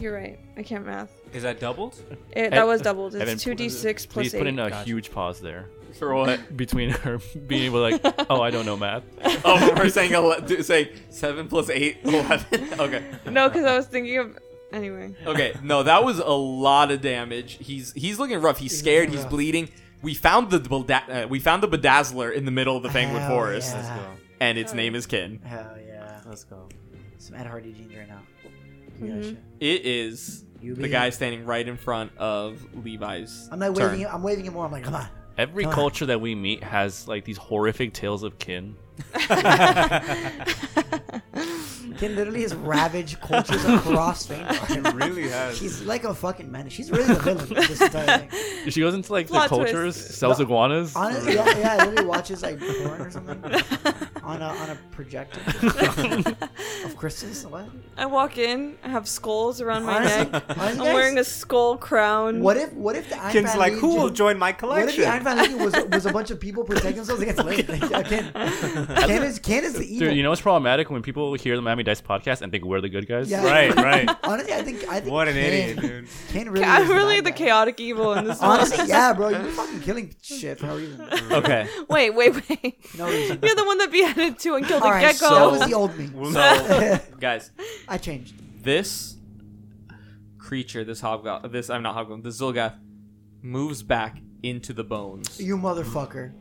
Speaker 3: You're right. I can't math.
Speaker 4: Is that doubled?
Speaker 3: It,
Speaker 5: Hey,
Speaker 3: that was doubled.
Speaker 5: Evan,
Speaker 3: It's two d six plus
Speaker 5: Please
Speaker 3: eight.
Speaker 5: put in a huge pause there
Speaker 2: For what? [LAUGHS]
Speaker 5: between [LAUGHS] her being able to like, oh, I don't
Speaker 3: [LAUGHS]
Speaker 5: know math.
Speaker 2: oh, we're saying ele- do- saying seven plus eight, [LAUGHS] eleven. okay,
Speaker 3: no, because I was thinking of
Speaker 5: [LAUGHS]
Speaker 3: anyway. [LAUGHS]
Speaker 2: okay. No, that was a lot of damage. He's he's looking rough. He's scared.
Speaker 1: looking
Speaker 2: He's
Speaker 1: rough.
Speaker 2: bleeding. We found the beda- uh, we found the bedazzler in the middle of the Fangwood
Speaker 1: Hell
Speaker 2: Forest,
Speaker 1: yeah.
Speaker 4: Let's go.
Speaker 2: and its name is Kin.
Speaker 1: Hell yeah.
Speaker 4: Let's go.
Speaker 1: Some Ed Hardy jeans right now.
Speaker 5: Mm-hmm.
Speaker 1: You got shit.
Speaker 2: It is
Speaker 1: You
Speaker 2: the
Speaker 1: be-
Speaker 2: guy standing right in front of Levi's.
Speaker 1: I'm like
Speaker 2: turn.
Speaker 1: waving. Him, I'm waving him more. I'm like, come on.
Speaker 5: Every culture that we meet has like these horrific tales of kin.
Speaker 1: Ken literally has ravaged cultures
Speaker 4: [LAUGHS]
Speaker 1: across Fangor.
Speaker 4: It really has. [LAUGHS]
Speaker 1: She's like a fucking menace. She's really the villain. of This
Speaker 3: [LAUGHS]
Speaker 1: entire thing.
Speaker 5: She goes into like
Speaker 3: Plot
Speaker 5: the
Speaker 3: twist.
Speaker 5: cultures, sells iguanas.
Speaker 1: Honestly,
Speaker 5: [LAUGHS]
Speaker 1: yeah, yeah. Literally watches like porn or something on a on a projector of crystals. What?
Speaker 3: I walk in. I have skulls around my
Speaker 1: Honestly,
Speaker 3: neck.
Speaker 1: honestly,
Speaker 3: I'm
Speaker 1: guys,
Speaker 3: wearing a skull crown.
Speaker 1: What if what if the Iron
Speaker 4: Kin's
Speaker 1: Man
Speaker 4: like, who will
Speaker 1: Legion-
Speaker 4: join my
Speaker 1: What if the Iron
Speaker 4: collection?
Speaker 1: Man Legion was was a bunch of people protecting themselves against
Speaker 4: [LAUGHS]
Speaker 1: Lane? Ken, Ken is Ken is the evil.
Speaker 5: Dude, you know what's problematic when people hear the Miami Dice podcast and think we're the good guys?
Speaker 1: Yeah.
Speaker 5: Right,
Speaker 1: [LAUGHS]
Speaker 5: right.
Speaker 1: Honestly, I think I think
Speaker 4: What an
Speaker 1: Ken,
Speaker 4: idiot, dude.
Speaker 1: Ken really is
Speaker 3: I'm
Speaker 1: the
Speaker 3: really
Speaker 1: bad
Speaker 3: the
Speaker 1: guy.
Speaker 3: chaotic evil in this one.
Speaker 1: [LAUGHS] Honestly, yeah, bro, you're fucking killing shit for no reason.
Speaker 2: Okay,
Speaker 3: [LAUGHS] Wait, wait, wait.
Speaker 1: No reason.
Speaker 3: [LAUGHS] You're the one that beheaded two and
Speaker 1: [LAUGHS]
Speaker 3: killed
Speaker 1: All
Speaker 3: a
Speaker 1: right,
Speaker 3: gecko.
Speaker 1: that was the old me. [LAUGHS]
Speaker 2: so guys,
Speaker 1: I changed.
Speaker 2: this creature, this hobgoblin, this I'm not hobgoblin, this Zilgath moves back into the bones,
Speaker 1: You motherfucker.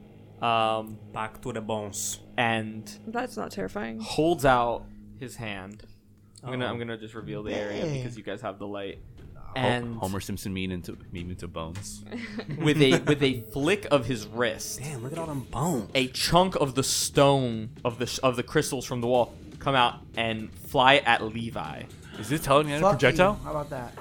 Speaker 2: um,
Speaker 4: [LAUGHS] Back to the bones.
Speaker 2: and
Speaker 3: [LAUGHS] That's not terrifying.
Speaker 2: holds out his hand. I'm gonna
Speaker 4: Uh-oh.
Speaker 2: I'm gonna just reveal the area
Speaker 1: Hey.
Speaker 2: because you guys have the light.
Speaker 5: Hol-
Speaker 2: And
Speaker 5: Homer Simpson mean into meme
Speaker 3: [LAUGHS]
Speaker 5: into bones.
Speaker 2: [LAUGHS] with a with a flick of his wrist,
Speaker 4: Damn, look at all them bones.
Speaker 2: a chunk of the stone of the of the crystals from the wall come out and fly at Levi.
Speaker 5: Is this telling you a
Speaker 1: Fuck you.
Speaker 5: projectile?
Speaker 1: How about that?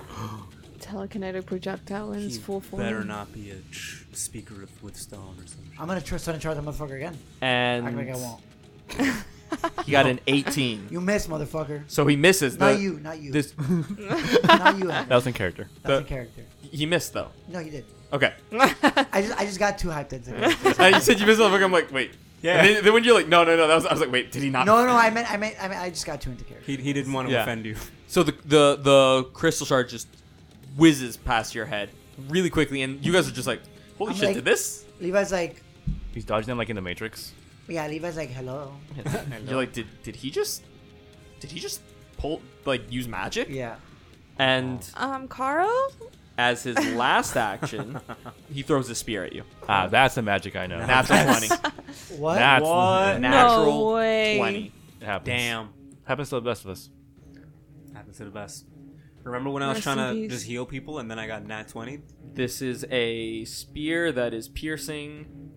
Speaker 3: Telekinetic projectile in its
Speaker 4: You
Speaker 3: full form.
Speaker 4: Better not be a ch- speaker of with stone or something.
Speaker 1: I'm gonna try to charge that motherfucker again. Act like I
Speaker 2: And
Speaker 1: won't.
Speaker 3: [LAUGHS]
Speaker 2: he got an 18,
Speaker 1: [LAUGHS] You miss, motherfucker.
Speaker 2: so he misses. The,
Speaker 1: Not you, not you.
Speaker 2: This
Speaker 1: Not you.
Speaker 5: That
Speaker 1: That's
Speaker 5: was in character.
Speaker 1: the
Speaker 2: the-
Speaker 1: character.
Speaker 2: he missed though.
Speaker 1: No, you did.
Speaker 2: Okay.
Speaker 1: I just I just got too hyped [LAUGHS] into it.
Speaker 2: Uh, you said you missed the motherfucker. I'm like, wait. Yeah. And then, then when you're like, no, no, no. That was, I was like, wait, did he not?
Speaker 1: No, no, I meant I meant I meant I just got too into character.
Speaker 4: He, he didn't want to
Speaker 2: Yeah.
Speaker 4: offend you.
Speaker 2: So the the the crystal shard just whizzes past your head really quickly, and you guys are just like, holy
Speaker 1: I'm
Speaker 2: shit,
Speaker 1: like-
Speaker 2: did this?
Speaker 1: Levi's like,
Speaker 7: He's dodging them like in the Matrix.
Speaker 1: yeah. Levi's like, hello.
Speaker 2: You're like, did did he just did he just pull like use magic?
Speaker 1: Yeah.
Speaker 2: And
Speaker 3: Um, Carl?
Speaker 1: [LAUGHS]
Speaker 2: as his last action, he throws a spear at you.
Speaker 7: Ah, that's the magic I know.
Speaker 2: Natural twenty.
Speaker 1: What?
Speaker 7: That's
Speaker 4: What?
Speaker 2: [LAUGHS] Natural
Speaker 3: way.
Speaker 2: twenty.
Speaker 7: It happens.
Speaker 4: Damn.
Speaker 7: Happens to the best of us.
Speaker 4: Happens to the best. Remember when I was
Speaker 3: Rest
Speaker 4: trying
Speaker 3: in
Speaker 4: to
Speaker 3: peace.
Speaker 4: just heal people and then I got nat 20?
Speaker 2: This is a spear that is piercing.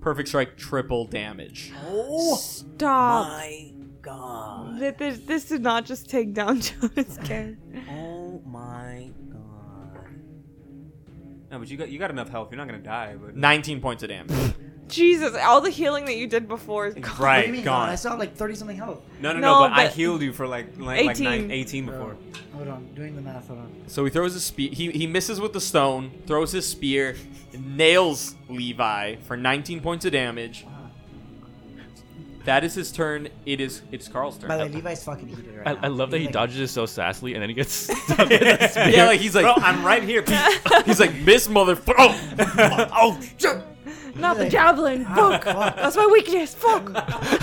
Speaker 2: Perfect strike, triple damage.
Speaker 1: Oh.
Speaker 3: Stop.
Speaker 6: My God.
Speaker 3: Th- This, this did not just take down [LAUGHS] Jonah's character.
Speaker 6: Oh my God.
Speaker 4: No, but you got you got enough health. You're not gonna die. But
Speaker 2: Nineteen points of damage.
Speaker 3: Jesus, all the healing that you did before is gone.
Speaker 1: What do you mean?
Speaker 4: gone.
Speaker 1: God, I saw like thirty something health.
Speaker 4: No, no, no.
Speaker 3: No,
Speaker 4: but, I
Speaker 3: but-
Speaker 4: healed you for like like, like
Speaker 3: 18.
Speaker 4: nine, 18 before.
Speaker 1: Hold on, doing the math. Hold on.
Speaker 2: So he throws his spear. He, he misses with the stone, throws his spear, nails Levi for 19 points of damage. That is his turn. It is it's Carl's turn.
Speaker 1: By the way, Levi's fucking heated right
Speaker 7: I,
Speaker 1: now.
Speaker 7: I love that he
Speaker 1: He's like-
Speaker 7: dodges it so sassily and then he gets stuck with that spear.
Speaker 2: [LAUGHS] yeah, like he's like
Speaker 4: Bro, I'm right
Speaker 2: [LAUGHS]
Speaker 4: here.
Speaker 2: he's like miss motherfucker. Oh,
Speaker 4: [LAUGHS]
Speaker 2: [LAUGHS]
Speaker 4: oh, shit.
Speaker 3: Not the javelin. Fuck. That's my
Speaker 1: [LAUGHS]
Speaker 3: weakness. Fuck.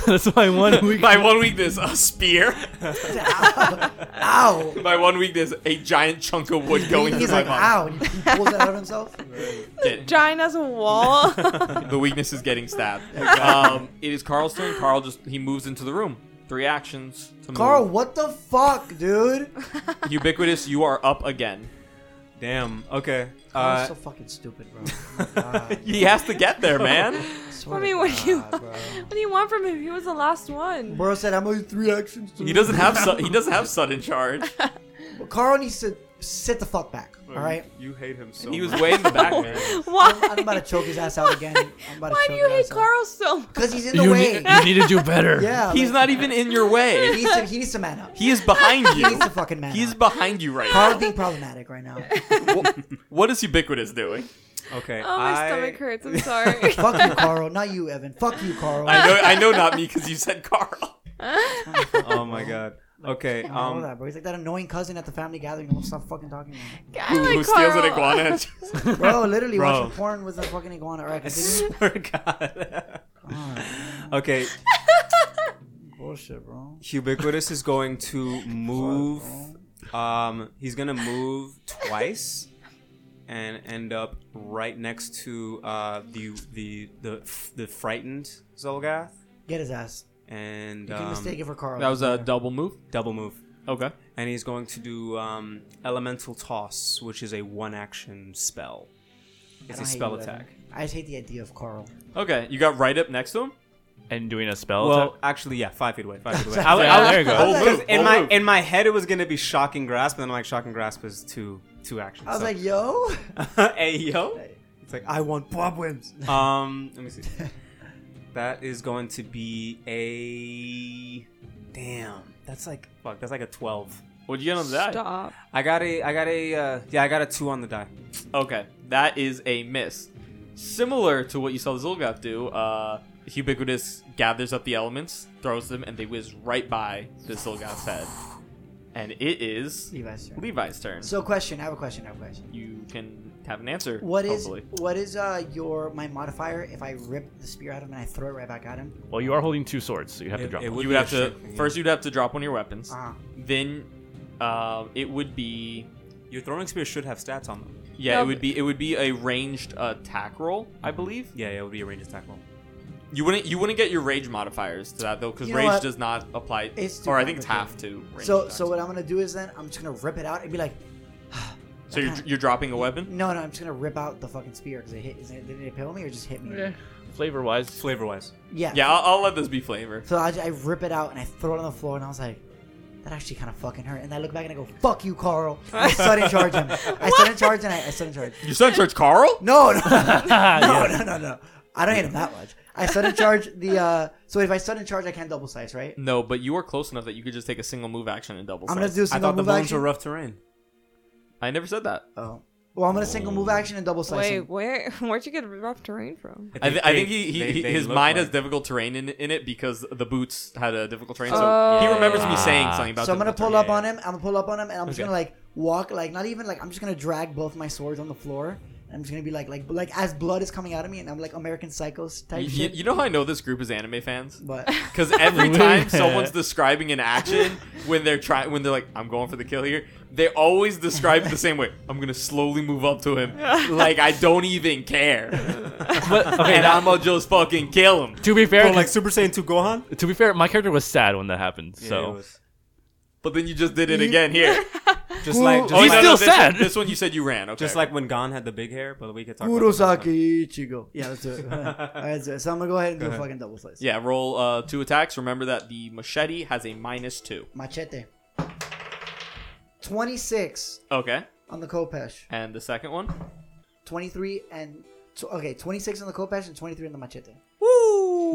Speaker 7: That's my one weak.
Speaker 2: my one weakness, a spear. [LAUGHS]
Speaker 1: Ow!
Speaker 2: My one weakness, a giant chunk of wood going through
Speaker 1: He's
Speaker 2: my
Speaker 1: like, "Ah."
Speaker 2: body.
Speaker 1: ow! And he pulls it out of [LAUGHS] himself.
Speaker 2: Get-
Speaker 3: Giant as a wall.
Speaker 2: The weakness is
Speaker 1: [LAUGHS]
Speaker 2: getting stabbed. Um, it is Carl's turn. Carl just he moves into the room. Three actions. To
Speaker 1: Carl,
Speaker 2: move.
Speaker 1: what the fuck, dude?
Speaker 2: Uh, ubiquitous, you are up again.
Speaker 4: Damn. Okay.
Speaker 1: Carl's so
Speaker 4: Uh,
Speaker 1: fucking stupid,
Speaker 2: [LAUGHS]
Speaker 1: bro. Oh my God.
Speaker 2: He has to get there, man.
Speaker 1: swear
Speaker 3: [LAUGHS] I
Speaker 1: to
Speaker 3: mean, what do you-
Speaker 1: God, bro.
Speaker 3: [LAUGHS] what do you want from him? He was the last one.
Speaker 1: Bro said I'm only three actions. to
Speaker 2: He
Speaker 1: leave."
Speaker 2: doesn't have su- he doesn't have sudden charge.
Speaker 1: Carl needs to sit the fuck back. All right.
Speaker 4: You hate him so.
Speaker 2: He was
Speaker 4: much.
Speaker 2: way
Speaker 3: [LAUGHS]
Speaker 2: in the back, Oh, man.
Speaker 3: Why?
Speaker 1: I'm about to choke his ass out again. I'm about to
Speaker 3: Why do
Speaker 1: choke
Speaker 3: you
Speaker 1: his
Speaker 3: hate
Speaker 1: ass out.
Speaker 3: Carl so much?
Speaker 1: Because he's in the
Speaker 7: You
Speaker 1: way.
Speaker 7: need, you need to do better.
Speaker 1: [LAUGHS] yeah.
Speaker 2: He's
Speaker 1: Oh, like,
Speaker 2: not even in your way.
Speaker 1: He needs to. He needs to man up.
Speaker 2: He is behind
Speaker 1: He needs
Speaker 2: you.
Speaker 1: to fucking man
Speaker 2: He's
Speaker 1: up.
Speaker 2: behind you right
Speaker 1: Carl being problematic right
Speaker 2: [LAUGHS]
Speaker 1: now.
Speaker 2: now. What, what is ubiquitous doing?
Speaker 4: [LAUGHS] Okay.
Speaker 3: Oh, my
Speaker 4: I-
Speaker 3: stomach hurts. I'm sorry.
Speaker 1: fuck you,
Speaker 3: [LAUGHS]
Speaker 1: Carl. Not you, Evan. Fuck you, Carl.
Speaker 2: I know I know not me because you said Carl.
Speaker 4: [LAUGHS] Oh my god. Okay.
Speaker 1: I know
Speaker 4: Um.
Speaker 1: that, bro. He's like that annoying cousin at the family gathering. Who won't stop fucking talking to him.
Speaker 3: God,
Speaker 2: Who, who steals an iguana? and just-
Speaker 1: Bro, literally
Speaker 4: Bro.
Speaker 1: watching porn with a fucking iguana. All right, continue.
Speaker 4: [LAUGHS] Swear to God. [LAUGHS] okay.
Speaker 1: Bullshit, bro.
Speaker 4: Ubiquitous is going to move. Um, he's gonna move twice, and end up right next to uh, the the the the frightened Zolgath,
Speaker 1: Get his ass.
Speaker 4: and
Speaker 1: You can
Speaker 4: um,
Speaker 1: mistake it for Carl.
Speaker 2: that was a double move.
Speaker 4: double move.
Speaker 2: Okay.
Speaker 4: And he's going to do um, elemental toss, which is a one action spell. It's
Speaker 1: I
Speaker 4: a
Speaker 1: hate
Speaker 4: spell
Speaker 1: you, Evan.
Speaker 4: attack.
Speaker 1: I just hate the idea of Carl.
Speaker 2: Okay. You got right up next to him.
Speaker 7: And doing a spell.
Speaker 4: Well,
Speaker 7: attack.
Speaker 4: actually, yeah, five feet away. Five feet away.
Speaker 7: I, was- I, there you
Speaker 2: Bold
Speaker 7: go.
Speaker 1: like-
Speaker 2: move.
Speaker 4: in
Speaker 2: bold
Speaker 4: my
Speaker 2: move.
Speaker 4: in my head it was gonna be shocking grasp, and then I'm like shocking grasp is two two actions.
Speaker 1: I was
Speaker 4: so. [LAUGHS]
Speaker 1: like, yo. [LAUGHS]
Speaker 4: hey yo, it's like I want Bob wins. Um, let me see. That is going to be a damn. That's like fuck. That's like a twelve.
Speaker 2: What'd you get on that?
Speaker 3: Stop.
Speaker 4: I got a I got a uh, yeah I got a two on the die.
Speaker 2: Okay, that is a miss. Similar to what you saw Zolgath do, uh, Ubiquitous gathers up the elements, throws them, and they whiz right by the Zolgath's head. And it is
Speaker 1: Levi's turn.
Speaker 2: Levi's turn.
Speaker 1: So, question. I have a question. I have a question.
Speaker 2: you can have an answer.
Speaker 1: What is
Speaker 2: hopefully.
Speaker 1: what is uh your my modifier if I rip the spear out of him and I throw it right back at him?
Speaker 7: Well, you are holding two swords, so you have to drop.
Speaker 4: it
Speaker 7: one.
Speaker 4: would
Speaker 2: You
Speaker 4: be
Speaker 2: would
Speaker 4: a
Speaker 2: have to
Speaker 4: strength thing, yeah.
Speaker 2: first. You'd have to drop one of your weapons.
Speaker 1: Uh,
Speaker 2: Then, um, it would be
Speaker 4: Your throwing spear should have stats on them.
Speaker 2: yeah.
Speaker 3: No,
Speaker 2: it would
Speaker 3: but-
Speaker 2: be it would be a ranged attack roll, I believe.
Speaker 4: Yeah, yeah, it would be a ranged attack roll.
Speaker 2: You wouldn't you wouldn't get your rage modifiers to that though, because
Speaker 1: You know
Speaker 2: rage
Speaker 1: what?
Speaker 2: does not apply.
Speaker 1: It's too
Speaker 2: or I think it's half
Speaker 1: complicated.
Speaker 2: to. Ranged
Speaker 1: so
Speaker 2: attacks.
Speaker 1: so what I'm gonna do is then I'm just gonna rip it out and be like,
Speaker 2: So you're, you're dropping a weapon?
Speaker 1: no no I'm just gonna rip out the fucking spear because it hit. Is it, did it impale me or just hit me? Yeah.
Speaker 7: Flavor wise, [LAUGHS]
Speaker 4: Flavor wise,
Speaker 2: Yeah, I'll, I'll let this be flavor.
Speaker 1: So I, I rip it out and I throw it on the floor and I was like, that actually kind of fucking hurt. And I look back and I go, fuck you, Carl. And I sudden charge him. I sudden charge and I, I sudden charge.
Speaker 2: You said Church Carl?
Speaker 1: No, [LAUGHS] no, no, no, no, no. I don't hate him that much. I sudden charge the. uh So if I sudden charge, I can't double slice, right?
Speaker 2: No, but you are close enough that you could just take a single move action and double
Speaker 1: I'm gonna
Speaker 2: slice.
Speaker 1: do a
Speaker 4: I
Speaker 1: single
Speaker 4: thought the
Speaker 1: move
Speaker 4: bones
Speaker 1: action.
Speaker 4: were rough terrain.
Speaker 2: I never said that.
Speaker 1: oh, Well, I'm gonna single move action and double slice.
Speaker 3: Wait,
Speaker 1: him.
Speaker 3: where where'd you get rough terrain from?
Speaker 2: I, th- I think he, he,
Speaker 4: they-
Speaker 2: he-
Speaker 4: they
Speaker 2: his
Speaker 4: look
Speaker 2: mind
Speaker 4: like-
Speaker 2: has difficult terrain in, in it because the boots had a difficult terrain. So
Speaker 3: Oh.
Speaker 2: he remembers me
Speaker 3: Yeah.
Speaker 2: saying something about.
Speaker 1: So I'm gonna pull
Speaker 2: difficult
Speaker 1: up
Speaker 2: terrain.
Speaker 1: on him. I'm gonna pull up on him, and I'm just
Speaker 2: Okay.
Speaker 1: gonna like walk, like not even like I'm just gonna drag both my swords on the floor. and I'm just gonna be like, like, like as blood is coming out of me, and I'm like American Psychos type
Speaker 2: You,
Speaker 1: shit.
Speaker 2: you know how I know this group is anime fans?
Speaker 1: but
Speaker 2: Because every time someone's describing an action when they're try when they're like, "I'm going for the kill here," they always describe it the same way. I'm gonna slowly move up to him, like I don't even care,
Speaker 5: But,
Speaker 2: [LAUGHS]
Speaker 5: okay,
Speaker 2: and
Speaker 5: now-
Speaker 2: I'm gonna just fucking kill him.
Speaker 5: to be fair,
Speaker 4: Bro, like Super Saiyan 2 Gohan?
Speaker 5: to be fair, my character was sad when that happened.
Speaker 4: Yeah, it
Speaker 5: so
Speaker 4: was-
Speaker 2: But then you just did it again here. Oh,
Speaker 4: just like just,
Speaker 5: He's
Speaker 4: like,
Speaker 5: still
Speaker 2: this one-
Speaker 5: sad.
Speaker 2: this one you said you ran. Okay.
Speaker 4: just like when Gon had the big hair, but we could talk about that.
Speaker 1: Kurosaki Ichigo. Yeah, let's [LAUGHS] do it. Alright, so so I'm gonna go ahead and do a fucking double slice.
Speaker 2: Yeah, roll uh, two attacks. Remember that the machete has a minus two.
Speaker 1: Machete. Twenty six
Speaker 2: Okay.
Speaker 1: on the Kopesh.
Speaker 2: And the second one?
Speaker 1: 23 and tw- okay, 26 on the Kopesh and 23 on the Machete.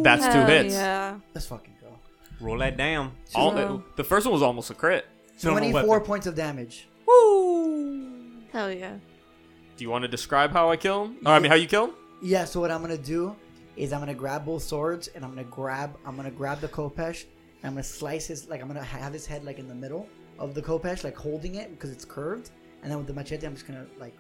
Speaker 2: That's two
Speaker 3: Hell
Speaker 2: hits.
Speaker 3: Yeah.
Speaker 1: Let's fucking go.
Speaker 4: Roll that down. [LAUGHS]
Speaker 2: All,
Speaker 3: Wow.
Speaker 2: the first one was almost a crit.
Speaker 4: Normal
Speaker 1: 24 points of damage.
Speaker 3: Hell yeah.
Speaker 2: Do you want to describe how I kill him? Or, I mean, how you kill him?
Speaker 1: Yeah, so what I'm gonna do is I'm gonna grab both swords and I'm gonna grab I'm gonna grab the Kopesh and I'm gonna slice his like I'm gonna have his head like in the middle of the Kopesh, like holding it because it's curved, and then with the Machete I'm just gonna like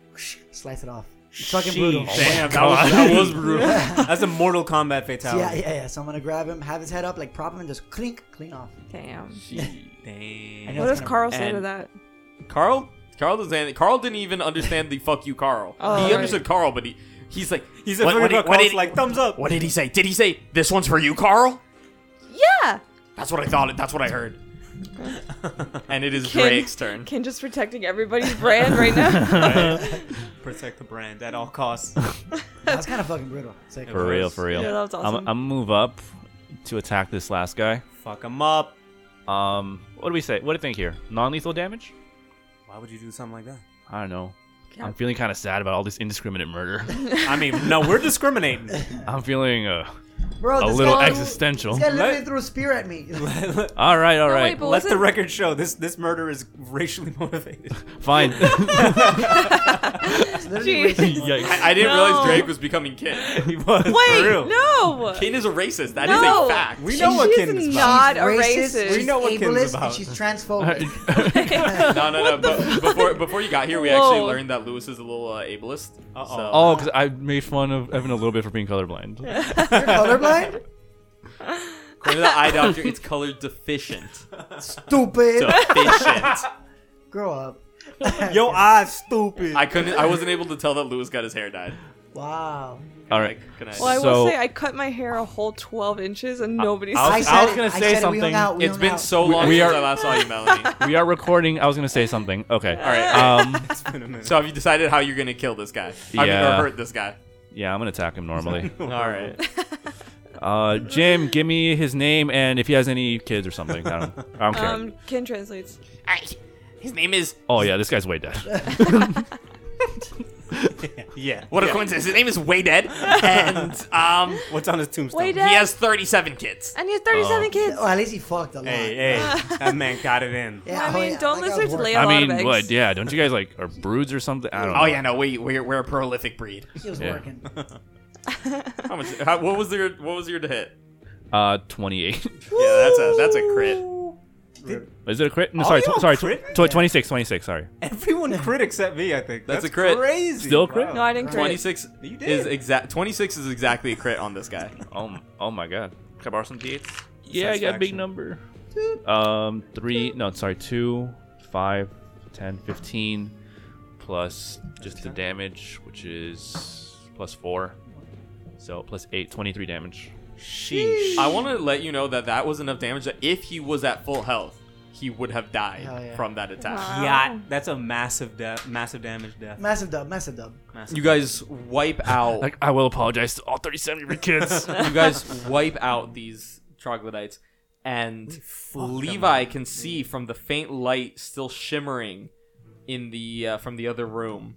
Speaker 1: slice it off. It's fucking brutal.
Speaker 7: Oh
Speaker 2: Damn, that was, that
Speaker 7: [LAUGHS]
Speaker 2: was brutal.
Speaker 4: That's a Mortal Kombat
Speaker 1: So
Speaker 4: fatality.
Speaker 1: yeah, yeah, yeah. So I'm gonna grab him, have his head up, like prop him, and just clink, clean off.
Speaker 3: Damn.
Speaker 1: I
Speaker 4: Damn.
Speaker 1: know
Speaker 3: What
Speaker 1: it's
Speaker 3: does
Speaker 1: kinda-
Speaker 3: Carl say to
Speaker 2: and-
Speaker 3: that?
Speaker 2: Carl? Carl doesn't. Carl didn't even understand the "fuck you, Carl."
Speaker 3: Oh,
Speaker 2: he
Speaker 3: right.
Speaker 2: understood Carl, but he he's like
Speaker 4: He's a
Speaker 2: what, what,
Speaker 4: fucking
Speaker 2: did- what, did,
Speaker 4: Carl's like thumbs up.
Speaker 2: what did he say? Did he say this one's for you, Carl?
Speaker 3: Yeah.
Speaker 2: That's what I thought. That's what I heard. [LAUGHS] and it is
Speaker 3: Ken-
Speaker 2: Drake's turn.
Speaker 3: Ken just protecting everybody's brand right now.
Speaker 4: Protect the brand at all [LAUGHS] costs.
Speaker 1: That's kind of fucking brutal. Sick.
Speaker 5: for real, for real.
Speaker 3: Yeah, that was
Speaker 5: I'm-
Speaker 3: awesome.
Speaker 5: I'm, gonna move up to attack this last guy.
Speaker 4: Fuck him up.
Speaker 5: Um, what do we say? What do you think here? Non-lethal damage?
Speaker 4: Why would you do something like that?
Speaker 5: I don't know.
Speaker 3: Yeah.
Speaker 5: I'm feeling kind of sad about all this
Speaker 3: [LAUGHS]
Speaker 5: indiscriminate murder.
Speaker 4: I mean, no, we're [LAUGHS] discriminating.
Speaker 5: I'm fealing uh,
Speaker 1: Bro,
Speaker 5: a
Speaker 1: this
Speaker 5: little
Speaker 1: guy-
Speaker 5: existential.
Speaker 1: This guy literally threw a spear at me. [LAUGHS]
Speaker 4: [LAUGHS]
Speaker 5: All right, all
Speaker 3: No,
Speaker 5: right,
Speaker 3: wait, but
Speaker 4: Let the
Speaker 3: wasn't-
Speaker 4: record show this this murder is racially [LAUGHS] motivated.
Speaker 3: [LAUGHS]
Speaker 5: fine. [LAUGHS]
Speaker 1: It's literally
Speaker 3: [LAUGHS] Jeez.
Speaker 1: racist.
Speaker 5: Yikes. [LAUGHS]
Speaker 2: I, I didn't
Speaker 3: No.
Speaker 2: realize Drake was becoming Ken.
Speaker 4: he was
Speaker 3: Wait,
Speaker 4: for real.
Speaker 3: no.
Speaker 2: Ken is a racist. That is
Speaker 3: No.
Speaker 2: a fact.
Speaker 4: We know what
Speaker 3: She's
Speaker 4: Kin is about.
Speaker 3: not
Speaker 1: She's
Speaker 3: a
Speaker 1: racist.
Speaker 3: racist.
Speaker 1: She's
Speaker 4: We know what Kim's
Speaker 1: ableist,
Speaker 4: about.
Speaker 1: And she's transphobic.
Speaker 5: [LAUGHS]
Speaker 2: No, no, no. But before before you got here, we actually
Speaker 3: Whoa.
Speaker 2: learned that Lewis is a little uh, ableist.
Speaker 4: Uh-oh.
Speaker 2: So-
Speaker 5: Oh, because I made fun of Evan a little bit for
Speaker 3: [LAUGHS]
Speaker 5: being colorblind.
Speaker 1: You're colorblind?
Speaker 2: according to the eye doctor, it's color deficient.
Speaker 1: Stupid.
Speaker 5: [LAUGHS]
Speaker 2: Deficient.
Speaker 1: Grow up.
Speaker 4: Yo, eyes stupid.
Speaker 2: I couldn't. I wasn't able to tell that Lewis got his hair dyed.
Speaker 1: Wow.
Speaker 5: All right.
Speaker 2: Can I-
Speaker 3: Well, I
Speaker 5: So-
Speaker 3: will say I cut my hair a whole 12 inches and nobody
Speaker 5: I'll-
Speaker 3: said
Speaker 5: I was gonna say
Speaker 1: said it, we hung
Speaker 5: something.
Speaker 1: out, we
Speaker 2: it's
Speaker 1: hung
Speaker 2: been
Speaker 1: out.
Speaker 2: so long
Speaker 5: we
Speaker 2: since
Speaker 5: are-
Speaker 2: I last saw you, Melanie.
Speaker 5: [LAUGHS]
Speaker 2: All
Speaker 5: We are recording. I was gonna say something. Okay.
Speaker 2: right.
Speaker 5: Um.
Speaker 4: It's been a minute.
Speaker 2: so have you decided how you're gonna kill this guy? I mean,
Speaker 5: Yeah.
Speaker 2: or hurt this guy?
Speaker 5: Yeah, I'm gonna attack
Speaker 3: [LAUGHS]
Speaker 5: him normally.
Speaker 2: [LAUGHS] All right.
Speaker 5: Uh, Jim, give me his name and if he has any kids or something. I don't, I don't care.
Speaker 3: Um, Ken translates.
Speaker 2: His name is.
Speaker 5: oh yeah, this guy's
Speaker 3: [LAUGHS]
Speaker 5: way dead.
Speaker 4: yeah.
Speaker 2: What a coincidence. His name is
Speaker 5: [LAUGHS]
Speaker 2: Waydead, and um,
Speaker 4: What's on his tombstone?
Speaker 3: Wait,
Speaker 2: he has 37 kids.
Speaker 3: and he has 37 kids.
Speaker 1: Oh, at least he fucked a lot.
Speaker 4: hey, [LAUGHS] hey, that man got it in.
Speaker 1: Yeah,
Speaker 3: I
Speaker 1: oh,
Speaker 3: mean,
Speaker 1: yeah,
Speaker 3: don't
Speaker 1: that guy
Speaker 3: listen to
Speaker 1: worked.
Speaker 3: Leo.
Speaker 5: I
Speaker 3: lot of
Speaker 5: mean,
Speaker 3: eggs.
Speaker 5: what? Yeah, don't you guys like are broods or something? I don't know.
Speaker 2: Oh yeah, no, we we're, we're a prolific breed.
Speaker 1: He was
Speaker 5: Yeah.
Speaker 1: working.
Speaker 2: How much? How, what was your what was your to hit?
Speaker 5: Uh, 28.
Speaker 2: Yeah, that's a that's a crit.
Speaker 5: Is it a crit? No,
Speaker 4: All
Speaker 5: sorry,
Speaker 4: y'all
Speaker 5: tw- sorry,
Speaker 4: crit?
Speaker 5: tw- tw- 26, 26. Sorry.
Speaker 3: [LAUGHS]
Speaker 4: Everyone crit except me, I think.
Speaker 2: That's a crit.
Speaker 4: Crazy.
Speaker 5: Still a
Speaker 4: bro.
Speaker 5: crit?
Speaker 3: No, I didn't crit.
Speaker 2: 26
Speaker 4: You did.
Speaker 2: is exact 26 is exactly a crit on this guy.
Speaker 5: Oh, m- oh my god. Can I borrow some d8s? Yeah, I got a big
Speaker 4: Satisfaction.
Speaker 5: number. Um, three. No, sorry, two, five, ten, fifteen, plus just the damage, which is plus four. So plus eight, 23 damage.
Speaker 4: Sheesh.
Speaker 2: I want to let you know that that was enough damage that if he was at full health, he would have died
Speaker 1: Hell yeah.
Speaker 2: from that attack.
Speaker 3: Wow.
Speaker 4: Yeah, that's a massive death, massive damage death.
Speaker 1: Massive dub, massive dub.
Speaker 2: You guys wipe out
Speaker 5: Like, I will apologize to all 37 of your [LAUGHS] kids.
Speaker 2: you guys wipe out these troglodytes and Levi can see from the faint light still shimmering in the uh, from the other room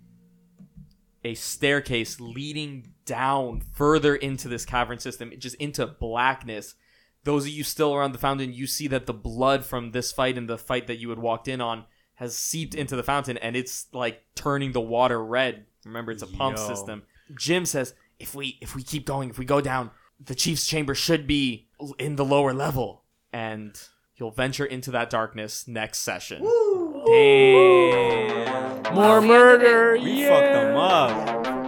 Speaker 2: a staircase leading down further into this cavern system just into blackness those of you still around the fountain you see that the blood from this fight and the fight that you had walked in on has seeped into the fountain and it's like turning the water red. Remember, it's a pump
Speaker 5: Yo.
Speaker 2: system. Jim says, if we if we keep going, if we go down, the chief's chamber should be l- in the lower level, and you'll venture into that darkness next session.
Speaker 4: Damn.
Speaker 7: More murder.
Speaker 3: Oh,
Speaker 4: We fucked them up.